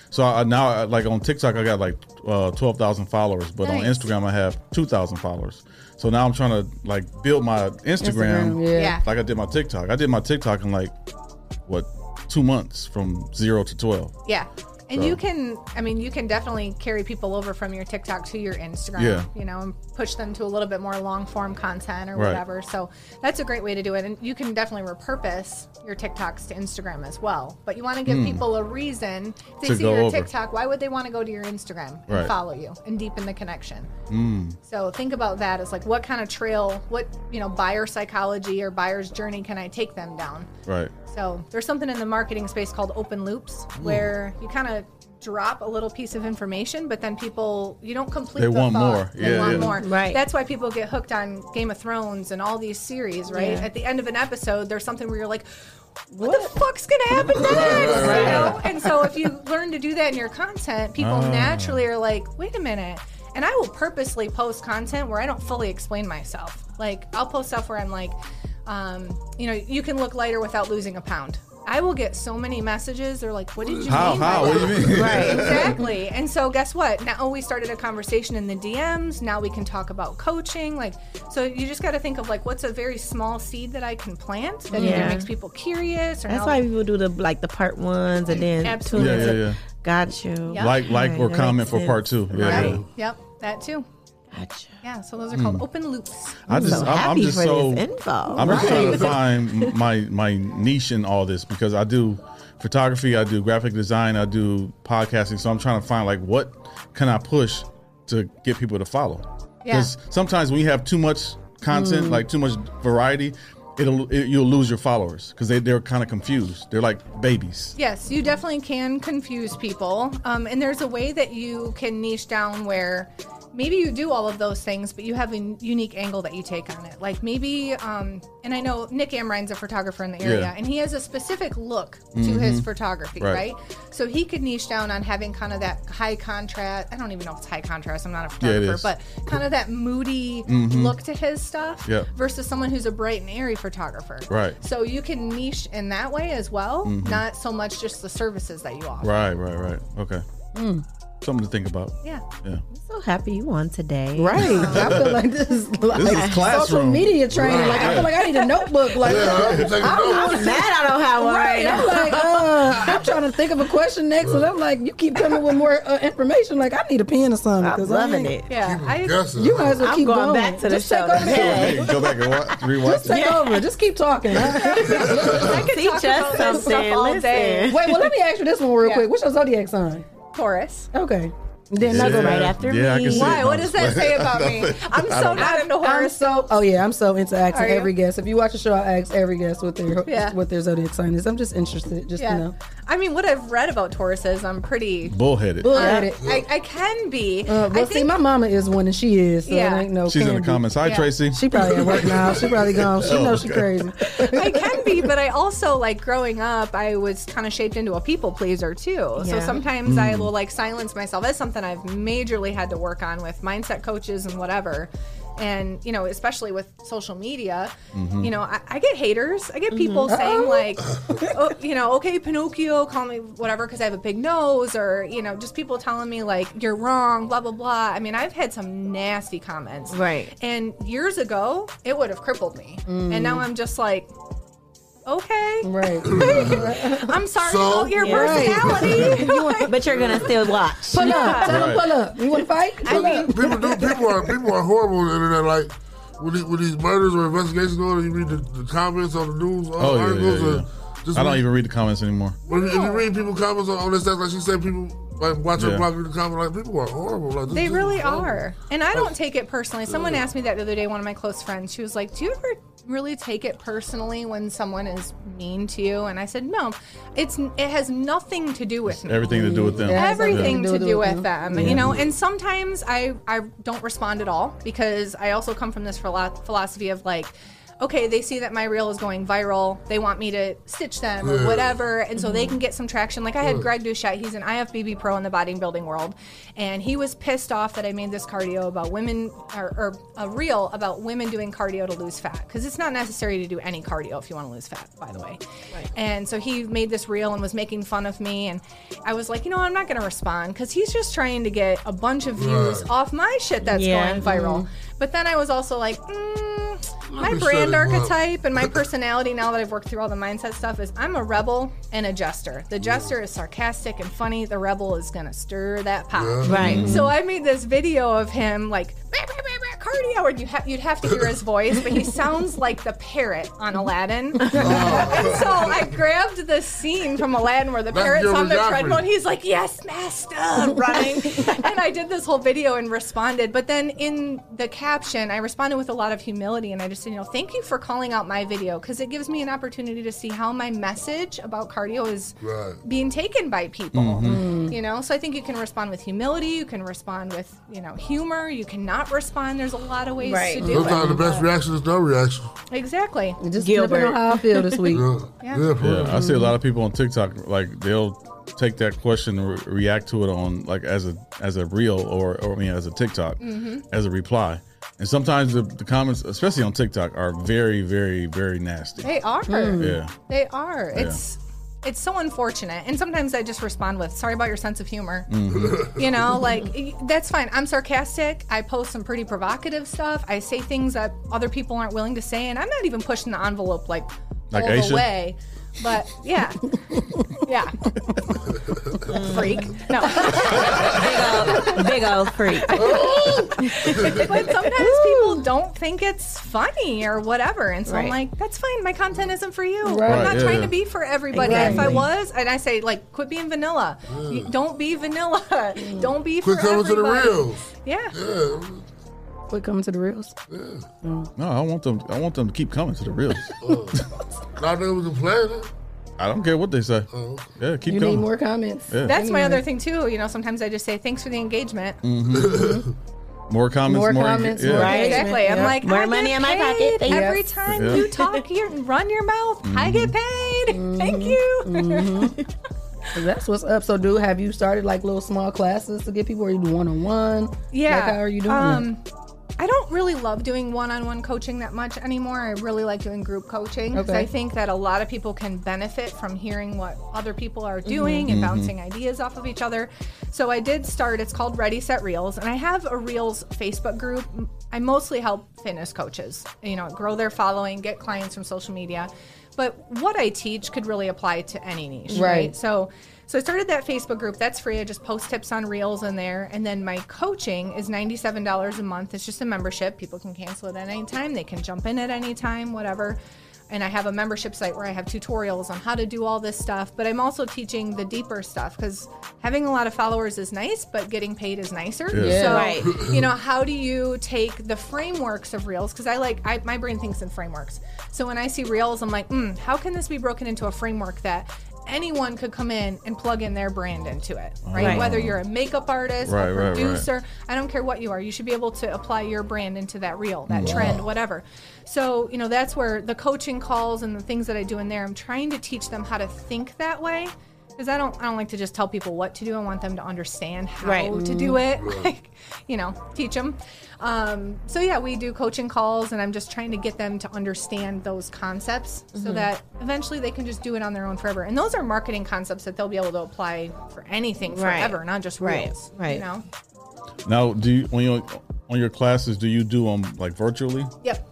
[SPEAKER 9] So I, now, I, like on TikTok, I got like uh, twelve thousand followers, but on
[SPEAKER 23] Nice.
[SPEAKER 9] Instagram, I have two thousand followers. So now I'm trying to like build my Instagram,
[SPEAKER 10] Instagram, yeah. Yeah.
[SPEAKER 9] like I did my TikTok. I did my TikTok in like what two months from zero to twelve.
[SPEAKER 23] Yeah. And
[SPEAKER 9] So-
[SPEAKER 23] you can, I mean, you can definitely carry people over from your TikTok to your Instagram,
[SPEAKER 9] Yeah.
[SPEAKER 23] you know, and push them to a little bit more long form content or
[SPEAKER 9] Right.
[SPEAKER 23] whatever. So that's a great way to do it. And you can definitely repurpose your TikToks to Instagram as well. But you want to give
[SPEAKER 9] Hmm.
[SPEAKER 23] people a reason. If they
[SPEAKER 9] To
[SPEAKER 23] see
[SPEAKER 9] go
[SPEAKER 23] your
[SPEAKER 9] over.
[SPEAKER 23] TikTok, why would they want to go to your Instagram and
[SPEAKER 9] Right.
[SPEAKER 23] follow you and deepen the connection?
[SPEAKER 9] Mm.
[SPEAKER 23] So think about that as like, what kind of trail, what, you know, buyer psychology or buyer's journey can I take them down?
[SPEAKER 9] Right.
[SPEAKER 23] So there's something in the marketing space called open loops
[SPEAKER 9] Hmm.
[SPEAKER 23] where you kind of drop a little piece of information, but then people you don't complete.
[SPEAKER 9] They
[SPEAKER 23] the
[SPEAKER 9] want
[SPEAKER 23] thought.
[SPEAKER 9] more.
[SPEAKER 23] They
[SPEAKER 9] Yeah,
[SPEAKER 23] want
[SPEAKER 9] yeah.
[SPEAKER 23] more.
[SPEAKER 11] Right.
[SPEAKER 23] That's why people get hooked on Game of Thrones and all these series. Right.
[SPEAKER 11] Yeah.
[SPEAKER 23] At the end of an episode, there's something where you're like. What, the fuck's gonna happen next? You know? And so if you learn to do that in your content, people
[SPEAKER 11] Ah.
[SPEAKER 23] naturally are like, wait a minute. And I will purposely post content where I don't fully explain myself. Like I'll post stuff where I'm like, um, you know, you can look lighter without losing a pound. I will get so many messages. They're like, "What did you
[SPEAKER 9] How?
[SPEAKER 23] mean?" by
[SPEAKER 9] How? What do
[SPEAKER 23] that?"
[SPEAKER 9] you mean?
[SPEAKER 23] right, exactly. And so, guess what? Now we started a conversation in the DMs. Now we can talk about coaching. Like, so you just got to think of like, what's a very small seed that I can plant that either
[SPEAKER 11] Yeah.
[SPEAKER 23] makes people curious or
[SPEAKER 11] That's
[SPEAKER 23] now-
[SPEAKER 11] why people do the like the part ones and then
[SPEAKER 23] Absolutely.
[SPEAKER 11] tune
[SPEAKER 9] Yeah,
[SPEAKER 11] into
[SPEAKER 9] yeah, yeah.
[SPEAKER 11] Got you.
[SPEAKER 23] Yep.
[SPEAKER 9] Like, like,
[SPEAKER 11] Alright,
[SPEAKER 9] or
[SPEAKER 11] that
[SPEAKER 9] comment
[SPEAKER 11] makes
[SPEAKER 9] for part two.
[SPEAKER 11] sense.
[SPEAKER 9] Yeah.
[SPEAKER 23] Right.
[SPEAKER 9] yeah.
[SPEAKER 23] Yep, that too.
[SPEAKER 11] Gotcha.
[SPEAKER 23] Yeah, so those are called
[SPEAKER 9] Hmm.
[SPEAKER 23] open loops.
[SPEAKER 9] I just, I'm, I'm just so I'm just trying to
[SPEAKER 23] Right.
[SPEAKER 9] find my my niche in all this because I do photography, I do graphic design, I do podcasting. So I'm trying to find like what can I push to get people to follow.
[SPEAKER 4] Yeah.
[SPEAKER 9] Because sometimes when you have too much content,
[SPEAKER 4] Mm.
[SPEAKER 9] like too much variety, it'll it, you'll lose your followers because they they're kind of confused. They're like babies.
[SPEAKER 23] Yes, you definitely can confuse people. Um, and there's a way that you can niche down where maybe you do all of those things, but you have a n- unique angle that you take on it. Like maybe, um, and I know Nick Amrine's a photographer in the area,
[SPEAKER 3] Yeah.
[SPEAKER 23] and he has a specific look to
[SPEAKER 3] Mhm.
[SPEAKER 23] his photography,
[SPEAKER 3] Right.
[SPEAKER 23] right. So he could niche down on having kind of that high contrast. I don't even know if it's high contrast. I'm not a
[SPEAKER 3] Yeah, it
[SPEAKER 23] photographer,
[SPEAKER 3] is.
[SPEAKER 23] but kind of that moody
[SPEAKER 3] Mhm.
[SPEAKER 23] look to his stuff
[SPEAKER 3] Yep.
[SPEAKER 23] versus someone who's a bright and airy photographer.
[SPEAKER 9] Right.
[SPEAKER 23] So you can niche in that way as well,
[SPEAKER 9] Mhm.
[SPEAKER 23] not so much just the services that you offer.
[SPEAKER 9] Right, right, right. Okay. Something to think about.
[SPEAKER 23] Yeah.
[SPEAKER 9] Yeah.
[SPEAKER 11] so happy you on today.
[SPEAKER 10] Right. I feel like this is like
[SPEAKER 9] This is
[SPEAKER 10] social
[SPEAKER 9] classroom.
[SPEAKER 10] media training.
[SPEAKER 9] Right.
[SPEAKER 10] Like I feel like I need a notebook. Like
[SPEAKER 11] Yeah, I'm taking
[SPEAKER 10] I'm,
[SPEAKER 11] notes. mad I don't have one right now.
[SPEAKER 10] I'm like, uh, I'm trying to think of a question next, and I'm like, you keep coming with more uh, information. Like I need a pen or something. I'm
[SPEAKER 11] loving it.
[SPEAKER 23] Yeah. I,
[SPEAKER 12] guessing.
[SPEAKER 10] You might as well
[SPEAKER 11] I'm
[SPEAKER 10] keep
[SPEAKER 11] going
[SPEAKER 10] going
[SPEAKER 11] back to the
[SPEAKER 10] Just
[SPEAKER 11] show
[SPEAKER 10] Take over.
[SPEAKER 11] today.
[SPEAKER 10] the-
[SPEAKER 9] Go back and watch, rewatch.
[SPEAKER 10] Just take over. Just keep talking.
[SPEAKER 23] I could
[SPEAKER 11] Teach
[SPEAKER 23] talk
[SPEAKER 11] us
[SPEAKER 23] about this stuff
[SPEAKER 11] something.
[SPEAKER 23] all day.
[SPEAKER 10] Wait, well, let me ask you this one real
[SPEAKER 23] Yeah.
[SPEAKER 10] quick. What's your zodiac sign?
[SPEAKER 23] Taurus.
[SPEAKER 10] Okay. Then
[SPEAKER 9] Yeah.
[SPEAKER 10] I go
[SPEAKER 9] Right after Yeah, I me. can see it.
[SPEAKER 23] Why?
[SPEAKER 9] No,
[SPEAKER 23] What
[SPEAKER 9] I'm
[SPEAKER 23] does
[SPEAKER 9] just
[SPEAKER 23] that say
[SPEAKER 9] playing.
[SPEAKER 23] about me? I'm
[SPEAKER 9] I
[SPEAKER 23] so
[SPEAKER 9] don't-
[SPEAKER 23] not into
[SPEAKER 10] I'm
[SPEAKER 23] horoscopes.
[SPEAKER 10] so oh yeah, I'm so into asking
[SPEAKER 23] Are you?
[SPEAKER 10] every guest. If you watch the show, I ask every guest what their
[SPEAKER 23] Yeah.
[SPEAKER 10] what their zodiac sign is. I'm just interested, just
[SPEAKER 23] Yeah.
[SPEAKER 10] to know.
[SPEAKER 23] I mean, what I've read about Tauruses, I'm pretty.
[SPEAKER 9] Bullheaded.
[SPEAKER 10] Bullheaded.
[SPEAKER 23] I, I can be.
[SPEAKER 10] Uh, well,
[SPEAKER 23] I
[SPEAKER 10] see, my mama is one, and she is. So
[SPEAKER 23] Yeah.
[SPEAKER 10] it ain't no.
[SPEAKER 9] She's in
[SPEAKER 10] can
[SPEAKER 9] the
[SPEAKER 10] be.
[SPEAKER 9] comments. Hi,
[SPEAKER 23] Yeah.
[SPEAKER 9] Tracy.
[SPEAKER 10] She probably at work now. She probably gone. She
[SPEAKER 9] Oh,
[SPEAKER 10] knows she
[SPEAKER 9] okay.
[SPEAKER 10] crazy.
[SPEAKER 23] I can be, but I also like growing up, I was kind of shaped into a people pleaser too. So
[SPEAKER 11] Yeah.
[SPEAKER 23] sometimes I
[SPEAKER 11] Mm.
[SPEAKER 23] will like silence myself. That's something I've majorly had to work on with mindset coaches and whatever. And you know, especially with social media,
[SPEAKER 11] Mhm.
[SPEAKER 23] you know, I, I get haters. I get people
[SPEAKER 11] Mhm.
[SPEAKER 23] saying
[SPEAKER 11] Uh-oh.
[SPEAKER 23] like, oh, you know, okay, Pinocchio, call me whatever because I have a big nose, or you know, just people telling me like you're wrong, blah blah blah. I mean, I've had some nasty comments,
[SPEAKER 11] Right.
[SPEAKER 23] And years ago, it would have crippled me,
[SPEAKER 11] Mm.
[SPEAKER 23] and now I'm just like, okay,
[SPEAKER 10] right.
[SPEAKER 23] I'm sorry about your personality.
[SPEAKER 11] but you're gonna still watch.
[SPEAKER 10] Pull up. Tell
[SPEAKER 12] Right.
[SPEAKER 10] them pull up. You want to fight? Pull up.
[SPEAKER 12] people do. People are people are horrible on the internet. Like when, the, when these murders or investigations go on, and you read the, the comments on the news, all
[SPEAKER 9] Oh,
[SPEAKER 12] the
[SPEAKER 9] yeah,
[SPEAKER 12] articles.
[SPEAKER 9] yeah,
[SPEAKER 12] or
[SPEAKER 9] yeah.
[SPEAKER 12] Just
[SPEAKER 9] I don't
[SPEAKER 12] read-
[SPEAKER 9] even read the comments anymore.
[SPEAKER 12] When you, if you read people comments on, on this stuff, like she said, people like watch her
[SPEAKER 9] Yeah.
[SPEAKER 12] blog, read the comment, like people are horrible. Like this-
[SPEAKER 23] They
[SPEAKER 12] this
[SPEAKER 23] really
[SPEAKER 12] is horrible.
[SPEAKER 23] are. And I don't take it personally. Someone asked me that the other day, one of my close friends. She was like, Do you ever really take it personally when someone is mean to you? And I said, No, it's it has nothing to do with me.
[SPEAKER 9] Everything to do with them.
[SPEAKER 23] Everything
[SPEAKER 9] Yeah.
[SPEAKER 23] to do with them,
[SPEAKER 9] Yeah.
[SPEAKER 23] you know. And sometimes I I don't respond at all because I also come from this philo- philosophy of like, okay, they see that my reel is going viral, they want me to stitch them or
[SPEAKER 11] Yeah.
[SPEAKER 23] whatever, and so they can get some traction. Like I had
[SPEAKER 11] Yeah.
[SPEAKER 23] Greg Duchat, he's an IFBB pro in the bodybuilding world, and he was pissed off that I made this cardio about women or, or a reel about women doing cardio to lose fat because it's not necessary to do any cardio if you want to lose fat, by the way. And so he made this reel and was making fun of me. And I was like, you know, I'm not going to respond because he's just trying to get a bunch of views
[SPEAKER 11] Right.
[SPEAKER 23] off my shit that's
[SPEAKER 11] Yeah.
[SPEAKER 23] going viral. But then I was also like, mm,
[SPEAKER 11] Let
[SPEAKER 23] my
[SPEAKER 11] me shut him
[SPEAKER 23] brand
[SPEAKER 11] up.
[SPEAKER 23] archetype and my personality now that I've worked through all the mindset stuff is I'm a rebel and a jester. The jester is sarcastic and funny. The rebel is going to stir that pot.
[SPEAKER 11] Yeah. Right.
[SPEAKER 23] So I made this video of him like, "Bah, bah, bah, bah, cardio, and you ha- you'd have to hear his voice, but he sounds like the parrot on Aladdin. And so I grabbed this scene from Aladdin where the
[SPEAKER 11] That's
[SPEAKER 23] parrot's on the
[SPEAKER 11] Gilbert Gottfried.
[SPEAKER 23] treadmill and he's like, Yes, master, running. and I did this whole video and responded. But then in the caption, I responded with a lot of humility and I just said, You know, thank you for calling out my video because it gives me an opportunity to see how my message about cardio is
[SPEAKER 12] Right.
[SPEAKER 23] being taken by people
[SPEAKER 9] Mm-hmm.
[SPEAKER 12] Mhm. Mm.
[SPEAKER 23] you know so i think you can respond with humility you can respond with you know humor you cannot respond there's a lot of ways to do
[SPEAKER 12] Sometimes the
[SPEAKER 23] it
[SPEAKER 12] best reaction is no reaction.
[SPEAKER 23] exactly
[SPEAKER 10] Just depending on how I feel this week.
[SPEAKER 12] Yeah.
[SPEAKER 23] Yeah.
[SPEAKER 12] Yeah,
[SPEAKER 9] Yeah, I see a lot of people on TikTok like they'll take that question and re- react to it on like as a as a reel or or I mean as a TikTok
[SPEAKER 10] Mm-hmm.
[SPEAKER 12] Mhm.
[SPEAKER 9] as a reply. And sometimes the, the comments, especially on TikTok, are very very very nasty.
[SPEAKER 23] they are
[SPEAKER 10] Hmm.
[SPEAKER 9] Yeah.
[SPEAKER 23] they are
[SPEAKER 9] Yeah.
[SPEAKER 23] it's it's so unfortunate and sometimes i just respond with sorry about your sense of humor
[SPEAKER 9] Mhm.
[SPEAKER 23] you know like y- that's fine i'm sarcastic i post some pretty provocative stuff i say things that other people aren't willing to say and i'm not even pushing the envelope like,
[SPEAKER 9] Like
[SPEAKER 23] all
[SPEAKER 9] Aisha?
[SPEAKER 23] the way but yeah yeah freak no
[SPEAKER 11] Big old freak.
[SPEAKER 10] Oh.
[SPEAKER 11] Oh.
[SPEAKER 23] but sometimes people don't think it's funny or whatever. And so I'm
[SPEAKER 11] Right.
[SPEAKER 23] like, that's fine. My content isn't for you.
[SPEAKER 11] Right,
[SPEAKER 23] I'm not
[SPEAKER 11] yeah,
[SPEAKER 23] trying
[SPEAKER 11] yeah.
[SPEAKER 23] to be for everybody. If I
[SPEAKER 11] Exactly.
[SPEAKER 23] was, and I say, like, quit being vanilla. You- Don't be vanilla. Don't be
[SPEAKER 12] Quit
[SPEAKER 23] for
[SPEAKER 12] coming to the
[SPEAKER 23] everybody.
[SPEAKER 12] reels.
[SPEAKER 23] Yeah.
[SPEAKER 10] Quit coming to the reels.
[SPEAKER 9] No, I want them. I want them to keep coming to the reels.
[SPEAKER 12] Oh. Not able to play it.
[SPEAKER 9] I don't care what they say.
[SPEAKER 12] Oh,
[SPEAKER 9] Yeah, keep
[SPEAKER 23] You need
[SPEAKER 9] coming.
[SPEAKER 23] more
[SPEAKER 10] comments.
[SPEAKER 9] Yeah.
[SPEAKER 23] That's my other thing too. You know, sometimes I just say thanks for the engagement.
[SPEAKER 9] Mhm. more comments.
[SPEAKER 23] Mm-hmm. More
[SPEAKER 9] enga-
[SPEAKER 23] commenents,
[SPEAKER 9] yeah.
[SPEAKER 23] more Exactly. I'm like
[SPEAKER 11] More
[SPEAKER 23] I get
[SPEAKER 11] money in my pocket,
[SPEAKER 23] paid
[SPEAKER 11] thank you.
[SPEAKER 23] Every
[SPEAKER 11] Yes.
[SPEAKER 23] time
[SPEAKER 9] Yeah. Mm-hmm.
[SPEAKER 23] you talk, you run your mouth. I get paid. Thank you.
[SPEAKER 10] So Mm-hmm. that's what's up. So, do have you started like little small classes to get people? Or you do one on one?
[SPEAKER 23] Yeah.
[SPEAKER 10] Like, how are you doing?
[SPEAKER 23] Um,
[SPEAKER 10] it?
[SPEAKER 23] I don't really love doing one-on-one coaching that much anymore. I really like doing group coaching 'cause
[SPEAKER 10] Okay.
[SPEAKER 23] I think that a lot of
[SPEAKER 10] Mm-hmm.
[SPEAKER 23] people can benefit from hearing what other people are doing and
[SPEAKER 11] Mhm.
[SPEAKER 23] bouncing ideas off of each other. So I did start, it's called Ready Set Reels, and I have a Reels Facebook group. I mostly help fitness coaches, you know, grow their following, get clients from social media. But what I teach could really apply to any niche, right?
[SPEAKER 10] Right.
[SPEAKER 23] So so I started that Facebook group. That's free. I just post tips on Reels in there. And then my coaching is $97 a month. It's just a membership. People can cancel it at any time. They can jump in at any time, whatever and I have a membership site where I have tutorials on how to do all this stuff, but I'm also teaching the deeper stuff because having a lot of followers is nice, but getting paid is nicer.
[SPEAKER 10] Yeah. Yeah.
[SPEAKER 23] So,
[SPEAKER 10] Right.
[SPEAKER 23] you know, how do you take the frameworks of reels? Because I like, I, my brain thinks in frameworks. So when I see reels, I'm like, mm, how can this be broken into a framework that anyone could come in and plug in their brand into it, right?
[SPEAKER 10] Right.
[SPEAKER 23] Whether you're a makeup artist,
[SPEAKER 10] Right,
[SPEAKER 23] a
[SPEAKER 10] right, right.
[SPEAKER 23] producer, I don't care what you are. You should be able to apply your brand into that reel, that
[SPEAKER 10] Wow.
[SPEAKER 23] trend, whatever. So, you know, that's where the coaching calls and the things that I do in there, I'm trying to teach them how to think that way. Because I don't, I don't like to just tell people what to do. I want them to understand how
[SPEAKER 11] Right.
[SPEAKER 23] to
[SPEAKER 10] Mm.
[SPEAKER 23] do it.
[SPEAKER 11] Right.
[SPEAKER 23] Like, you know, teach them. Um, so yeah, we do coaching calls, and I'm just trying to get them to understand those concepts so
[SPEAKER 11] Mhm.
[SPEAKER 23] that eventually they can just do it on their own forever. And those are marketing concepts that they'll be able to apply for anything
[SPEAKER 11] Right.
[SPEAKER 23] forever, not just
[SPEAKER 11] Right.
[SPEAKER 23] reels.
[SPEAKER 11] Right.
[SPEAKER 23] You know.
[SPEAKER 9] Now, do you, when you on your classes, do you do them like virtually?
[SPEAKER 23] Yep.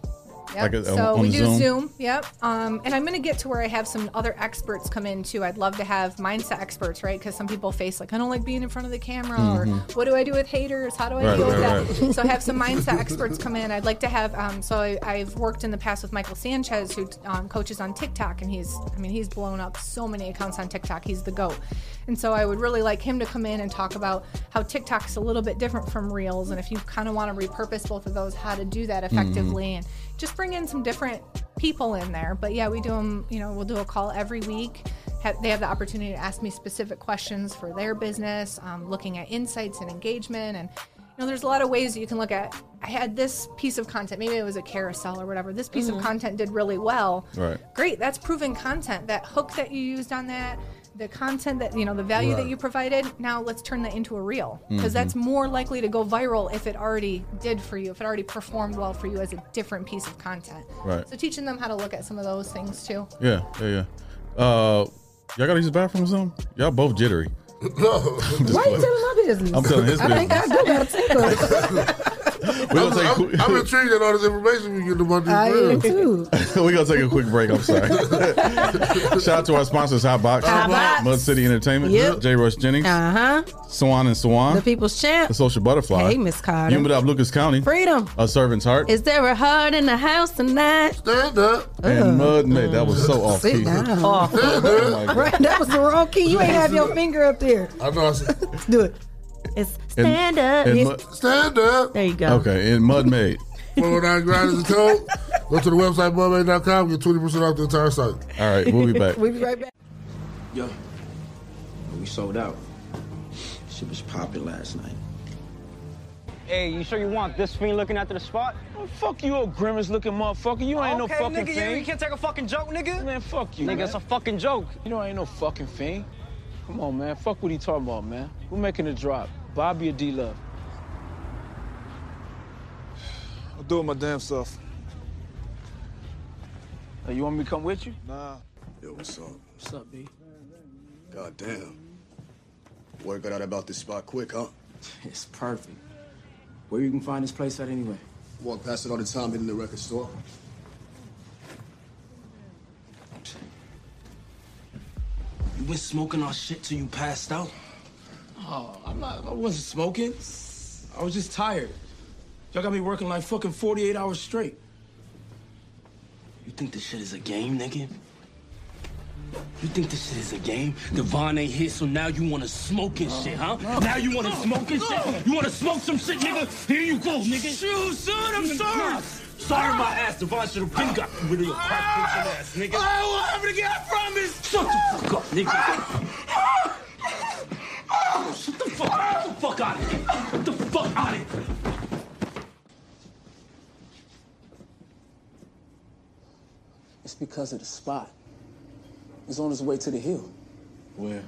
[SPEAKER 23] Yep.
[SPEAKER 9] Like, uh,
[SPEAKER 23] so
[SPEAKER 9] on
[SPEAKER 23] we do
[SPEAKER 9] Zoom?
[SPEAKER 23] Zoom. Yep. Um, and I'm going to get to where I have some other experts come in too. I'd love to have mindset experts, right? Because some people face like, I don't like being in front of the camera,
[SPEAKER 10] Mhm.
[SPEAKER 9] Mm-hmm.
[SPEAKER 23] or what do I do with haters? How do I
[SPEAKER 10] Right,
[SPEAKER 23] deal with
[SPEAKER 10] right,
[SPEAKER 23] that?
[SPEAKER 10] right.
[SPEAKER 23] So I have some mindset experts come in. I'd like to have. Um, so I, I've worked in the past with Michael Sanchez, who um, coaches on TikTok, and he's, I mean, he's blown up so many accounts on TikTok. He's the goat. And so I would really like him to come in and talk about how TikTok's a little bit different from Reels, and if you kind of want to repurpose both of those, how to do that effectively, and just bring in some different people in there. But yeah, we do them. You know, we'll do a call every week. Have, they have the opportunity to ask me specific questions for their business, um, looking at insights and engagement, and you know, there's a lot of ways that you can look at. I had this piece of content, maybe it was a carousel or whatever. This piece
[SPEAKER 10] Mhm.
[SPEAKER 23] of content did really well
[SPEAKER 10] Right.
[SPEAKER 23] great that's proven content that hook that you used on that the content that you know the value that
[SPEAKER 10] Right.
[SPEAKER 23] you provided now let's turn that into a reel because
[SPEAKER 9] Mm-hmm.
[SPEAKER 10] Mhm.
[SPEAKER 23] that's more likely to go viral if it already did for you if it already performed well for you as a different piece of content
[SPEAKER 9] Right.
[SPEAKER 23] so teaching them how to look at some of those things too
[SPEAKER 9] Yeah, yeah, yeah. Uh, y'all gotta use the bathroom or something? Y'all both jittery.
[SPEAKER 10] Why you telling my business?
[SPEAKER 9] I'm telling his
[SPEAKER 10] I think I do got tickled.
[SPEAKER 9] We're gonna take a quick-
[SPEAKER 12] I'm intrigued at all this information we get about
[SPEAKER 10] I am
[SPEAKER 12] these reels.
[SPEAKER 10] too.
[SPEAKER 9] We're gonna take a quick break. I'm sorry. Shout out to our sponsors, Hot Box,
[SPEAKER 10] Hot Box.
[SPEAKER 9] Mud City Entertainment,
[SPEAKER 10] Yep.
[SPEAKER 9] J. Rush Jennings,
[SPEAKER 10] Uh huh.
[SPEAKER 9] Swan and Swan,
[SPEAKER 10] The People's Champ.
[SPEAKER 9] The Social Butterfly,
[SPEAKER 10] Hey, Miss Carter.
[SPEAKER 9] Humid Up Lucas County,
[SPEAKER 10] Freedom.
[SPEAKER 9] A Servant's Heart,
[SPEAKER 10] Is there a heart in the house tonight?
[SPEAKER 12] Stand up.
[SPEAKER 9] and Mud Maid. That was so off
[SPEAKER 10] Sit
[SPEAKER 9] key.
[SPEAKER 10] down.
[SPEAKER 9] Oh my God.
[SPEAKER 10] Right, that was the wrong key. You ain't have your finger up there.
[SPEAKER 12] I know. I said,
[SPEAKER 10] Do it. It's stand up.
[SPEAKER 9] and
[SPEAKER 10] Yes.
[SPEAKER 9] Mud-
[SPEAKER 12] Stand up.
[SPEAKER 10] There you go.
[SPEAKER 9] Okay, and Mud Maid.
[SPEAKER 12] 409 Grind is the code. Go to the website, mudman.com, get 20% off the entire site.
[SPEAKER 9] All right, we'll be back.
[SPEAKER 10] We'll be right back.
[SPEAKER 17] Yo, we sold out. Shit was popping last night.
[SPEAKER 3] Hey, you sure you want this fiend looking after the spot?
[SPEAKER 21] Man, fuck you, old grimace looking motherfucker. You ain't no
[SPEAKER 3] Okay,
[SPEAKER 21] fucking
[SPEAKER 3] nigga, you-
[SPEAKER 21] fiend.
[SPEAKER 3] you
[SPEAKER 21] can't take a fucking joke, nigga. Man, fuck you.
[SPEAKER 3] Nigga,
[SPEAKER 21] man.
[SPEAKER 3] it's a
[SPEAKER 21] fucking joke. You know I ain't no fucking fiend. Come on, man. Fuck what he talking about, man. Who making a drop? Bobby or D Love?
[SPEAKER 19] I'll do it my damn self.
[SPEAKER 21] you want me to come with you?
[SPEAKER 19] Nah.
[SPEAKER 4] Yo, what's up?
[SPEAKER 21] What's up, B?
[SPEAKER 4] uh, Goddamn. Word got out about this spot quick, huh?
[SPEAKER 17] It's perfect. Where you can find this place at anyway?
[SPEAKER 4] Walk past it all the time hitting the record store.
[SPEAKER 16] You been smoking our shit till you passed out? Oh, I'm not. I wasn't smoking. I was just tired. Y'all got me working like fucking 48 hours straight.
[SPEAKER 20] You think this shit is a game, nigga? You think this shit is a game? Devon ain't here, so now you wanna smoke and shit, huh? now you wanna smoke and shit? You wanna smoke some shit, nigga? Here you go, nigga. Shoot, son, I'm sorry. sorry, my ass. Devon should have been got rid of your crack bitch ass, nigga. I will ever get I promise. Shut the fuck up, nigga. Shut the fuck, get the fuck out of here. Get the fuck out of here.
[SPEAKER 17] It's because of the spot. It's on its way to the hill.
[SPEAKER 21] Where?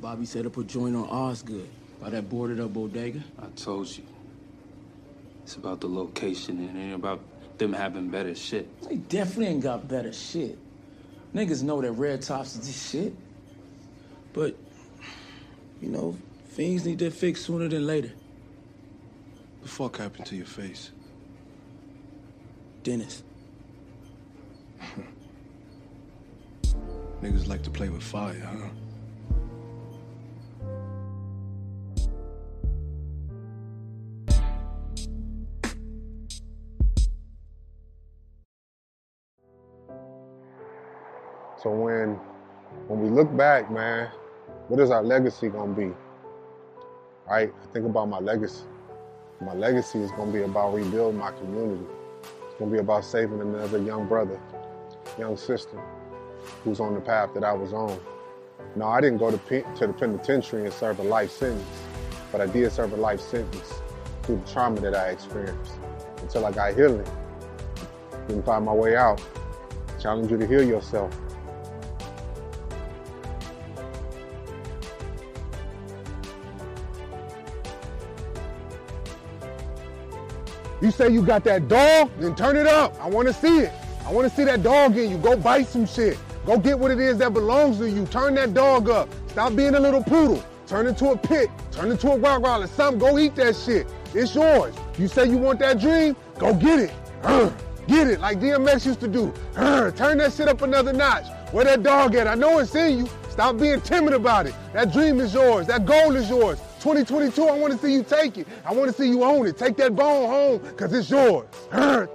[SPEAKER 17] Bobby set up a joint on Osgood.
[SPEAKER 21] By that boarded up bodega? I told you. It's about the location and it ain't about them having better shit.
[SPEAKER 17] They definitely ain't got better shit. Niggas know that Red Tops is this shit. But, you know, Things need to fix sooner than later.
[SPEAKER 19] The fuck happened to your face?
[SPEAKER 17] Dennis.
[SPEAKER 19] Niggas like to play with fire, huh?
[SPEAKER 24] So when when we look back, man, what is our legacy gonna be? Right? I think about my legacy. My legacy is gonna be about rebuilding my community. It's gonna be about saving another young brother, young sister, who's on the path that I was on. No, I didn't go to, pe- to the penitentiary and serve a life sentence, but I did serve a life sentence through the trauma that I experienced until I got healing. Didn't find my way out. Challenge you to heal yourself. You say you got that dog, then turn it up. I want to see it. I want to see that dog in you. Go bite some shit. Go get what it is that belongs to you. Turn that dog up. Stop being a little poodle. Turn into a pit. Turn into a wild or something. Go eat that shit. It's yours. You say you want that dream? Go get it. Uh. Urgh. Get it like DMX used to do. Urgh. Turn that shit up another notch. Where that dog at? I know it's in you. Stop being timid about it. That dream is yours. That goal is yours. 2022, I want to see you take it. I want to see you own it. Take that bone home because it's yours. Urgh.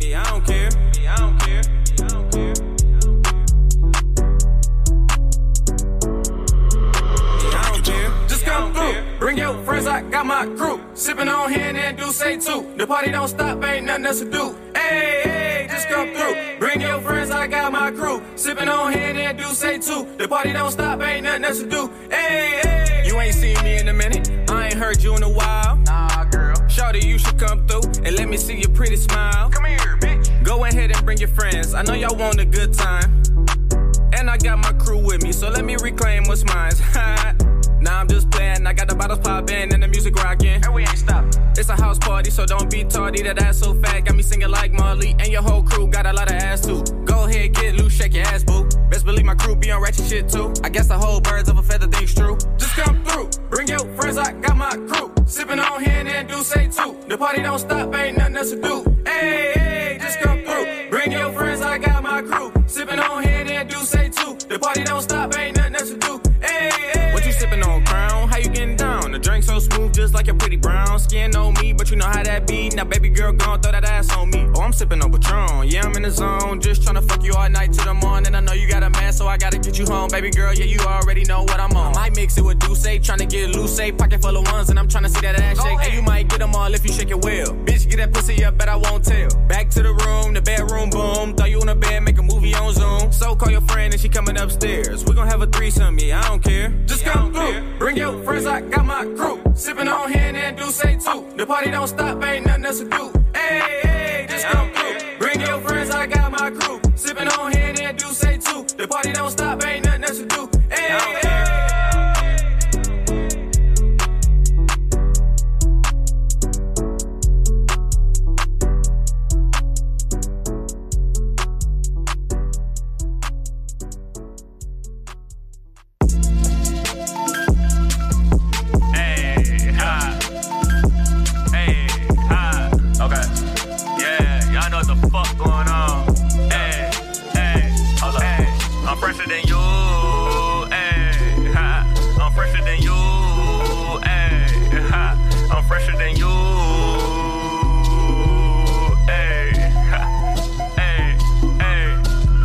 [SPEAKER 25] Yeah, I don't care. Yeah, I don't care. Yeah, I don't care. Yeah, I don't care. Just come through. Bring your friends, I got my crew. Sipping on here and then do say too. The party don't stop, ain't nothing else to do. Hey, hey, just come through. Bring your friends, I got my crew. Sipping on here and then do say too. The party don't stop, ain't nothing else to do. Hey, hey. You ain't seen me in a minute. I ain't heard you in a while. Nah, girl. Shawty, you should come through and let me see your pretty smile. Come here, bitch. Go ahead and bring your friends. I know y'all want a good time. And I got my crew with me, so let me reclaim what's mine. now I'm just playing. I got the bottles popping and the music rocking. And we ain't stopping. It's a house party, so don't be tardy. That ass so fat, got me singing like Marley. And your whole crew got a lot of ass too. Go ahead, get loose, shake your ass, boo. Best believe my crew be on ratchet shit too. I guess the whole birds of a feather thing's true. Just come through, bring your friends. I got my crew. Sipping on here and then do say too. The party don't stop, ain't nothing else to do. Hey, hey, just come through. Bring your friends, I got my crew. Sipping on here and then do say too. The party don't stop, ain't nothing else to do. Hey, hey. What you sipping on, Crown? How you getting down? The drink so smooth, just like your pretty brown skin on me. But you know how that be. Now, baby girl, gon' throw that ass on me. Oh, I'm sipping on Patron. Yeah, I'm in the zone. Just tryna fuck you all night till the morning. I know you got a man, so I gotta get you home. Baby girl, yeah, you already know what I'm on. I might mix it with Duce, tryna get loose. eh? Pocket full of ones, and I'm tryna see that ass shake. And you might get them all if you shake it well. Bitch, get that pussy up, but I won't tell. Back to the room, the bedroom, boom. Throw you in a bed, make a movie on Zoom. So call your friend, and she coming upstairs. We gon' have a threesome, yeah, I don't care. Just come through. Bring your friends, I got my crew. Sipping on here and then do say too. The party don't stop, ain't nothing else to do. Hey, hey, just come through. Bring your friends, I got my crew. Sipping on here and then do say too. The party don't stop, ain't nothing else to do. Hey,
[SPEAKER 8] Hey, hi. Hey, hi. Okay. Yeah, y'all know what the fuck going on. Hey, hey, hey. I'm fresher than you. Hey, hi. I'm fresher than you. Hey, hi. I'm fresher than you. Hey, hi. Hey, hey.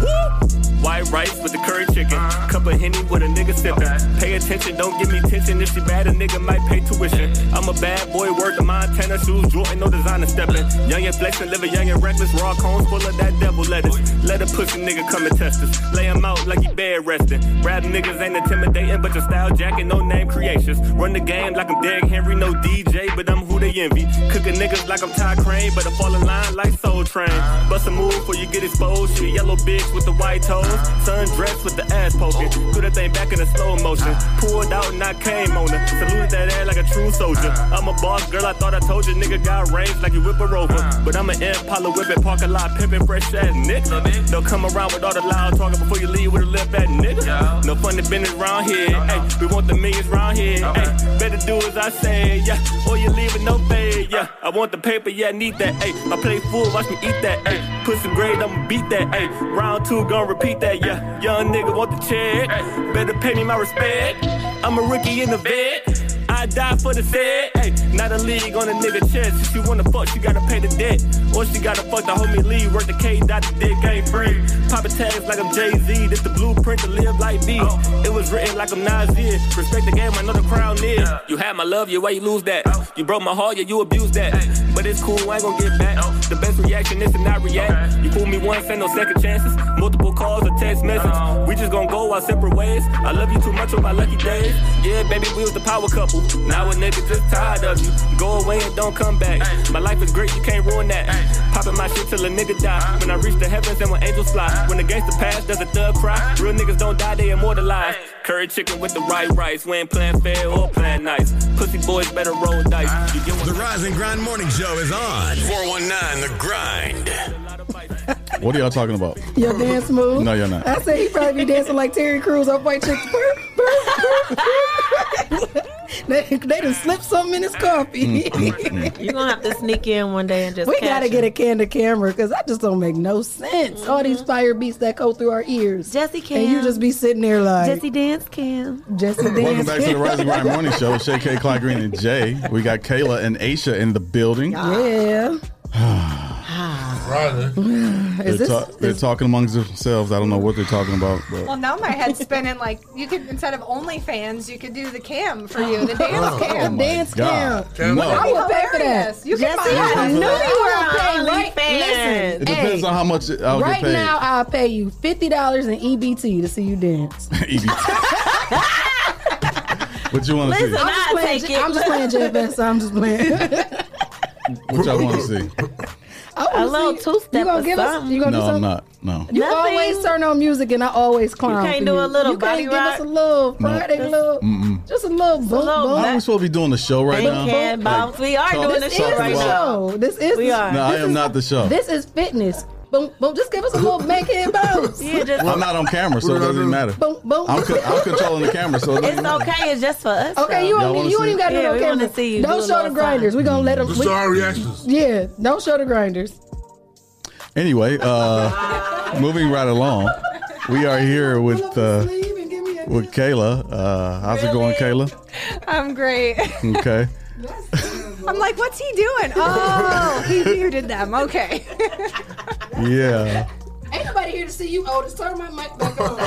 [SPEAKER 8] Woo! White
[SPEAKER 1] rice with the curry chicken. Cup of Henny with a nigga sipping. Pay attention, don't give me tension. If she bad, a nigga might pay tuition. I'm a bad boy, word to Montana shoes, Jordan, no designer stepping. Young and flexing, living young and reckless. Raw cones full of that devil lettuce. Let a pussy nigga come and test us. Lay him out like he bed resting. Rap niggas ain't intimidating, but your style jacket, no name creations. Run the game like I'm Derrick Henry, no DJ, but I'm who they envy. Cooking niggas like I'm Ty Crane, but I fall in line like Soul Train. Bust a move before you get exposed. You a yellow bitch with the white toes. Sun dressed with the ass poking. Threw that thing back in a slow motion. Pulled out and I came on her. Saluted that ass like a true soldier. I'm a boss girl, I thought I told you. Nigga got range like you whip a rover. But I'm an Impala whipping, parking lot pimping, fresh ass nigga. They'll come around with all the loud talking before you leave with a lip at nigga. No fun to business round here. Ayy, we want the millions round here. Ayy, better do as I say, yeah. Or you leave with no pay, yeah. I want the paper, yeah, I need that. Ayy, I play fool, watch me eat that. Ayy, pussy grade, I'ma beat that. Ayy, round two, gon' repeat that, yeah. Young nigga want the check. Better pay me my respect. I'm a rookie in the vet. I die for the Fed. Hey, not a league on a nigga chest. If you wanna fuck, she gotta pay the debt. Or she gotta fuck the homie Lee. Work the K dot the dick ain't free. Poppin' tags like I'm Jay Z. This the blueprint to live like these. It was written like I'm Nazir. Respect the game, I know the crown is. You had my love, yeah, why you lose that? You broke my heart, yeah, you abused that. But it's cool, I ain't gonna get back. The best reaction is to not react. You fool me once, ain't no second chances. Multiple calls or text message. We just gonna go our separate ways. I love you too much on my lucky days. Yeah, baby, we was the power couple. Now a nigga just tired of you. Go away and don't come back. My life is great, you can't ruin that. Popping my shit till a nigga die. When I reach the heavens and when angels fly. When the gangster pass, does a thug cry? Real niggas don't die, they immortalized. Curry chicken with the right rice. We ain't playing fair or playing nice. Pussy boys better roll dice. You get
[SPEAKER 7] The Rise and Grind Morning Show is on. 419 The Grind.
[SPEAKER 9] What are y'all talking about?
[SPEAKER 10] Your dance move.
[SPEAKER 9] No, you're not.
[SPEAKER 10] I say he probably be dancing like Terry Crews on White Chicks. Burp, burp, burp, burp. they, they done slipped something in his coffee.
[SPEAKER 9] Mm.
[SPEAKER 11] You're gonna have to sneak in one day and just.
[SPEAKER 10] we
[SPEAKER 11] catch
[SPEAKER 10] gotta
[SPEAKER 11] him.
[SPEAKER 10] get a candid camera because that just don't make no sense. All
[SPEAKER 11] Mm-hmm.
[SPEAKER 10] these fire beats that go through our ears. Jesse can. And you just be sitting there like
[SPEAKER 11] Jesse dance cam.
[SPEAKER 10] Jesse dance.
[SPEAKER 9] Welcome back to the Rising Grind Morning Show. It's JK Clyde Green and Jay. We got Kayla and Aisha in the building.
[SPEAKER 10] Yeah.
[SPEAKER 9] They're,
[SPEAKER 10] Is this?
[SPEAKER 9] ta- they're talking amongst themselves. I don't know what they're talking about,
[SPEAKER 23] Well,
[SPEAKER 9] but
[SPEAKER 23] now my head's spinning. Like you could instead of OnlyFans, you could do the cam for you, the dance cam.
[SPEAKER 10] The Oh dance
[SPEAKER 9] Oh God.
[SPEAKER 10] cam.
[SPEAKER 9] No.
[SPEAKER 10] I will pay for that.
[SPEAKER 23] Hilarious. You can
[SPEAKER 10] Jesse,
[SPEAKER 23] buy
[SPEAKER 10] I
[SPEAKER 23] it.
[SPEAKER 10] knew you were
[SPEAKER 23] I
[SPEAKER 10] on
[SPEAKER 23] will
[SPEAKER 10] right?
[SPEAKER 23] pay
[SPEAKER 10] Listen,
[SPEAKER 9] it depends
[SPEAKER 10] hey,
[SPEAKER 9] on how much I'll
[SPEAKER 10] right
[SPEAKER 9] get paid.
[SPEAKER 10] now, I'll pay you fifty dollars in EBT to see you dance.
[SPEAKER 9] what you want to see?
[SPEAKER 10] I'm
[SPEAKER 9] What
[SPEAKER 10] just, playing,
[SPEAKER 11] take
[SPEAKER 10] J-
[SPEAKER 11] it.
[SPEAKER 10] I'm just playing Jeff Bezos. I'm just playing.
[SPEAKER 9] y'all want to see?
[SPEAKER 10] I love two step. You gonna
[SPEAKER 11] or
[SPEAKER 10] give us?
[SPEAKER 11] something.
[SPEAKER 10] You gonna do
[SPEAKER 9] No,
[SPEAKER 10] something?
[SPEAKER 9] I'm not. No.
[SPEAKER 10] You always turn on music and I always clown.
[SPEAKER 11] can't
[SPEAKER 10] for
[SPEAKER 11] do a little
[SPEAKER 10] you
[SPEAKER 11] body
[SPEAKER 10] can't give
[SPEAKER 11] rock?
[SPEAKER 10] us a little
[SPEAKER 9] No.
[SPEAKER 10] Friday little,
[SPEAKER 9] Mm-mm.
[SPEAKER 10] just a little boom boom.
[SPEAKER 9] How are we supposed to be doing the show right
[SPEAKER 10] Boom,
[SPEAKER 9] now?
[SPEAKER 10] boom.
[SPEAKER 11] we are
[SPEAKER 9] talk-
[SPEAKER 11] doing the
[SPEAKER 9] this
[SPEAKER 11] show
[SPEAKER 9] is
[SPEAKER 11] right
[SPEAKER 9] the
[SPEAKER 11] now.
[SPEAKER 10] show. This is
[SPEAKER 11] we
[SPEAKER 10] the-
[SPEAKER 11] are.
[SPEAKER 9] No, I am not the show.
[SPEAKER 10] This is fitness. Boom boom. Just give us a little make it bounce.
[SPEAKER 11] Yeah, just
[SPEAKER 9] Well, I'm not on camera, so it doesn't even matter.
[SPEAKER 10] boom boom.
[SPEAKER 9] I'm, co- I'm controlling the camera, so it doesn't
[SPEAKER 11] It's
[SPEAKER 9] matter.
[SPEAKER 11] okay. It's just for us.
[SPEAKER 10] Okay, you
[SPEAKER 9] Y'all
[SPEAKER 10] don't,
[SPEAKER 9] wanna
[SPEAKER 10] you
[SPEAKER 9] see
[SPEAKER 10] don't even
[SPEAKER 9] it?
[SPEAKER 10] got to
[SPEAKER 11] Yeah,
[SPEAKER 10] do
[SPEAKER 11] we
[SPEAKER 10] no
[SPEAKER 11] wanna
[SPEAKER 10] camera.
[SPEAKER 11] see you do
[SPEAKER 10] don't
[SPEAKER 11] a
[SPEAKER 10] show the
[SPEAKER 11] little something.
[SPEAKER 10] grinders. We gonna
[SPEAKER 9] Mm.
[SPEAKER 10] let them.
[SPEAKER 26] Just our reactions.
[SPEAKER 10] Yeah, don't show the grinders.
[SPEAKER 9] Anyway, uh, moving right along, we are here with uh, with Kayla. Uh, how's it going, Kayla?
[SPEAKER 23] I'm great.
[SPEAKER 9] Okay.
[SPEAKER 23] I'm like, what's he doing? Oh, he muted them. Okay.
[SPEAKER 9] Yeah.
[SPEAKER 10] Ain't nobody here to see you, Otis. Turn my mic back on.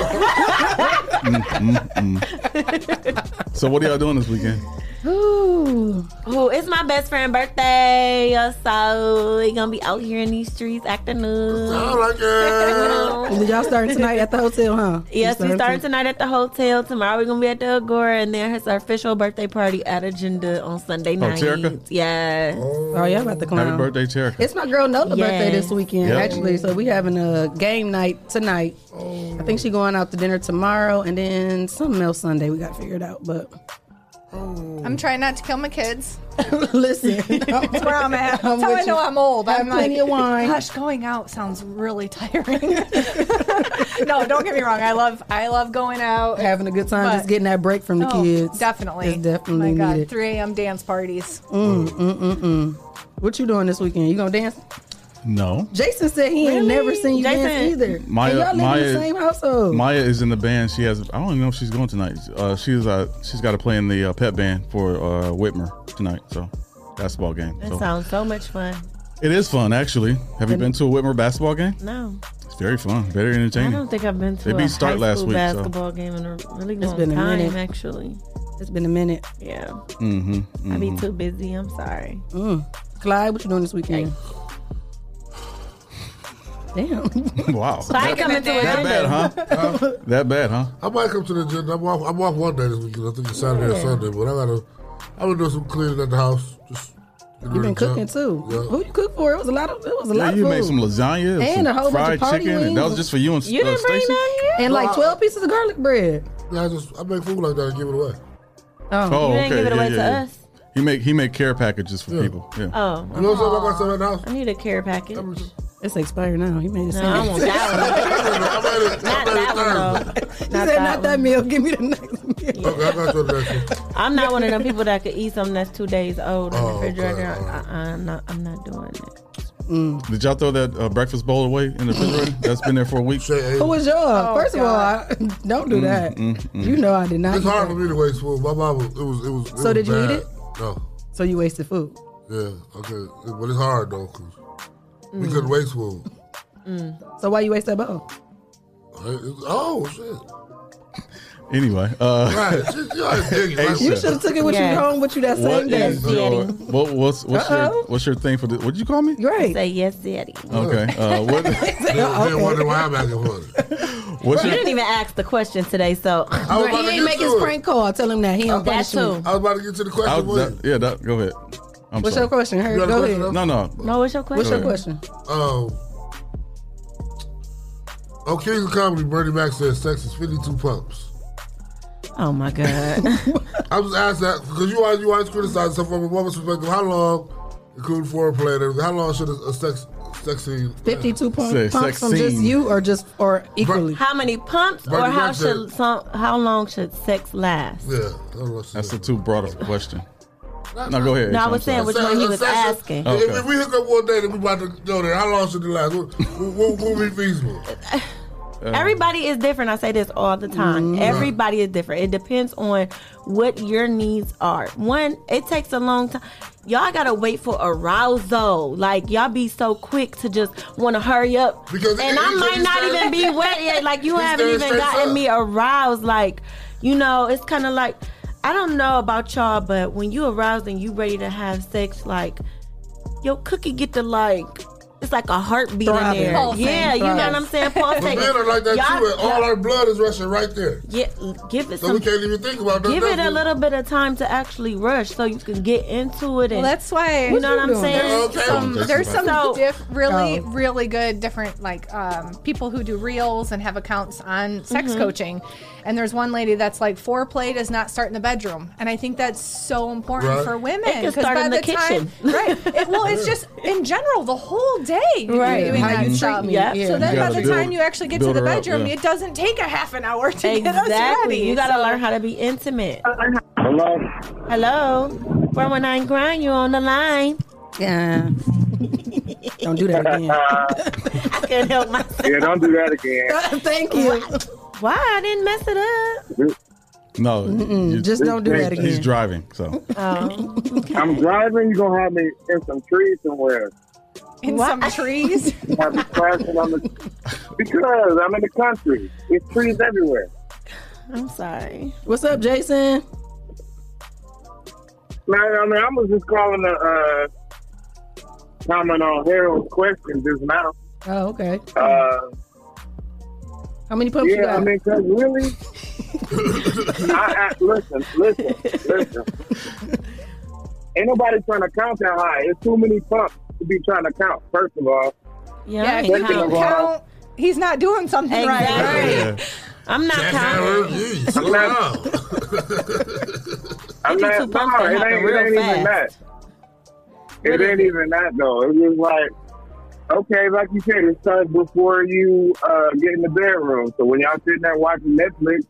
[SPEAKER 9] Mm, mm, mm. So, what are y'all doing this weekend?
[SPEAKER 10] Ooh.
[SPEAKER 11] Ooh, Oh, it's my best friend birthday. uh, So we gonna be out here in these streets acting up.
[SPEAKER 26] I like it.
[SPEAKER 10] Y'all starting tonight at the hotel, huh?
[SPEAKER 11] Yes, we
[SPEAKER 10] You
[SPEAKER 11] starting tonight at the hotel. Tomorrow we're gonna be at the Agora, and then it's our official birthday party at Agenda on Sunday
[SPEAKER 9] Oh,
[SPEAKER 11] night.
[SPEAKER 9] Terica?
[SPEAKER 11] Yes.
[SPEAKER 10] Oh, yeah, about to clown.
[SPEAKER 9] Happy birthday, Terica.
[SPEAKER 10] It's my girl Nola's
[SPEAKER 11] Yes.
[SPEAKER 10] birthday this weekend,
[SPEAKER 9] Yep.
[SPEAKER 10] actually. So we having a game night tonight.
[SPEAKER 9] Oh.
[SPEAKER 10] I think she going out to dinner tomorrow, and then something else Sunday. We got figured out, but Oh.
[SPEAKER 23] I'm trying not to kill my kids.
[SPEAKER 10] listen,
[SPEAKER 23] That's where I'm at.
[SPEAKER 10] I'm
[SPEAKER 23] That's how
[SPEAKER 10] with
[SPEAKER 23] I know
[SPEAKER 10] you.
[SPEAKER 23] I'm old.
[SPEAKER 10] Have
[SPEAKER 23] I'm like,
[SPEAKER 10] plenty of wine.
[SPEAKER 23] gosh, going out sounds really tiring. no, don't get me wrong. I love, I love going out.
[SPEAKER 10] having a good time,
[SPEAKER 23] But-
[SPEAKER 10] just getting that break from the
[SPEAKER 23] Oh,
[SPEAKER 10] kids.
[SPEAKER 23] Definitely. Oh
[SPEAKER 10] It's definitely
[SPEAKER 23] my God,
[SPEAKER 10] needed.
[SPEAKER 23] 3 a.m. dance parties.
[SPEAKER 10] Mm, mm, mm, mm. What you doing this weekend? You gonna dance?
[SPEAKER 9] No.
[SPEAKER 10] Jason said he ain't
[SPEAKER 23] Really?
[SPEAKER 10] never seen you
[SPEAKER 23] Jason.
[SPEAKER 10] dance either.
[SPEAKER 9] Maya-
[SPEAKER 10] and y'all live in
[SPEAKER 9] Maya-
[SPEAKER 10] the same household.
[SPEAKER 9] Maya is in the band. She has. I don't even know if she's going tonight. Uh, she's uh, she's got to play in the uh, pet band for uh, Whitmer tonight. So basketball game.
[SPEAKER 11] That
[SPEAKER 9] So
[SPEAKER 11] sounds so much fun.
[SPEAKER 9] it is fun actually. Have you been to a Whitmer basketball game?
[SPEAKER 11] No.
[SPEAKER 9] It's very fun, very
[SPEAKER 11] I
[SPEAKER 9] entertaining.
[SPEAKER 11] don't think I've been to
[SPEAKER 9] They
[SPEAKER 11] a
[SPEAKER 9] beat Start
[SPEAKER 11] high
[SPEAKER 9] last
[SPEAKER 11] school
[SPEAKER 9] week, so-
[SPEAKER 11] basketball game in a really
[SPEAKER 10] It's
[SPEAKER 11] long
[SPEAKER 10] been a
[SPEAKER 11] time,
[SPEAKER 10] minute.
[SPEAKER 11] actually.
[SPEAKER 10] It's been a minute.
[SPEAKER 11] Yeah.
[SPEAKER 9] Mm-hmm.
[SPEAKER 11] I be
[SPEAKER 10] Mhm.
[SPEAKER 11] too busy. I'm sorry.
[SPEAKER 10] Mm. Clyde, what you doing this weekend? Damn.
[SPEAKER 9] wow.
[SPEAKER 11] Clyde coming to
[SPEAKER 9] That bad, huh? That bad, huh?
[SPEAKER 12] I might come to the gym. I'm off, I'm off one day this weekend. I think it's Saturday
[SPEAKER 10] Yeah.
[SPEAKER 12] or Sunday, but I gotta. I've been doing some cleaning at the house. Just
[SPEAKER 10] You been cooking too.
[SPEAKER 12] Yeah.
[SPEAKER 10] Who you cook for? It was a lot of. It was a
[SPEAKER 9] Yeah,
[SPEAKER 10] lot. of
[SPEAKER 9] you
[SPEAKER 10] food.
[SPEAKER 9] made some lasagna some
[SPEAKER 10] And a whole bunch
[SPEAKER 9] fried
[SPEAKER 10] of party
[SPEAKER 9] chicken, and that was
[SPEAKER 10] wings.
[SPEAKER 9] just for you and
[SPEAKER 10] You
[SPEAKER 9] uh,
[SPEAKER 10] didn't bring
[SPEAKER 9] Stacy.
[SPEAKER 10] and like
[SPEAKER 12] No, I-
[SPEAKER 10] twelve pieces of garlic bread.
[SPEAKER 12] Yeah, I just I make food like that and give it away.
[SPEAKER 10] Oh,
[SPEAKER 9] Oh, okay. yeah, yeah, yeah. He make he make care packages for people. Yeah.
[SPEAKER 11] Oh.
[SPEAKER 12] You know what I'm saying? I
[SPEAKER 11] aw.
[SPEAKER 12] got some at the house.
[SPEAKER 11] I need a care package.
[SPEAKER 10] It's expired now. He made it.
[SPEAKER 11] No,
[SPEAKER 10] sound-
[SPEAKER 11] I want that one. not that one, though.
[SPEAKER 10] She
[SPEAKER 11] Not
[SPEAKER 10] said,
[SPEAKER 11] that
[SPEAKER 10] "Not that meal. Give me the next meal."
[SPEAKER 12] Okay, I got you the next one.
[SPEAKER 11] I'm not one of them people that could eat something that's two days old in the
[SPEAKER 12] Oh, okay,
[SPEAKER 11] refrigerator. I, I'm not. I'm not doing it.
[SPEAKER 12] Mm.
[SPEAKER 9] Did y'all throw that uh, breakfast bowl away in the refrigerator? That's been there for a week.
[SPEAKER 10] Who was yours? First of all, I, don't
[SPEAKER 9] Mm,
[SPEAKER 10] do that. You know I did not.
[SPEAKER 12] It's
[SPEAKER 10] eat
[SPEAKER 12] hard
[SPEAKER 10] that.
[SPEAKER 12] for me to waste food. My mom, was- it was it was. It
[SPEAKER 10] So
[SPEAKER 12] was
[SPEAKER 10] did you eat
[SPEAKER 12] bad.
[SPEAKER 10] it?
[SPEAKER 12] No.
[SPEAKER 10] So you wasted food.
[SPEAKER 12] Yeah. Okay. But it's hard though, 'cause we
[SPEAKER 10] Mm.
[SPEAKER 12] couldn't waste food.
[SPEAKER 11] Mm.
[SPEAKER 10] So why you waste that bowl?
[SPEAKER 12] Right? It's- Oh shit!
[SPEAKER 9] Anyway, uh,
[SPEAKER 12] Right. Shit, y'all is ignorant.
[SPEAKER 9] Aisha,
[SPEAKER 10] You should have took it with
[SPEAKER 11] Yeah.
[SPEAKER 10] you home with you that same
[SPEAKER 9] what
[SPEAKER 10] day.
[SPEAKER 9] is your, what, what's what's
[SPEAKER 10] Uh-oh.
[SPEAKER 9] your what's your thing for the? What'd you call me?
[SPEAKER 10] Right.
[SPEAKER 11] Say yes, Daddy.
[SPEAKER 9] Okay. Uh, what,
[SPEAKER 12] They they wonder why I'm acting funny.
[SPEAKER 9] what's
[SPEAKER 11] you
[SPEAKER 9] your Oh,
[SPEAKER 11] didn't even ask the question today, so
[SPEAKER 12] I was
[SPEAKER 10] He
[SPEAKER 12] about to
[SPEAKER 10] ain't
[SPEAKER 12] get
[SPEAKER 10] make his
[SPEAKER 12] to it.
[SPEAKER 10] prank call. Tell him that he don't
[SPEAKER 11] that
[SPEAKER 10] punish me.
[SPEAKER 11] too.
[SPEAKER 12] I was about to get to the
[SPEAKER 9] I
[SPEAKER 12] question.
[SPEAKER 9] was-
[SPEAKER 12] wasn't
[SPEAKER 9] that- yeah, that, go ahead. I'm
[SPEAKER 10] What's
[SPEAKER 9] sorry.
[SPEAKER 10] your question,
[SPEAKER 12] You
[SPEAKER 10] Harry?
[SPEAKER 12] got a
[SPEAKER 10] Go
[SPEAKER 12] question,
[SPEAKER 10] ahead.
[SPEAKER 9] No, no.
[SPEAKER 11] No, what's your question?
[SPEAKER 10] What's your question?
[SPEAKER 12] Um, on Kings oh, of Comedy, Bernie Mac says sex is 52 pumps.
[SPEAKER 11] Oh my God.
[SPEAKER 12] I'm just asking that because you always, you always criticize stuff from a woman's perspective. How long, including foreplay and everything, how long should a, a sex sex scene?
[SPEAKER 10] Fifty-two point
[SPEAKER 12] Say,
[SPEAKER 10] pumps
[SPEAKER 12] sex
[SPEAKER 10] from just
[SPEAKER 12] scene.
[SPEAKER 10] you, or just or equally?
[SPEAKER 11] how many pumps, or
[SPEAKER 12] Bernie
[SPEAKER 11] how
[SPEAKER 12] Mac
[SPEAKER 11] should
[SPEAKER 12] said-
[SPEAKER 11] some? How long should sex last?
[SPEAKER 12] Yeah, I don't know.
[SPEAKER 9] That's a too broad of a question. No, go ahead.
[SPEAKER 11] No, I
[SPEAKER 9] Aisha, I'm
[SPEAKER 11] was saying
[SPEAKER 9] sorry.
[SPEAKER 11] which one he was asking.
[SPEAKER 9] Okay.
[SPEAKER 12] If, if we hook up one day and we about to go there, how long should it last? What what- what would be feasible?
[SPEAKER 9] Uh,
[SPEAKER 11] Everybody is different. I say this all the time.
[SPEAKER 12] Mm-hmm.
[SPEAKER 11] Everybody is different. It depends on what your needs are. One, it takes a long time. Y'all gotta wait for arousal. Like y'all be so quick to just want to hurry up,
[SPEAKER 12] Because
[SPEAKER 11] and I
[SPEAKER 12] it-
[SPEAKER 11] might
[SPEAKER 12] it's
[SPEAKER 11] not
[SPEAKER 12] straight-
[SPEAKER 11] even be wet yet. Like you
[SPEAKER 12] It's
[SPEAKER 11] haven't
[SPEAKER 12] straight
[SPEAKER 11] even gotten
[SPEAKER 12] up.
[SPEAKER 11] me aroused. Like you know, it's kind of like I don't know about y'all, but when you aroused and you ready to have sex, like your cookie get to like. It's like a heartbeat
[SPEAKER 10] Throbbing.
[SPEAKER 11] in there.
[SPEAKER 10] Pulsing.
[SPEAKER 11] Yeah, you know what I'm saying?
[SPEAKER 12] But men
[SPEAKER 11] Pulsating.
[SPEAKER 12] are like that
[SPEAKER 11] Y'all-
[SPEAKER 12] too, and all our blood is rushing right there.
[SPEAKER 11] yeah, give it
[SPEAKER 12] So
[SPEAKER 11] some.
[SPEAKER 12] we can't even think about nothing
[SPEAKER 11] Give it a
[SPEAKER 12] else.
[SPEAKER 11] little bit of time to actually rush, so you can get into it. And
[SPEAKER 23] Well, that's why
[SPEAKER 11] you know what, I'm
[SPEAKER 10] doing?
[SPEAKER 11] saying.
[SPEAKER 12] Okay.
[SPEAKER 23] some, there's some
[SPEAKER 11] So- um,
[SPEAKER 23] diff, really,
[SPEAKER 10] Oh.
[SPEAKER 23] really good different like um, people who do reels and have accounts on sex
[SPEAKER 11] Mm-hmm.
[SPEAKER 23] coaching. And there's one lady that's like foreplay does not start in the bedroom, and I think that's so important
[SPEAKER 11] Right.
[SPEAKER 23] for women
[SPEAKER 11] It can
[SPEAKER 23] 'cause
[SPEAKER 11] start
[SPEAKER 23] by
[SPEAKER 11] in the
[SPEAKER 23] time-
[SPEAKER 11] kitchen.
[SPEAKER 23] right? It, well, it's just in general the whole day, you can be
[SPEAKER 10] Right,
[SPEAKER 23] Doing
[SPEAKER 10] how
[SPEAKER 23] that
[SPEAKER 10] you treat
[SPEAKER 23] stuff.
[SPEAKER 10] me, yeah.
[SPEAKER 23] So
[SPEAKER 10] You
[SPEAKER 23] then by
[SPEAKER 9] gotta
[SPEAKER 23] the
[SPEAKER 9] build-
[SPEAKER 23] time you actually get to
[SPEAKER 9] build
[SPEAKER 23] the
[SPEAKER 9] her up,
[SPEAKER 23] bedroom,
[SPEAKER 9] yeah.
[SPEAKER 23] it doesn't take a half an hour to get us ready.
[SPEAKER 11] Exactly. You gotta
[SPEAKER 23] So-
[SPEAKER 11] learn how to be intimate.
[SPEAKER 13] Hello.
[SPEAKER 11] Hello, four one nine grind. You on the line?
[SPEAKER 10] Yeah. don't do that again.
[SPEAKER 11] I couldn't help myself.
[SPEAKER 13] Yeah, don't do that again.
[SPEAKER 10] Thank you.
[SPEAKER 11] Why I didn't mess it up?
[SPEAKER 9] No,
[SPEAKER 10] Mm-mm,
[SPEAKER 9] you-
[SPEAKER 10] just don't do that
[SPEAKER 9] He's
[SPEAKER 10] again.
[SPEAKER 9] driving, so
[SPEAKER 11] Oh,
[SPEAKER 13] I'm driving. You're gonna have me in some trees somewhere.
[SPEAKER 23] in some trees.
[SPEAKER 13] You Have me crashing on the because I'm in the country. It's trees everywhere.
[SPEAKER 11] I'm sorry.
[SPEAKER 10] What's up, Jason?
[SPEAKER 13] Man, I mean, I was just calling to uh, comment on Harold's question just now.
[SPEAKER 10] Oh, okay.
[SPEAKER 13] Uh,
[SPEAKER 10] How many pumps you
[SPEAKER 13] yeah,
[SPEAKER 10] got?
[SPEAKER 13] I mean, 'cause really, I, I, listen, listen, listen. Ain't nobody trying to count that high. It's too many pumps to be trying to count. First of all,
[SPEAKER 11] Yeah,
[SPEAKER 23] if he
[SPEAKER 13] Second
[SPEAKER 23] can
[SPEAKER 13] of all-
[SPEAKER 23] count, he's not doing something
[SPEAKER 11] Exactly.
[SPEAKER 23] right.
[SPEAKER 11] I'm not counting.
[SPEAKER 13] I'm not. I'm
[SPEAKER 11] Fifty-two
[SPEAKER 13] not. No,
[SPEAKER 11] pumps that
[SPEAKER 13] it ain't,
[SPEAKER 11] happen
[SPEAKER 13] it
[SPEAKER 11] real
[SPEAKER 13] ain't even that.
[SPEAKER 11] fast.
[SPEAKER 13] It ain't even that though. It's just like, okay, like you said, it starts before you uh, get in the bedroom. So when y'all sitting there watching Netflix,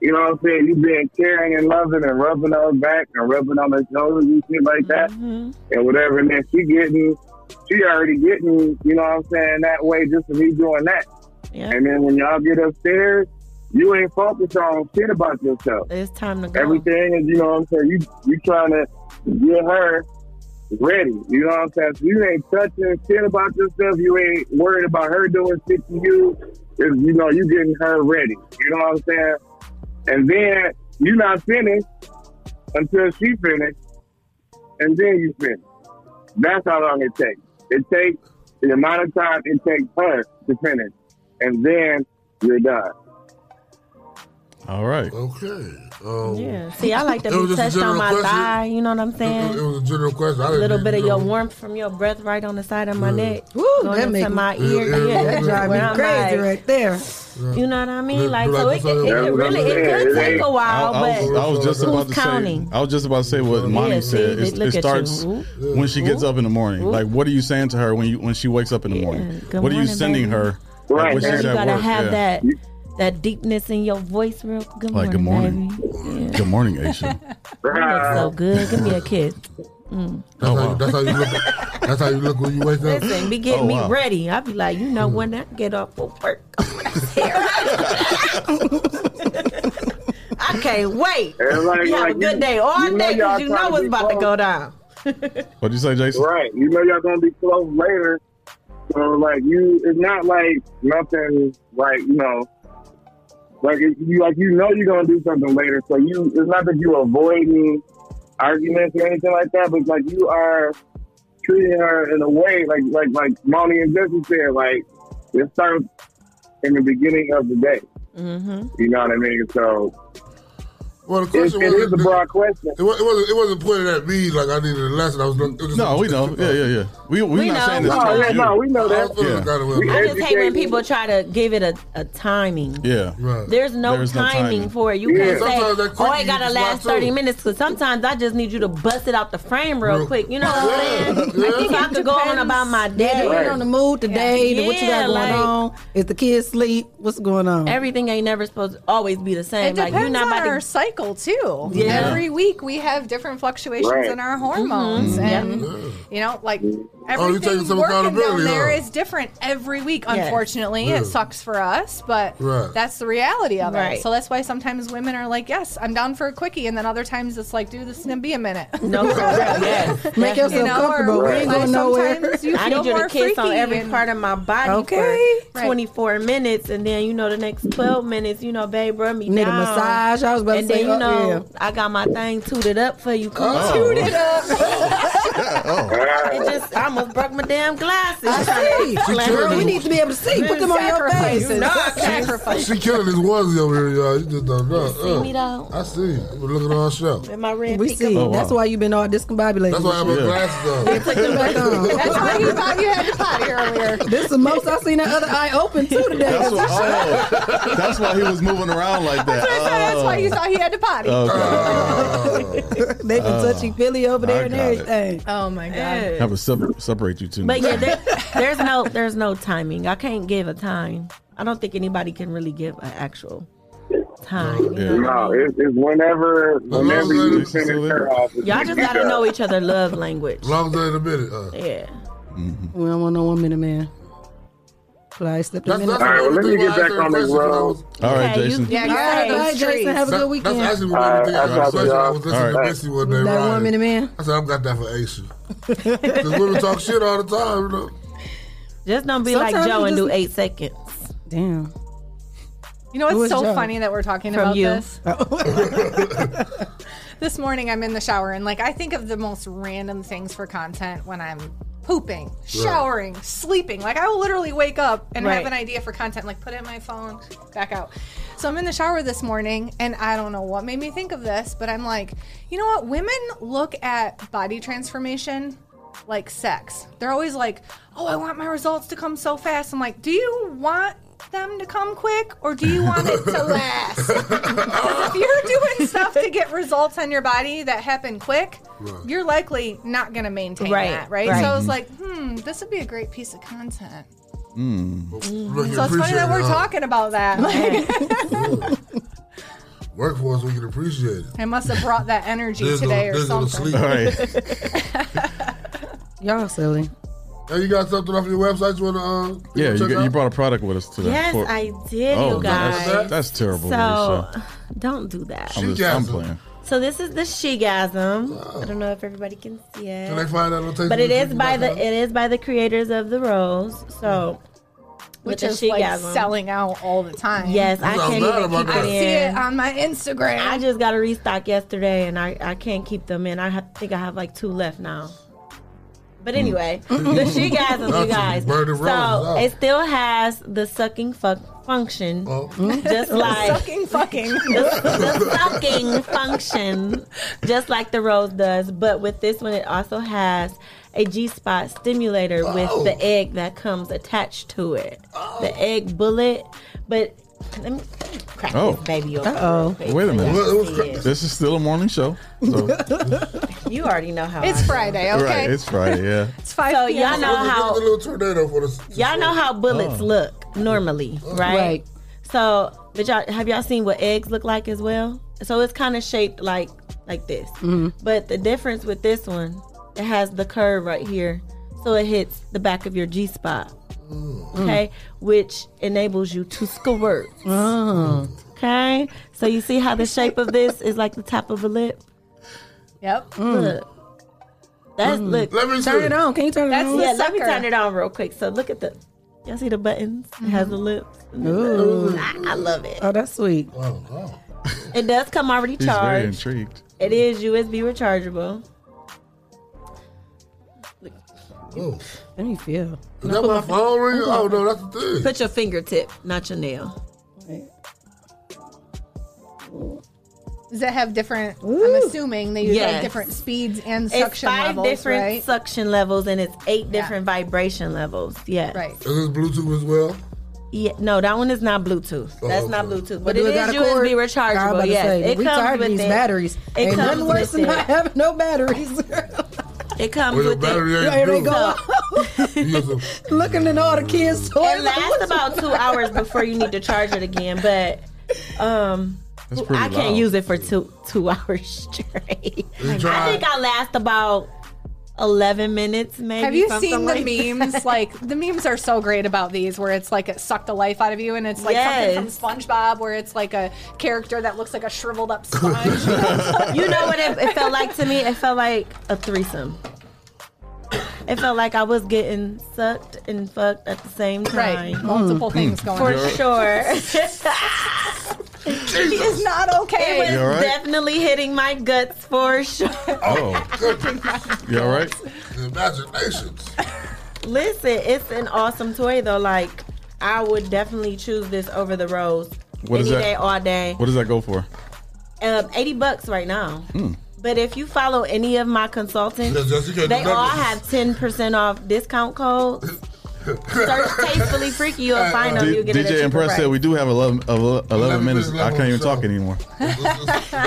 [SPEAKER 13] you know what I'm saying? You being caring and loving and rubbing on her back and rubbing on her shoulders and shit like that
[SPEAKER 11] Mm-hmm.
[SPEAKER 13] and whatever. And then she getting, she already getting, you know what I'm saying, that way just for me doing that.
[SPEAKER 11] Yeah.
[SPEAKER 13] And then when y'all get upstairs, you ain't focused on shit about yourself
[SPEAKER 11] It's time to go.
[SPEAKER 13] everything is you know what I'm saying you you trying to get her ready. You know what I'm saying? If you ain't touching shit about yourself, you ain't worried about her doing shit to you. If, you know, you getting her ready. You know what I'm saying? And then you not finished until she finished, and then you finish. That's how long it takes. It takes the amount of time it takes her to finish, and then you're done.
[SPEAKER 9] All right.
[SPEAKER 12] Okay. Um,
[SPEAKER 11] Yeah. See, I like to
[SPEAKER 12] it was
[SPEAKER 11] be
[SPEAKER 12] just a
[SPEAKER 11] touched on
[SPEAKER 12] general
[SPEAKER 11] my
[SPEAKER 12] question.
[SPEAKER 11] thigh. You know what I'm saying?
[SPEAKER 12] It was a general question. I
[SPEAKER 11] A
[SPEAKER 12] didn't
[SPEAKER 11] little
[SPEAKER 12] mean,
[SPEAKER 11] bit of
[SPEAKER 12] you
[SPEAKER 11] your
[SPEAKER 12] know,
[SPEAKER 11] warmth from your breath right on the side of my
[SPEAKER 12] Yeah.
[SPEAKER 11] neck.
[SPEAKER 10] Woo,
[SPEAKER 11] going
[SPEAKER 10] that
[SPEAKER 11] into
[SPEAKER 10] make me-
[SPEAKER 11] my
[SPEAKER 10] Yeah,
[SPEAKER 11] ear.
[SPEAKER 10] yeah,
[SPEAKER 11] Yeah,
[SPEAKER 10] that drive me
[SPEAKER 11] when I'm
[SPEAKER 10] crazy
[SPEAKER 11] like-
[SPEAKER 10] right there.
[SPEAKER 11] You know what I mean? Like,
[SPEAKER 12] like
[SPEAKER 11] so it,
[SPEAKER 12] what's up?
[SPEAKER 11] it,
[SPEAKER 12] Yeah,
[SPEAKER 11] it really
[SPEAKER 12] what's up?
[SPEAKER 11] it could
[SPEAKER 12] Yeah,
[SPEAKER 11] take a while,
[SPEAKER 9] I, I was, I
[SPEAKER 11] but
[SPEAKER 9] was just
[SPEAKER 11] who's
[SPEAKER 9] about to
[SPEAKER 11] counting?
[SPEAKER 9] say. I was just about to say what Monty
[SPEAKER 11] Yeah, see,
[SPEAKER 9] said. It's-
[SPEAKER 11] look
[SPEAKER 9] it
[SPEAKER 11] at you.
[SPEAKER 9] starts
[SPEAKER 11] Ooh.
[SPEAKER 9] when she gets up in the morning. Like, what are you saying to her when you when she wakes up in the morning?
[SPEAKER 11] good
[SPEAKER 9] What are you
[SPEAKER 11] morning,
[SPEAKER 9] sending
[SPEAKER 11] baby.
[SPEAKER 9] her?
[SPEAKER 11] Girl,
[SPEAKER 9] Like,
[SPEAKER 11] you
[SPEAKER 9] when she's at
[SPEAKER 11] gotta
[SPEAKER 9] work?
[SPEAKER 11] have
[SPEAKER 9] Yeah.
[SPEAKER 11] that that deepness in your voice. Real good
[SPEAKER 9] Like, good
[SPEAKER 11] morning,
[SPEAKER 9] morning.
[SPEAKER 11] baby. Yeah.
[SPEAKER 9] Good morning, Aisha.
[SPEAKER 11] You look so good. Give me a kiss. Mm.
[SPEAKER 12] That's, how, you- that's how you look. that's how you look when you wake up.
[SPEAKER 11] Listen, be
[SPEAKER 9] Oh,
[SPEAKER 11] getting me ready. I be like, you know,
[SPEAKER 9] Mm-hmm.
[SPEAKER 11] when I get off of work, I'm gonna I can't wait.
[SPEAKER 13] Everybody
[SPEAKER 11] you have
[SPEAKER 13] like,
[SPEAKER 11] a good
[SPEAKER 13] you-
[SPEAKER 11] day all
[SPEAKER 13] you know
[SPEAKER 11] day
[SPEAKER 13] y'all
[SPEAKER 11] because you know
[SPEAKER 13] trying to
[SPEAKER 11] what's
[SPEAKER 13] be
[SPEAKER 11] about to go
[SPEAKER 13] close.
[SPEAKER 11] down.
[SPEAKER 9] What'd you say, Jason?
[SPEAKER 13] Right. You know y'all gonna be close later. So like you it's not like nothing like, you know like it- you like you know you're gonna do something later. So you it's not that you avoiding arguments or anything like that, but like you are treating her in a way like like like Monty and Jesse said, like it starts in the beginning of the day.
[SPEAKER 11] Mm-hmm.
[SPEAKER 13] You know what I mean? So
[SPEAKER 12] Well, the
[SPEAKER 13] it's,
[SPEAKER 12] question
[SPEAKER 13] it is
[SPEAKER 12] wasn't.
[SPEAKER 13] a broad question.
[SPEAKER 12] It, wa- it wasn't. It wasn't pointed at me like I needed a lesson. I was. Looking, it was
[SPEAKER 9] No, we know. Yeah, yeah, yeah. We we,
[SPEAKER 11] We
[SPEAKER 9] not
[SPEAKER 11] know.
[SPEAKER 9] saying this.
[SPEAKER 11] No,
[SPEAKER 9] towards
[SPEAKER 11] yeah,
[SPEAKER 9] you.
[SPEAKER 11] no, we know
[SPEAKER 12] I was
[SPEAKER 11] that.
[SPEAKER 12] feeling
[SPEAKER 9] Yeah.
[SPEAKER 12] kind of
[SPEAKER 11] I just hate when people try to give it a, a timing.
[SPEAKER 9] Yeah.
[SPEAKER 11] There's no,
[SPEAKER 9] There's no
[SPEAKER 11] timing,
[SPEAKER 9] timing.
[SPEAKER 11] for it. You
[SPEAKER 9] Yeah.
[SPEAKER 11] can't
[SPEAKER 9] Sometimes
[SPEAKER 11] say,
[SPEAKER 9] that quick,
[SPEAKER 11] oh, it
[SPEAKER 9] you
[SPEAKER 11] gotta
[SPEAKER 9] just
[SPEAKER 11] last
[SPEAKER 9] watch
[SPEAKER 11] 30
[SPEAKER 9] it.
[SPEAKER 11] minutes. Because sometimes I just need you to bust it out the frame real
[SPEAKER 10] Real-
[SPEAKER 11] quick. You know what I'm saying?
[SPEAKER 10] I think
[SPEAKER 11] So I
[SPEAKER 10] it
[SPEAKER 11] could go on
[SPEAKER 10] depends.
[SPEAKER 11] about my day.
[SPEAKER 10] Yeah, depending on the mood today, the what you
[SPEAKER 11] Yeah,
[SPEAKER 10] got going
[SPEAKER 11] like-
[SPEAKER 10] on. Is the kids sleep? What's going on?
[SPEAKER 11] Everything ain't never supposed to always be the same.
[SPEAKER 23] It
[SPEAKER 11] like you're
[SPEAKER 23] depends
[SPEAKER 11] not
[SPEAKER 23] on
[SPEAKER 11] about to
[SPEAKER 23] our cycle too.
[SPEAKER 11] Yeah.
[SPEAKER 23] Every week we have different fluctuations
[SPEAKER 11] Right.
[SPEAKER 23] in our hormones,
[SPEAKER 11] Mhm.
[SPEAKER 23] and you know, like everything
[SPEAKER 12] taking Oh, some
[SPEAKER 23] working down
[SPEAKER 12] accountability,
[SPEAKER 23] there
[SPEAKER 12] huh?
[SPEAKER 23] is different every week.
[SPEAKER 12] Yes.
[SPEAKER 23] Unfortunately,
[SPEAKER 12] Yeah.
[SPEAKER 23] it sucks for us, but
[SPEAKER 12] Right.
[SPEAKER 23] that's the reality of
[SPEAKER 11] Right.
[SPEAKER 23] it. So that's why sometimes women are like, "Yes, I'm down for a quickie," and then other times it's like, "Dude, this is gonna be a minute."
[SPEAKER 11] No, for real, yes.
[SPEAKER 10] Make yourself
[SPEAKER 23] You know, or
[SPEAKER 10] comfortable. We ain't
[SPEAKER 23] like
[SPEAKER 10] going nowhere.
[SPEAKER 23] sometimes you
[SPEAKER 11] I
[SPEAKER 23] feel
[SPEAKER 11] need you to
[SPEAKER 23] more
[SPEAKER 11] kiss on
[SPEAKER 23] freaky
[SPEAKER 11] every
[SPEAKER 23] and-
[SPEAKER 11] part of my body
[SPEAKER 23] Okay.
[SPEAKER 11] for 24 minutes, and then you know the next 12 minutes, you know, babe, rub me
[SPEAKER 10] Need a
[SPEAKER 11] down.
[SPEAKER 10] massage. I was about to
[SPEAKER 11] and
[SPEAKER 10] say,
[SPEAKER 11] then you
[SPEAKER 10] oh,
[SPEAKER 11] know, I got my thing tooted up for you.
[SPEAKER 10] Oh.
[SPEAKER 11] Tooted up.
[SPEAKER 9] Oh.
[SPEAKER 11] it just I almost broke my damn glasses.
[SPEAKER 10] see. She
[SPEAKER 11] Like,
[SPEAKER 10] killing it. Put them on your face.
[SPEAKER 11] You know I
[SPEAKER 10] She-
[SPEAKER 11] sacrificed.
[SPEAKER 12] She killing this onesie over here, y'all. You just don't know.
[SPEAKER 10] see
[SPEAKER 12] Uh,
[SPEAKER 10] me though?
[SPEAKER 12] I see. you. We're looking on show.
[SPEAKER 11] In my red
[SPEAKER 10] We
[SPEAKER 11] peacock.
[SPEAKER 10] see.
[SPEAKER 12] Oh, wow.
[SPEAKER 10] That's why you've been all discombobulated.
[SPEAKER 12] That's why I have my glasses on.
[SPEAKER 10] They took them back on.
[SPEAKER 23] That's why you thought you had to potty earlier.
[SPEAKER 10] This is the most I've seen that other eye open too today.
[SPEAKER 9] That's what. Oh, that's why he was moving around like that.
[SPEAKER 23] That's why you
[SPEAKER 9] Oh.
[SPEAKER 23] thought he had to potty.
[SPEAKER 12] Oh,
[SPEAKER 10] they can
[SPEAKER 9] Oh.
[SPEAKER 10] touch you, Philly, over there
[SPEAKER 9] I
[SPEAKER 10] and
[SPEAKER 9] got it.
[SPEAKER 10] everything.
[SPEAKER 23] Oh my
[SPEAKER 11] God.
[SPEAKER 9] Have a separ- separate you two.
[SPEAKER 11] But yeah, there, there's no there's no timing. I can't give a time. I don't think anybody can really give an actual time. You know what I
[SPEAKER 13] No,
[SPEAKER 11] mean?
[SPEAKER 13] it's, it's whenever whenever you
[SPEAKER 12] She's still
[SPEAKER 13] finish
[SPEAKER 12] there.
[SPEAKER 13] her off. it's
[SPEAKER 11] Y'all
[SPEAKER 13] when
[SPEAKER 11] just
[SPEAKER 13] you
[SPEAKER 11] gotta
[SPEAKER 13] done.
[SPEAKER 11] know each other love language.
[SPEAKER 12] As long as I ain't a minute. Uh,
[SPEAKER 11] Yeah.
[SPEAKER 10] We don't want no one minute man. Fly slipped a
[SPEAKER 12] That's-
[SPEAKER 10] minute.
[SPEAKER 12] that's All right, well, let me get back on this
[SPEAKER 13] road.
[SPEAKER 9] All right,
[SPEAKER 10] Okay, you-
[SPEAKER 9] Jason.
[SPEAKER 10] Yeah, All right, Jason. Have a good weekend.
[SPEAKER 12] That's actually one of the things I was listening I was listening to
[SPEAKER 9] Alright.
[SPEAKER 12] Missy one day.
[SPEAKER 10] That
[SPEAKER 12] riding.
[SPEAKER 10] one minute man.
[SPEAKER 12] I said, I've got that for Aisha. Because women talk shit all the time, you know.
[SPEAKER 11] Just don't be like
[SPEAKER 10] Sometimes
[SPEAKER 11] Joe
[SPEAKER 10] you
[SPEAKER 11] and
[SPEAKER 10] just-
[SPEAKER 11] do eight seconds.
[SPEAKER 10] Damn.
[SPEAKER 23] You know,
[SPEAKER 10] Who is
[SPEAKER 23] it's so
[SPEAKER 10] Joe?
[SPEAKER 23] funny that we're talking
[SPEAKER 11] From
[SPEAKER 23] about
[SPEAKER 11] you.
[SPEAKER 23] this. this morning, I'm in the shower, and like I think of the most random things for content when I'm pooping, showering, sleeping. Like I will literally wake up and
[SPEAKER 11] Right.
[SPEAKER 23] have an idea for content, like put it in my phone, back out. So I'm in the shower this morning, and I don't know what made me think of this, but I'm like, you know what? Women look at body transformation like sex. They're always like, oh, I want my results to come so fast. I'm like, do you want them to come quick or do you want it to last? 'Cause if you're doing stuff to get results on your body that happen quick, you're likely not going to maintain
[SPEAKER 11] Right,
[SPEAKER 23] that, right?
[SPEAKER 11] right.
[SPEAKER 23] So I was
[SPEAKER 9] Mhm.
[SPEAKER 23] like, hmm, this would be a great piece of content.
[SPEAKER 9] Mm.
[SPEAKER 12] Look, you
[SPEAKER 23] So it's funny
[SPEAKER 12] appreciate
[SPEAKER 23] that we're
[SPEAKER 12] it, huh?
[SPEAKER 23] talking about that. Like,
[SPEAKER 12] Work for us, we can appreciate it.
[SPEAKER 23] I must have brought that energy
[SPEAKER 12] There's no-
[SPEAKER 23] today or
[SPEAKER 12] there's no
[SPEAKER 23] something.
[SPEAKER 12] sleep. All right.
[SPEAKER 10] Y'all silly.
[SPEAKER 12] Hey, you got something off your website you want to uh,
[SPEAKER 9] Yeah, you,
[SPEAKER 12] check
[SPEAKER 9] got,
[SPEAKER 12] out?
[SPEAKER 9] you brought a product with us today.
[SPEAKER 11] Yes,
[SPEAKER 9] For-
[SPEAKER 11] I did,
[SPEAKER 9] Oh,
[SPEAKER 11] you
[SPEAKER 9] that's-
[SPEAKER 11] guys.
[SPEAKER 9] that's terrible,
[SPEAKER 11] So
[SPEAKER 9] Lisa.
[SPEAKER 11] don't do that.
[SPEAKER 9] I'm, just, I'm playing.
[SPEAKER 11] So this is the Shegasm. I don't know if everybody can see it.
[SPEAKER 12] Can they find out on
[SPEAKER 11] But it
[SPEAKER 12] Facebook?
[SPEAKER 11] is by the it is by the creators of the rose. So
[SPEAKER 23] Which
[SPEAKER 11] with
[SPEAKER 23] is
[SPEAKER 11] the
[SPEAKER 23] like
[SPEAKER 11] Shegasm.
[SPEAKER 23] selling out all the time.
[SPEAKER 11] Yes, I can't even keep
[SPEAKER 23] I
[SPEAKER 11] it
[SPEAKER 23] see
[SPEAKER 11] in.
[SPEAKER 23] it on my Instagram.
[SPEAKER 11] I just got a restock yesterday, and I, I can't keep them in. I have, think I have like two left now. But anyway, the she guys and you
[SPEAKER 23] That's
[SPEAKER 11] guys.
[SPEAKER 23] Mm. burning roses
[SPEAKER 11] So
[SPEAKER 23] out.
[SPEAKER 11] it still has the sucking fuck function,
[SPEAKER 23] Oh.
[SPEAKER 11] just
[SPEAKER 23] The
[SPEAKER 11] like
[SPEAKER 23] sucking fucking.
[SPEAKER 11] the, the sucking function, just like the rose does. But with this one, it also has a G spot stimulator with
[SPEAKER 9] Oh.
[SPEAKER 11] the egg that comes attached to it, the egg bullet. But let me crack
[SPEAKER 9] Oh.
[SPEAKER 11] this baby open.
[SPEAKER 9] Uh-oh. Wait a minute.
[SPEAKER 11] Well, it was cra-
[SPEAKER 9] This is still a morning show. So,
[SPEAKER 11] You already know how
[SPEAKER 23] It's Friday, okay?
[SPEAKER 9] Right, it's Friday, yeah.
[SPEAKER 23] It's five.
[SPEAKER 11] So
[SPEAKER 23] p.m.
[SPEAKER 11] y'all know how
[SPEAKER 12] little tornado for the
[SPEAKER 11] y'all know how bullets
[SPEAKER 12] Oh.
[SPEAKER 11] look normally, right?
[SPEAKER 12] Right.
[SPEAKER 11] So, but y'all have y'all seen what eggs look like as well? So it's kind of shaped like like this,
[SPEAKER 10] Mhm.
[SPEAKER 11] but the difference with this one, it has the curve right here, so it hits the back of your G spot,
[SPEAKER 10] Mm.
[SPEAKER 11] okay, which enables you to squirt.
[SPEAKER 10] Mm.
[SPEAKER 11] Okay, so you see how the shape of this is like the top of a lip.
[SPEAKER 23] Yep.
[SPEAKER 11] Look. That's
[SPEAKER 10] Mm.
[SPEAKER 11] look.
[SPEAKER 10] Let me Turn see. it on. Can you turn it on?
[SPEAKER 11] Yeah,
[SPEAKER 10] That's the
[SPEAKER 11] let me
[SPEAKER 10] sucker.
[SPEAKER 11] turn it on real quick. So look at the. Y'all see the buttons? It has the lips.
[SPEAKER 10] Ooh.
[SPEAKER 11] I, I love it.
[SPEAKER 10] Oh, that's sweet.
[SPEAKER 11] It does come already
[SPEAKER 9] He's very
[SPEAKER 11] charged.
[SPEAKER 9] intrigued.
[SPEAKER 11] It is USB rechargeable.
[SPEAKER 10] Let me feel.
[SPEAKER 12] Is that my phone ringing? Oh no, that's the thing.
[SPEAKER 11] Mm-hmm. Put your fingertip, not your nail.
[SPEAKER 23] Does it uh, have different? I'm assuming they use like
[SPEAKER 11] Yes.
[SPEAKER 23] different speeds and
[SPEAKER 11] It's
[SPEAKER 23] suction
[SPEAKER 11] five
[SPEAKER 23] levels,
[SPEAKER 11] different
[SPEAKER 23] right?
[SPEAKER 11] suction levels and it's eight different vibration levels. Yes.
[SPEAKER 23] Right.
[SPEAKER 12] Is this Bluetooth as well?
[SPEAKER 11] Yeah, no, that one is not Bluetooth.
[SPEAKER 12] Oh,
[SPEAKER 11] That's not Bluetooth, but
[SPEAKER 10] do
[SPEAKER 11] it
[SPEAKER 10] it
[SPEAKER 11] is
[SPEAKER 10] got a cord?
[SPEAKER 11] USB
[SPEAKER 10] I was about
[SPEAKER 11] rechargeable.
[SPEAKER 10] to
[SPEAKER 11] Yes,
[SPEAKER 10] say,
[SPEAKER 11] it
[SPEAKER 10] we
[SPEAKER 11] comes
[SPEAKER 10] tired of
[SPEAKER 11] with
[SPEAKER 10] these
[SPEAKER 11] it.
[SPEAKER 10] batteries.
[SPEAKER 11] It
[SPEAKER 10] Ain't
[SPEAKER 11] comes
[SPEAKER 10] nothing worse
[SPEAKER 11] with
[SPEAKER 10] than
[SPEAKER 11] it.
[SPEAKER 10] not having no batteries.
[SPEAKER 11] It comes
[SPEAKER 10] Well, the
[SPEAKER 11] with
[SPEAKER 10] battery
[SPEAKER 11] it.
[SPEAKER 10] ain't Here they go. Looking in all the kids'
[SPEAKER 11] It
[SPEAKER 10] toys.
[SPEAKER 11] lasts about two hours before you need to charge it again, but um,
[SPEAKER 10] That's pretty
[SPEAKER 11] I can't
[SPEAKER 10] loud.
[SPEAKER 11] use it for two two hours straight. I think
[SPEAKER 23] tried.
[SPEAKER 11] I last about eleven minutes, maybe.
[SPEAKER 23] Have you
[SPEAKER 11] something
[SPEAKER 23] seen the
[SPEAKER 11] like that.
[SPEAKER 23] memes? Like the memes are so great about these, where it's like it sucked the life out of you, and it's like something from SpongeBob, where it's like a character that looks like a shriveled up sponge.
[SPEAKER 11] you know what it, it felt like to me? It felt like a threesome. It felt like I was getting sucked and fucked at the same time.
[SPEAKER 23] Right. Mm.
[SPEAKER 9] Mm.
[SPEAKER 23] Multiple things going
[SPEAKER 11] For
[SPEAKER 23] on.
[SPEAKER 11] sure.
[SPEAKER 23] She is not okay.
[SPEAKER 11] It was
[SPEAKER 9] You all right?
[SPEAKER 11] definitely hitting my guts for sure.
[SPEAKER 9] Oh. you all right?
[SPEAKER 12] The imaginations.
[SPEAKER 11] Listen, it's an awesome toy though. Like, I would definitely choose this over the rose
[SPEAKER 9] What
[SPEAKER 11] any
[SPEAKER 9] is that?
[SPEAKER 11] day, all day.
[SPEAKER 9] What does that go for?
[SPEAKER 11] Um, Eighty bucks right now.
[SPEAKER 9] Hmm.
[SPEAKER 11] But if you follow any of my consultants,
[SPEAKER 12] Yes, yes, you can do
[SPEAKER 11] they all
[SPEAKER 12] numbers.
[SPEAKER 11] have ten percent off discount codes. Search tastefully freaky, you'll find them.
[SPEAKER 9] D-
[SPEAKER 11] You'll get it at
[SPEAKER 9] DJ
[SPEAKER 11] cheaper
[SPEAKER 9] Impress said
[SPEAKER 11] price.
[SPEAKER 9] we do have 11, 11, 11 minutes. I can't even talk anymore.
[SPEAKER 12] You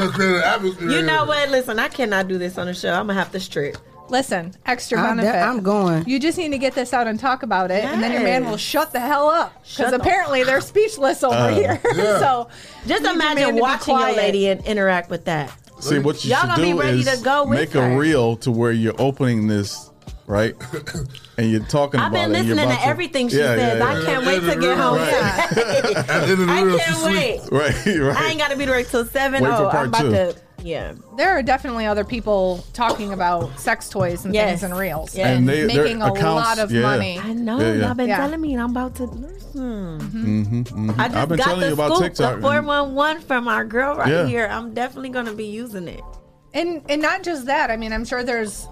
[SPEAKER 12] know, clear the atmosphere.
[SPEAKER 11] You know what? Listen, I cannot do this on the show. I'm gonna have to strip.
[SPEAKER 23] Listen, extra
[SPEAKER 11] I'm de-
[SPEAKER 23] benefit.
[SPEAKER 11] I'm going.
[SPEAKER 23] You just need to get this out and talk about it, and then your man
[SPEAKER 11] Yes.
[SPEAKER 23] will shut the hell up
[SPEAKER 11] Shut
[SPEAKER 23] because
[SPEAKER 11] the-
[SPEAKER 23] apparently they're speechless over
[SPEAKER 9] Uh,
[SPEAKER 23] here.
[SPEAKER 9] yeah.
[SPEAKER 23] so
[SPEAKER 11] just
[SPEAKER 23] need your man to
[SPEAKER 11] imagine
[SPEAKER 23] be
[SPEAKER 11] watching your
[SPEAKER 23] quiet.
[SPEAKER 11] lady and interact with that.
[SPEAKER 9] See, what you
[SPEAKER 11] all
[SPEAKER 9] should
[SPEAKER 11] gonna be
[SPEAKER 9] do
[SPEAKER 11] ready
[SPEAKER 9] is
[SPEAKER 11] to go with
[SPEAKER 9] make
[SPEAKER 11] her.
[SPEAKER 9] a reel to where you're opening this, right? And you're talking
[SPEAKER 11] I've
[SPEAKER 9] about
[SPEAKER 11] been
[SPEAKER 9] it. and you're
[SPEAKER 11] listening to
[SPEAKER 9] about
[SPEAKER 11] everything she says. I can't wait to
[SPEAKER 9] Right.
[SPEAKER 11] get home. I can't wait.
[SPEAKER 9] Right, right.
[SPEAKER 11] I ain't gotta be to work till seven.
[SPEAKER 9] Wait for
[SPEAKER 11] oh,
[SPEAKER 9] part
[SPEAKER 11] I'm about
[SPEAKER 9] two.
[SPEAKER 11] to. Yeah.
[SPEAKER 23] there are definitely other people talking about sex toys and
[SPEAKER 11] Yes.
[SPEAKER 23] things and reels,
[SPEAKER 11] Yes. And they-
[SPEAKER 9] their
[SPEAKER 23] making a lot
[SPEAKER 9] accounts-
[SPEAKER 23] of
[SPEAKER 9] yeah.
[SPEAKER 23] money.
[SPEAKER 9] I know, Yeah, yeah. y'all been
[SPEAKER 11] telling me, and I'm about to listen.
[SPEAKER 9] Mm-hmm, mm-hmm.
[SPEAKER 11] I just
[SPEAKER 9] I've been
[SPEAKER 11] got
[SPEAKER 9] telling
[SPEAKER 11] the
[SPEAKER 9] you about
[SPEAKER 11] scoop,
[SPEAKER 9] TikTok.
[SPEAKER 11] The 411 from our girl right
[SPEAKER 9] Yeah.
[SPEAKER 11] here. I'm definitely gonna be using it.
[SPEAKER 23] And and not just that. I mean, I'm sure there's.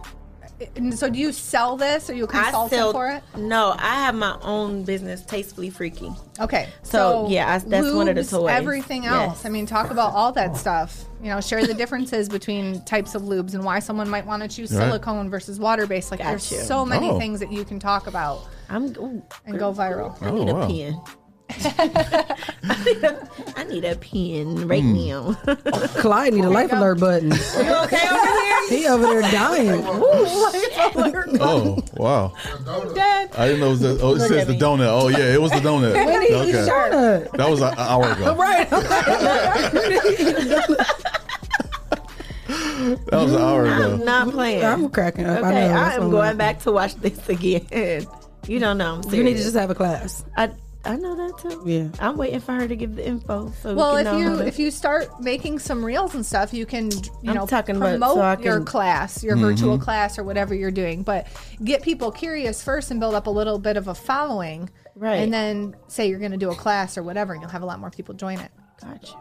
[SPEAKER 23] and So do you sell this? Are you a
[SPEAKER 11] I
[SPEAKER 23] consultant
[SPEAKER 11] sell
[SPEAKER 23] for it?
[SPEAKER 11] No, I have my own business, Tastefully Freaky.
[SPEAKER 23] Okay.
[SPEAKER 11] So, yeah, I- that's one of the
[SPEAKER 23] lubes,
[SPEAKER 11] toys.
[SPEAKER 23] Everything
[SPEAKER 11] Yes.
[SPEAKER 23] else. I mean, talk about all that stuff. You know, share the differences between types of lubes and why someone might want to choose
[SPEAKER 11] Right.
[SPEAKER 23] silicone versus water based. Like,
[SPEAKER 11] Got
[SPEAKER 23] there's
[SPEAKER 11] you.
[SPEAKER 23] so many
[SPEAKER 11] Oh.
[SPEAKER 23] things that you can talk about.
[SPEAKER 11] I'm
[SPEAKER 23] and go viral.
[SPEAKER 9] Oh,
[SPEAKER 11] I need
[SPEAKER 23] a
[SPEAKER 11] a pen. I need a pen
[SPEAKER 9] Hmm.
[SPEAKER 11] right now.
[SPEAKER 10] Clyde need a life alert button.
[SPEAKER 11] you okay over here?
[SPEAKER 10] He over there dying.
[SPEAKER 9] Oh, wow.
[SPEAKER 23] Dead.
[SPEAKER 9] I didn't know it was the, oh, it
[SPEAKER 10] Look
[SPEAKER 9] says
[SPEAKER 10] at
[SPEAKER 9] the
[SPEAKER 10] me.
[SPEAKER 9] donut. Oh, yeah, it was the donut.
[SPEAKER 10] When did he eat donut?
[SPEAKER 9] That was an hour ago.
[SPEAKER 10] Right.
[SPEAKER 9] That was an hour
[SPEAKER 11] I'm
[SPEAKER 9] ago.
[SPEAKER 11] not playing.
[SPEAKER 10] I'm cracking up. I
[SPEAKER 11] Okay, I,
[SPEAKER 10] know. That's what
[SPEAKER 11] am
[SPEAKER 10] I'm
[SPEAKER 11] going
[SPEAKER 10] like.
[SPEAKER 11] back to watch this again. You don't know. I'm
[SPEAKER 10] You need to
[SPEAKER 11] serious.
[SPEAKER 10] just have a class.
[SPEAKER 11] I I know that too. Yeah, I'm waiting for her to give the info. So
[SPEAKER 23] well,
[SPEAKER 11] we
[SPEAKER 23] if
[SPEAKER 11] can know
[SPEAKER 23] you
[SPEAKER 11] how to-
[SPEAKER 23] if you start making some reels and stuff, you can you
[SPEAKER 11] I'm
[SPEAKER 23] know
[SPEAKER 11] talking about-
[SPEAKER 23] promote
[SPEAKER 11] so I
[SPEAKER 23] your
[SPEAKER 11] can-
[SPEAKER 23] class, your virtual
[SPEAKER 11] Mhm.
[SPEAKER 23] class, or whatever you're doing. But get people curious first and build up a little bit of a following,
[SPEAKER 11] Right.
[SPEAKER 23] And then say you're going to do a class or whatever, and you'll have a lot more people join it.
[SPEAKER 11] Gotcha.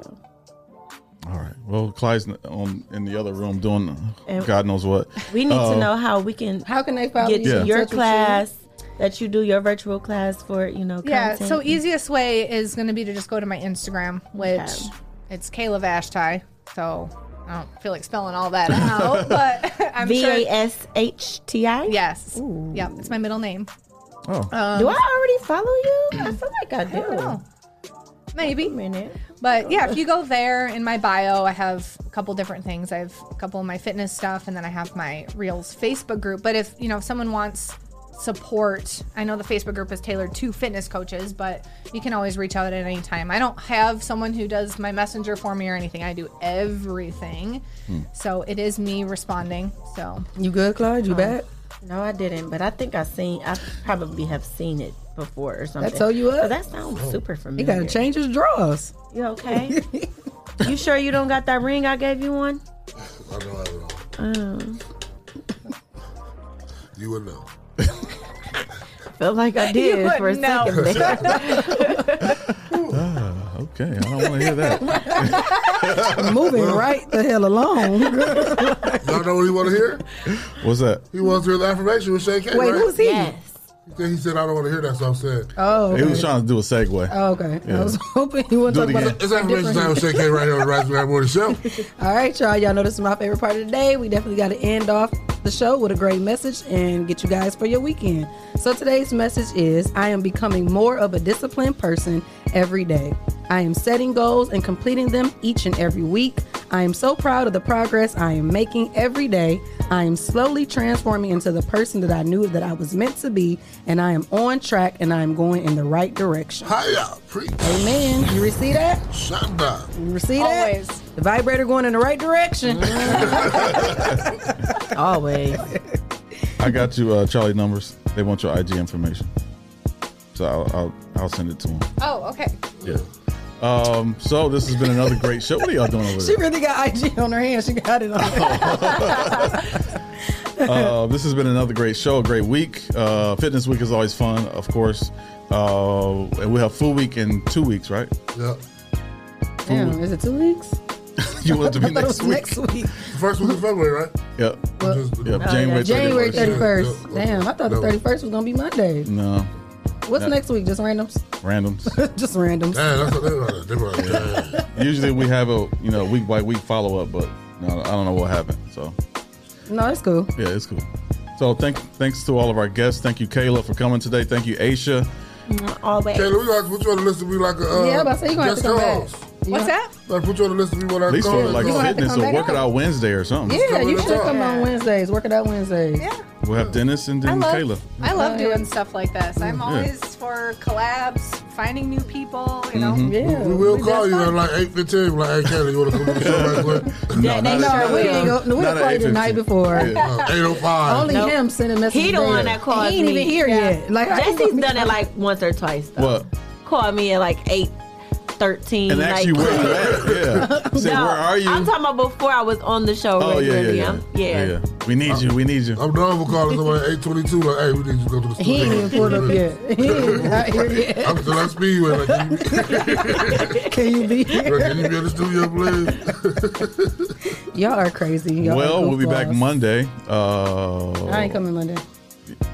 [SPEAKER 9] All right. Well, Clyde's n- on, in the other room doing
[SPEAKER 11] And-
[SPEAKER 9] God knows what.
[SPEAKER 11] we need
[SPEAKER 9] Uh,
[SPEAKER 11] to know how we can how
[SPEAKER 10] can they
[SPEAKER 9] follow
[SPEAKER 11] get
[SPEAKER 9] you? Yeah.
[SPEAKER 11] to your
[SPEAKER 9] Touch with you?
[SPEAKER 11] class that you do your virtual class for you know
[SPEAKER 23] Yeah.
[SPEAKER 11] content.
[SPEAKER 23] So easiest way is going to be to just go to my Instagram, which
[SPEAKER 11] Okay.
[SPEAKER 23] it's Kayla Vashti. So I don't feel like spelling all that out, but I'm
[SPEAKER 11] V
[SPEAKER 23] sure-
[SPEAKER 11] A S H T I.
[SPEAKER 23] Yes. Yep. It's my middle name.
[SPEAKER 9] Oh.
[SPEAKER 23] Um,
[SPEAKER 11] do I already follow you? I feel like I do.
[SPEAKER 23] Maybe.
[SPEAKER 11] minute.
[SPEAKER 23] But yeah, if you go there in my bio, I have a couple different things. I have a couple of my fitness stuff, and then I have my Reels Facebook group. But if you know if someone wants support, I know the Facebook group is tailored to fitness coaches, but you can always reach out at any time. I don't have someone who does my messenger for me or anything. I do everything,
[SPEAKER 12] Hmm.
[SPEAKER 23] so it is me responding. So
[SPEAKER 10] You good, Clyde? You
[SPEAKER 23] Um,
[SPEAKER 10] back?
[SPEAKER 11] No, I didn't. But I think I seen. I probably have seen it before or something.
[SPEAKER 10] That told you up?
[SPEAKER 11] So that sounds super
[SPEAKER 10] You
[SPEAKER 11] familiar.
[SPEAKER 10] gotta change his drawers.
[SPEAKER 11] You okay? you sure you don't got that ring I gave you on?
[SPEAKER 12] I don't have it on.
[SPEAKER 11] Um,
[SPEAKER 12] You would know.
[SPEAKER 11] felt like I did
[SPEAKER 10] wouldn't
[SPEAKER 11] for a
[SPEAKER 10] know.
[SPEAKER 11] second there.
[SPEAKER 9] Ah, okay. I don't want to hear that.
[SPEAKER 10] Moving right the hell along.
[SPEAKER 12] Y'all know what he want to hear?
[SPEAKER 9] What's that?
[SPEAKER 12] He wants to hear the affirmation with Shay K.
[SPEAKER 10] Wait,
[SPEAKER 12] right?
[SPEAKER 10] who's he?
[SPEAKER 12] He said- He said, I don't want to hear that, so I'm saying.
[SPEAKER 10] Oh, okay.
[SPEAKER 9] He was trying to do a segue.
[SPEAKER 10] Oh, okay.
[SPEAKER 9] Yeah.
[SPEAKER 10] I was hoping you wouldn't
[SPEAKER 9] Do
[SPEAKER 10] talk
[SPEAKER 9] it
[SPEAKER 10] about
[SPEAKER 9] again.
[SPEAKER 10] a-
[SPEAKER 12] It's
[SPEAKER 10] a
[SPEAKER 12] affirmation
[SPEAKER 10] different-
[SPEAKER 12] time with Shay K right here on the Raspberry Morning Show.
[SPEAKER 10] All right, y'all. Y'all know this is my favorite part of the day. We definitely got to end off the show with a great message and get you guys for your weekend. So today's message is I am becoming more of a disciplined person every day. I am setting goals and completing them each and every week. I am so proud of the progress I am making every day. I am slowly transforming into the person that I knew that I was meant to be, and I am on track and I am going in the right direction.
[SPEAKER 12] Hiya, preach.
[SPEAKER 10] Amen. You receive that?
[SPEAKER 12] Shanda.
[SPEAKER 10] You receive Always. that? The vibrator going in the right direction. Always.
[SPEAKER 9] I got you, uh, Charlie numbers. They want your IG information, so I'll I'll, I'll send it to them.
[SPEAKER 23] oh, okay.
[SPEAKER 9] Yeah. Um. So this has been another great show. What are y'all doing over
[SPEAKER 10] She
[SPEAKER 9] there?
[SPEAKER 10] really got IG on her hand. She got it on.
[SPEAKER 9] Uh, this has been another great show, a great week. Uh, Fitness Week is always fun, of course. Uh, and we have full week in two weeks, right?
[SPEAKER 12] Yep.
[SPEAKER 10] Damn, is it two weeks?
[SPEAKER 9] You want it to
[SPEAKER 10] I
[SPEAKER 9] be
[SPEAKER 10] thought it
[SPEAKER 9] next
[SPEAKER 10] was
[SPEAKER 9] week?
[SPEAKER 10] next week.
[SPEAKER 12] First week of February, right?
[SPEAKER 9] Yep.
[SPEAKER 10] Well-
[SPEAKER 9] yep.
[SPEAKER 10] Oh,
[SPEAKER 9] January
[SPEAKER 10] yeah,
[SPEAKER 9] 31st.
[SPEAKER 10] January 31st. Damn, I thought
[SPEAKER 9] No.
[SPEAKER 10] the 31st was going to be Monday.
[SPEAKER 9] No.
[SPEAKER 10] What's
[SPEAKER 9] No.
[SPEAKER 10] next week? Just randoms?
[SPEAKER 9] Randoms.
[SPEAKER 10] Just randoms.
[SPEAKER 9] Usually we have a you know week by week follow up, but no, I don't know what happened. So
[SPEAKER 10] No, it's cool.
[SPEAKER 9] yeah, it's cool. So thank thanks to all of our guests. Thank you, Kayla, for coming today. Thank you, Aisha.
[SPEAKER 11] Always.
[SPEAKER 12] Kayla, we got to put you on the list to be like a. Uh,
[SPEAKER 10] Mm, Yeah, I'm about to say, you gonna have
[SPEAKER 12] guest
[SPEAKER 10] to come back.
[SPEAKER 12] co-host.
[SPEAKER 10] What's
[SPEAKER 23] that?
[SPEAKER 12] Like, put you on the list to be one
[SPEAKER 9] At
[SPEAKER 12] of our
[SPEAKER 9] least for
[SPEAKER 12] co-hosts.
[SPEAKER 9] like fitness or work it out Wednesday or something.
[SPEAKER 10] Yeah, you
[SPEAKER 12] Let's
[SPEAKER 10] should
[SPEAKER 12] go.
[SPEAKER 10] come on Wednesdays. Work it out Wednesdays. Yeah.
[SPEAKER 9] We'll have Dennis and
[SPEAKER 23] I
[SPEAKER 9] then
[SPEAKER 23] love,
[SPEAKER 9] Kayla.
[SPEAKER 23] I love doing stuff like this. I'm
[SPEAKER 9] Yeah.
[SPEAKER 23] always for collabs, finding new people. You know,
[SPEAKER 9] Mhm.
[SPEAKER 12] Yeah. Mm-hmm. We will call you at like 8.15. We're Like, hey, Kayla, you want to come to the show right quick?
[SPEAKER 10] No, they know we ain't go, no, we
[SPEAKER 12] Not
[SPEAKER 10] done
[SPEAKER 12] at
[SPEAKER 10] called you the
[SPEAKER 12] 8:15.
[SPEAKER 10] night before.
[SPEAKER 12] Yeah. 8:05.
[SPEAKER 10] Only
[SPEAKER 12] Nope.
[SPEAKER 10] him sending messages.
[SPEAKER 11] He the
[SPEAKER 10] there.
[SPEAKER 11] one that calls
[SPEAKER 10] He ain't
[SPEAKER 11] me.
[SPEAKER 10] even here
[SPEAKER 11] Yeah.
[SPEAKER 10] yet. Like how you
[SPEAKER 11] Jesse's
[SPEAKER 10] gonna-
[SPEAKER 11] done it like once or twice. Though.
[SPEAKER 9] What?
[SPEAKER 11] Called me at like eight thirteen.
[SPEAKER 9] And ask
[SPEAKER 11] like,
[SPEAKER 9] you where you at. Yeah. Say,
[SPEAKER 11] no,
[SPEAKER 9] where are you?
[SPEAKER 11] I'm talking about before I was on the show.
[SPEAKER 9] Oh, yeah, yeah,
[SPEAKER 11] regularly.
[SPEAKER 9] yeah.
[SPEAKER 11] I'm- yeah.
[SPEAKER 9] Yeah, yeah. We need you. We need you.
[SPEAKER 12] I'm done with calling someone at 8.22. Like, hey, we need you to go to the studio.
[SPEAKER 10] He ain't even pulled up yet. He ain't out here yet.
[SPEAKER 12] I'm still on speedway. Like, can you
[SPEAKER 10] Can you be
[SPEAKER 12] Bro, can you be in the studio, please?
[SPEAKER 10] Y'all are crazy. Y'all
[SPEAKER 9] well,
[SPEAKER 10] are
[SPEAKER 9] we'll be back
[SPEAKER 10] goofballs.
[SPEAKER 9] Monday. Uh,
[SPEAKER 10] I ain't coming Monday.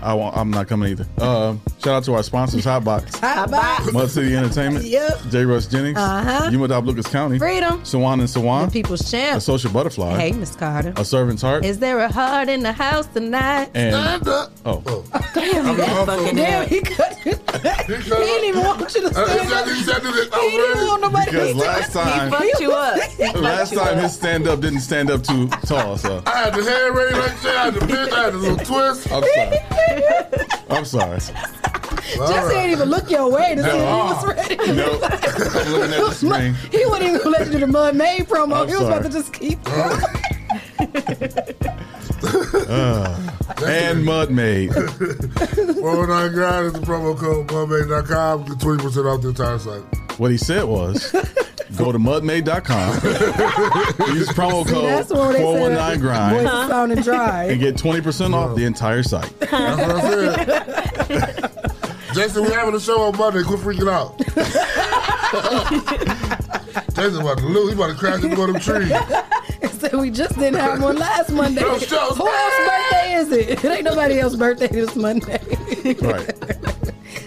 [SPEAKER 9] I won't, I'm not coming either. Uh, shout out to our sponsors, Hotbox. Mud City Entertainment.
[SPEAKER 10] Yep.
[SPEAKER 9] J. Russ Jennings.
[SPEAKER 10] Uh-huh.
[SPEAKER 9] Yumadab Lucas County.
[SPEAKER 10] Freedom.
[SPEAKER 9] Sawan and Sawan.
[SPEAKER 10] The People's Champ.
[SPEAKER 9] A social butterfly.
[SPEAKER 10] Hey, Miss Carter.
[SPEAKER 9] A servant's heart.
[SPEAKER 10] Is there a heart in the house tonight?
[SPEAKER 9] and
[SPEAKER 10] up.
[SPEAKER 9] Oh.
[SPEAKER 10] Damn, he got fucking Damn, he cut He didn't even want
[SPEAKER 12] uh,
[SPEAKER 10] you to stand up. He didn't want nobody
[SPEAKER 9] Because
[SPEAKER 10] to
[SPEAKER 9] last time- He
[SPEAKER 10] you up.
[SPEAKER 9] Last time his stand up didn't stand up too tall, so
[SPEAKER 12] I had the hair ready like that. I had the pitch. I had the little twist.
[SPEAKER 9] I'm sorry. I'm sorry.
[SPEAKER 10] Jesse ain't even look your way to see if
[SPEAKER 9] No.
[SPEAKER 10] he was ready.
[SPEAKER 9] Nope. I'm looking at this man.
[SPEAKER 10] He wouldn't even let you do the Mud Maid promo.
[SPEAKER 9] I'm
[SPEAKER 10] he was about
[SPEAKER 9] sorry.
[SPEAKER 10] to just keep.
[SPEAKER 9] Uh, and Mud Maid.
[SPEAKER 12] 109 grind is the promo code mudmaid.com. Get 20% off the entire site.
[SPEAKER 9] What he said was go to mudmaid.com, use promo
[SPEAKER 10] See,
[SPEAKER 9] code
[SPEAKER 10] that's what they said.
[SPEAKER 9] 419 grind,
[SPEAKER 10] Voice sounding dry.
[SPEAKER 9] and get 20% off the entire site.
[SPEAKER 12] Jason, we're having a show on Monday. Quit freaking out. Jason about to lose. He about to crash into one of them trees.
[SPEAKER 10] So we just didn't have one last Monday. Who
[SPEAKER 12] Those shows-
[SPEAKER 10] else's birthday is it? It ain't nobody else's birthday this Monday.
[SPEAKER 9] Right.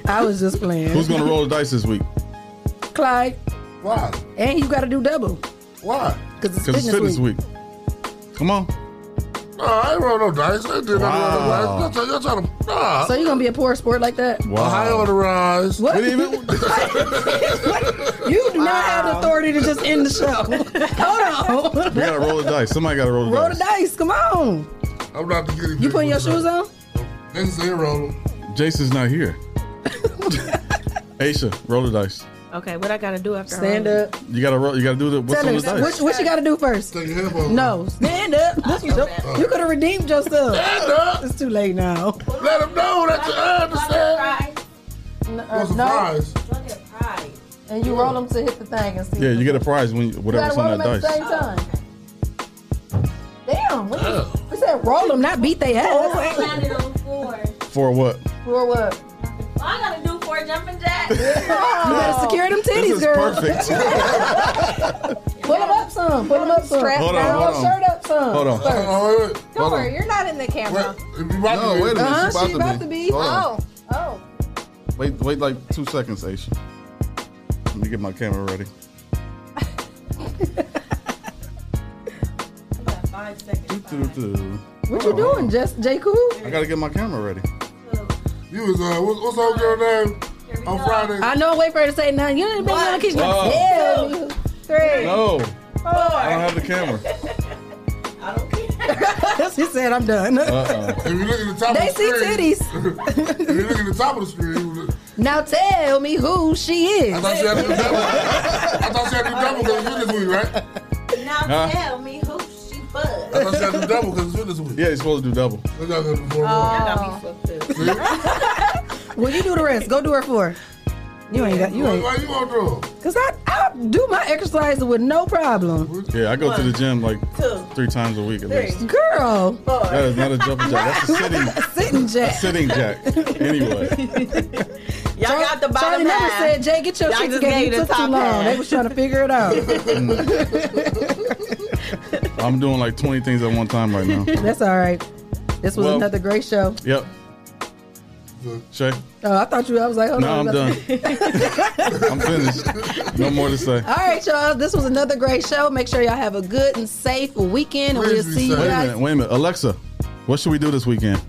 [SPEAKER 10] I was just playing.
[SPEAKER 9] Who's going to roll the dice this week?
[SPEAKER 10] Clyde.
[SPEAKER 12] Why?
[SPEAKER 10] And you got to do double.
[SPEAKER 12] Why?
[SPEAKER 10] Because it's
[SPEAKER 9] Because it's
[SPEAKER 10] fitness,
[SPEAKER 9] fitness
[SPEAKER 10] week.
[SPEAKER 9] week. Come on.
[SPEAKER 12] Nah, I ain't roll no dice. I
[SPEAKER 9] Wow.
[SPEAKER 12] did not roll no dice. Y'all try, y'all try to. Nah.
[SPEAKER 10] So you gonna be a poor sport like that?
[SPEAKER 9] Wow.
[SPEAKER 12] Ohio on the rise.
[SPEAKER 10] What?
[SPEAKER 12] We didn't even-
[SPEAKER 10] You do not have the authority to just end the show. Hold on.
[SPEAKER 9] We got to roll the dice. Somebody got to roll the
[SPEAKER 10] Roll
[SPEAKER 9] dice.
[SPEAKER 10] the dice. Come on.
[SPEAKER 12] I'm not the guinea
[SPEAKER 10] You putting your shoes on?
[SPEAKER 12] Jason said roll them.
[SPEAKER 9] Jason's not here. Aisha, roll the dice.
[SPEAKER 11] Okay, what I gotta do after
[SPEAKER 10] Stand
[SPEAKER 11] home?
[SPEAKER 10] up.
[SPEAKER 9] You gotta roll. You gotta do the what's
[SPEAKER 10] Tell
[SPEAKER 9] on
[SPEAKER 10] her
[SPEAKER 9] the dice.
[SPEAKER 10] what, what you got to do first. No, stand up. This was your- you could have redeemed yourself.
[SPEAKER 12] Uh, Stand up.
[SPEAKER 10] It's too late now.
[SPEAKER 12] Let them know that you understand. a
[SPEAKER 10] Uh,
[SPEAKER 12] prize?
[SPEAKER 10] And you roll them to hit the thing and see.
[SPEAKER 9] yeah, you get a prize when you,
[SPEAKER 10] You
[SPEAKER 9] whatever's
[SPEAKER 10] gotta roll
[SPEAKER 9] on
[SPEAKER 10] them
[SPEAKER 9] that
[SPEAKER 10] at the
[SPEAKER 9] dice.
[SPEAKER 10] same time. Damn, what
[SPEAKER 12] Oh.
[SPEAKER 10] you- we said roll them, not beat they ass.
[SPEAKER 14] Oh, landed on four.
[SPEAKER 9] For what?
[SPEAKER 10] For what?
[SPEAKER 14] Well, I gotta do four jumping jacks.
[SPEAKER 10] You better secure them titties,
[SPEAKER 9] This is
[SPEAKER 10] girl.
[SPEAKER 9] perfect.
[SPEAKER 10] Pull them up some. Pull them up some.
[SPEAKER 9] Strap Hold on, down. hold on.
[SPEAKER 10] Shirt up some.
[SPEAKER 9] Hold on.
[SPEAKER 10] First.
[SPEAKER 12] Uh-uh.
[SPEAKER 23] Don't worry, you're not in the camera.
[SPEAKER 9] No, wait a minute.
[SPEAKER 10] Uh-huh,
[SPEAKER 9] She's about
[SPEAKER 10] she
[SPEAKER 9] to
[SPEAKER 10] about
[SPEAKER 9] be.
[SPEAKER 10] to be.
[SPEAKER 9] Hold on.
[SPEAKER 23] Oh,
[SPEAKER 9] Wait, wait, like two seconds, Aisha. Let me get my camera ready.
[SPEAKER 14] Five seconds.
[SPEAKER 9] Doo-doo-doo.
[SPEAKER 10] What you doing, Jess J. Cool?
[SPEAKER 9] I gotta get my camera ready.
[SPEAKER 12] You was uh, what's, what's old girl name? On Friday.
[SPEAKER 10] I know. Wait for her to say nothing. You didn't been on because you
[SPEAKER 9] Oh.
[SPEAKER 10] tell me. Three.
[SPEAKER 9] No,
[SPEAKER 10] Four.
[SPEAKER 9] I don't have the camera.
[SPEAKER 10] she said, I'm done.
[SPEAKER 9] Uh-uh.
[SPEAKER 12] If you look at the top
[SPEAKER 10] They
[SPEAKER 12] of the
[SPEAKER 10] see
[SPEAKER 12] screen, titties. if you look at the top of the screen, you look-
[SPEAKER 10] Now tell me who she is.
[SPEAKER 12] I thought she had to do double. I thought she had to do double because it's fitness week, right?
[SPEAKER 14] Now
[SPEAKER 9] Huh?
[SPEAKER 14] tell me who she
[SPEAKER 12] I
[SPEAKER 14] was.
[SPEAKER 12] thought she had to do double because it's fitness week.
[SPEAKER 9] Yeah, you're supposed to do double.
[SPEAKER 12] They got to do four more.
[SPEAKER 14] Y'all got me fucked up.
[SPEAKER 10] Well, you do the rest. Go do her four. You ain't got. You
[SPEAKER 12] Why-
[SPEAKER 10] ain't.
[SPEAKER 12] Why you gonna do?
[SPEAKER 10] Cause I, I do my exercises with no problem.
[SPEAKER 9] Yeah, I go to the gym like
[SPEAKER 10] Two.
[SPEAKER 9] three times a week at least.
[SPEAKER 10] Girl,
[SPEAKER 9] That is not a jumping jack. That's a sitting, a
[SPEAKER 10] sitting jack.
[SPEAKER 9] sitting jack. Anyway,
[SPEAKER 11] Y'all got the bottom
[SPEAKER 10] Charlie never
[SPEAKER 11] half.
[SPEAKER 10] said, "Jay, get your
[SPEAKER 11] Y'all
[SPEAKER 10] shit
[SPEAKER 11] just
[SPEAKER 10] together." You
[SPEAKER 11] gave the
[SPEAKER 10] took too
[SPEAKER 11] top
[SPEAKER 10] long.
[SPEAKER 11] half.
[SPEAKER 10] They was trying to figure it out.
[SPEAKER 9] I'm doing like 20 things at one time right now.
[SPEAKER 10] That's all right. This was
[SPEAKER 9] Well-
[SPEAKER 10] another great show.
[SPEAKER 9] Yep. Shay,
[SPEAKER 10] Oh, I thought you. I was like, hold
[SPEAKER 9] No,
[SPEAKER 10] on.
[SPEAKER 9] I'm done. I'm finished. No more to say.
[SPEAKER 10] All right, y'all. This was another great show. Make sure y'all have a good and safe weekend, and we'll see you
[SPEAKER 9] Wait a
[SPEAKER 10] guys.
[SPEAKER 9] minute, wait a minute. Alexa, what should we do this weekend?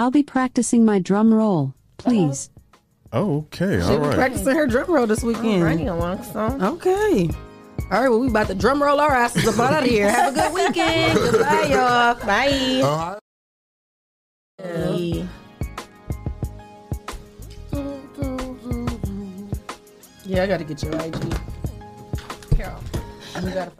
[SPEAKER 15] I'll be practicing my drum roll, please.
[SPEAKER 9] Okay,
[SPEAKER 10] She
[SPEAKER 9] Oh. all
[SPEAKER 10] was
[SPEAKER 9] right.
[SPEAKER 10] practicing her drum roll this weekend. Okay. All right. Well, we about to drum roll our asses up out of here. Have a good weekend. Goodbye, y'all. Bye.
[SPEAKER 9] Oh,
[SPEAKER 10] Yeah, I got to get your IG.
[SPEAKER 23] Carol.
[SPEAKER 10] You gotta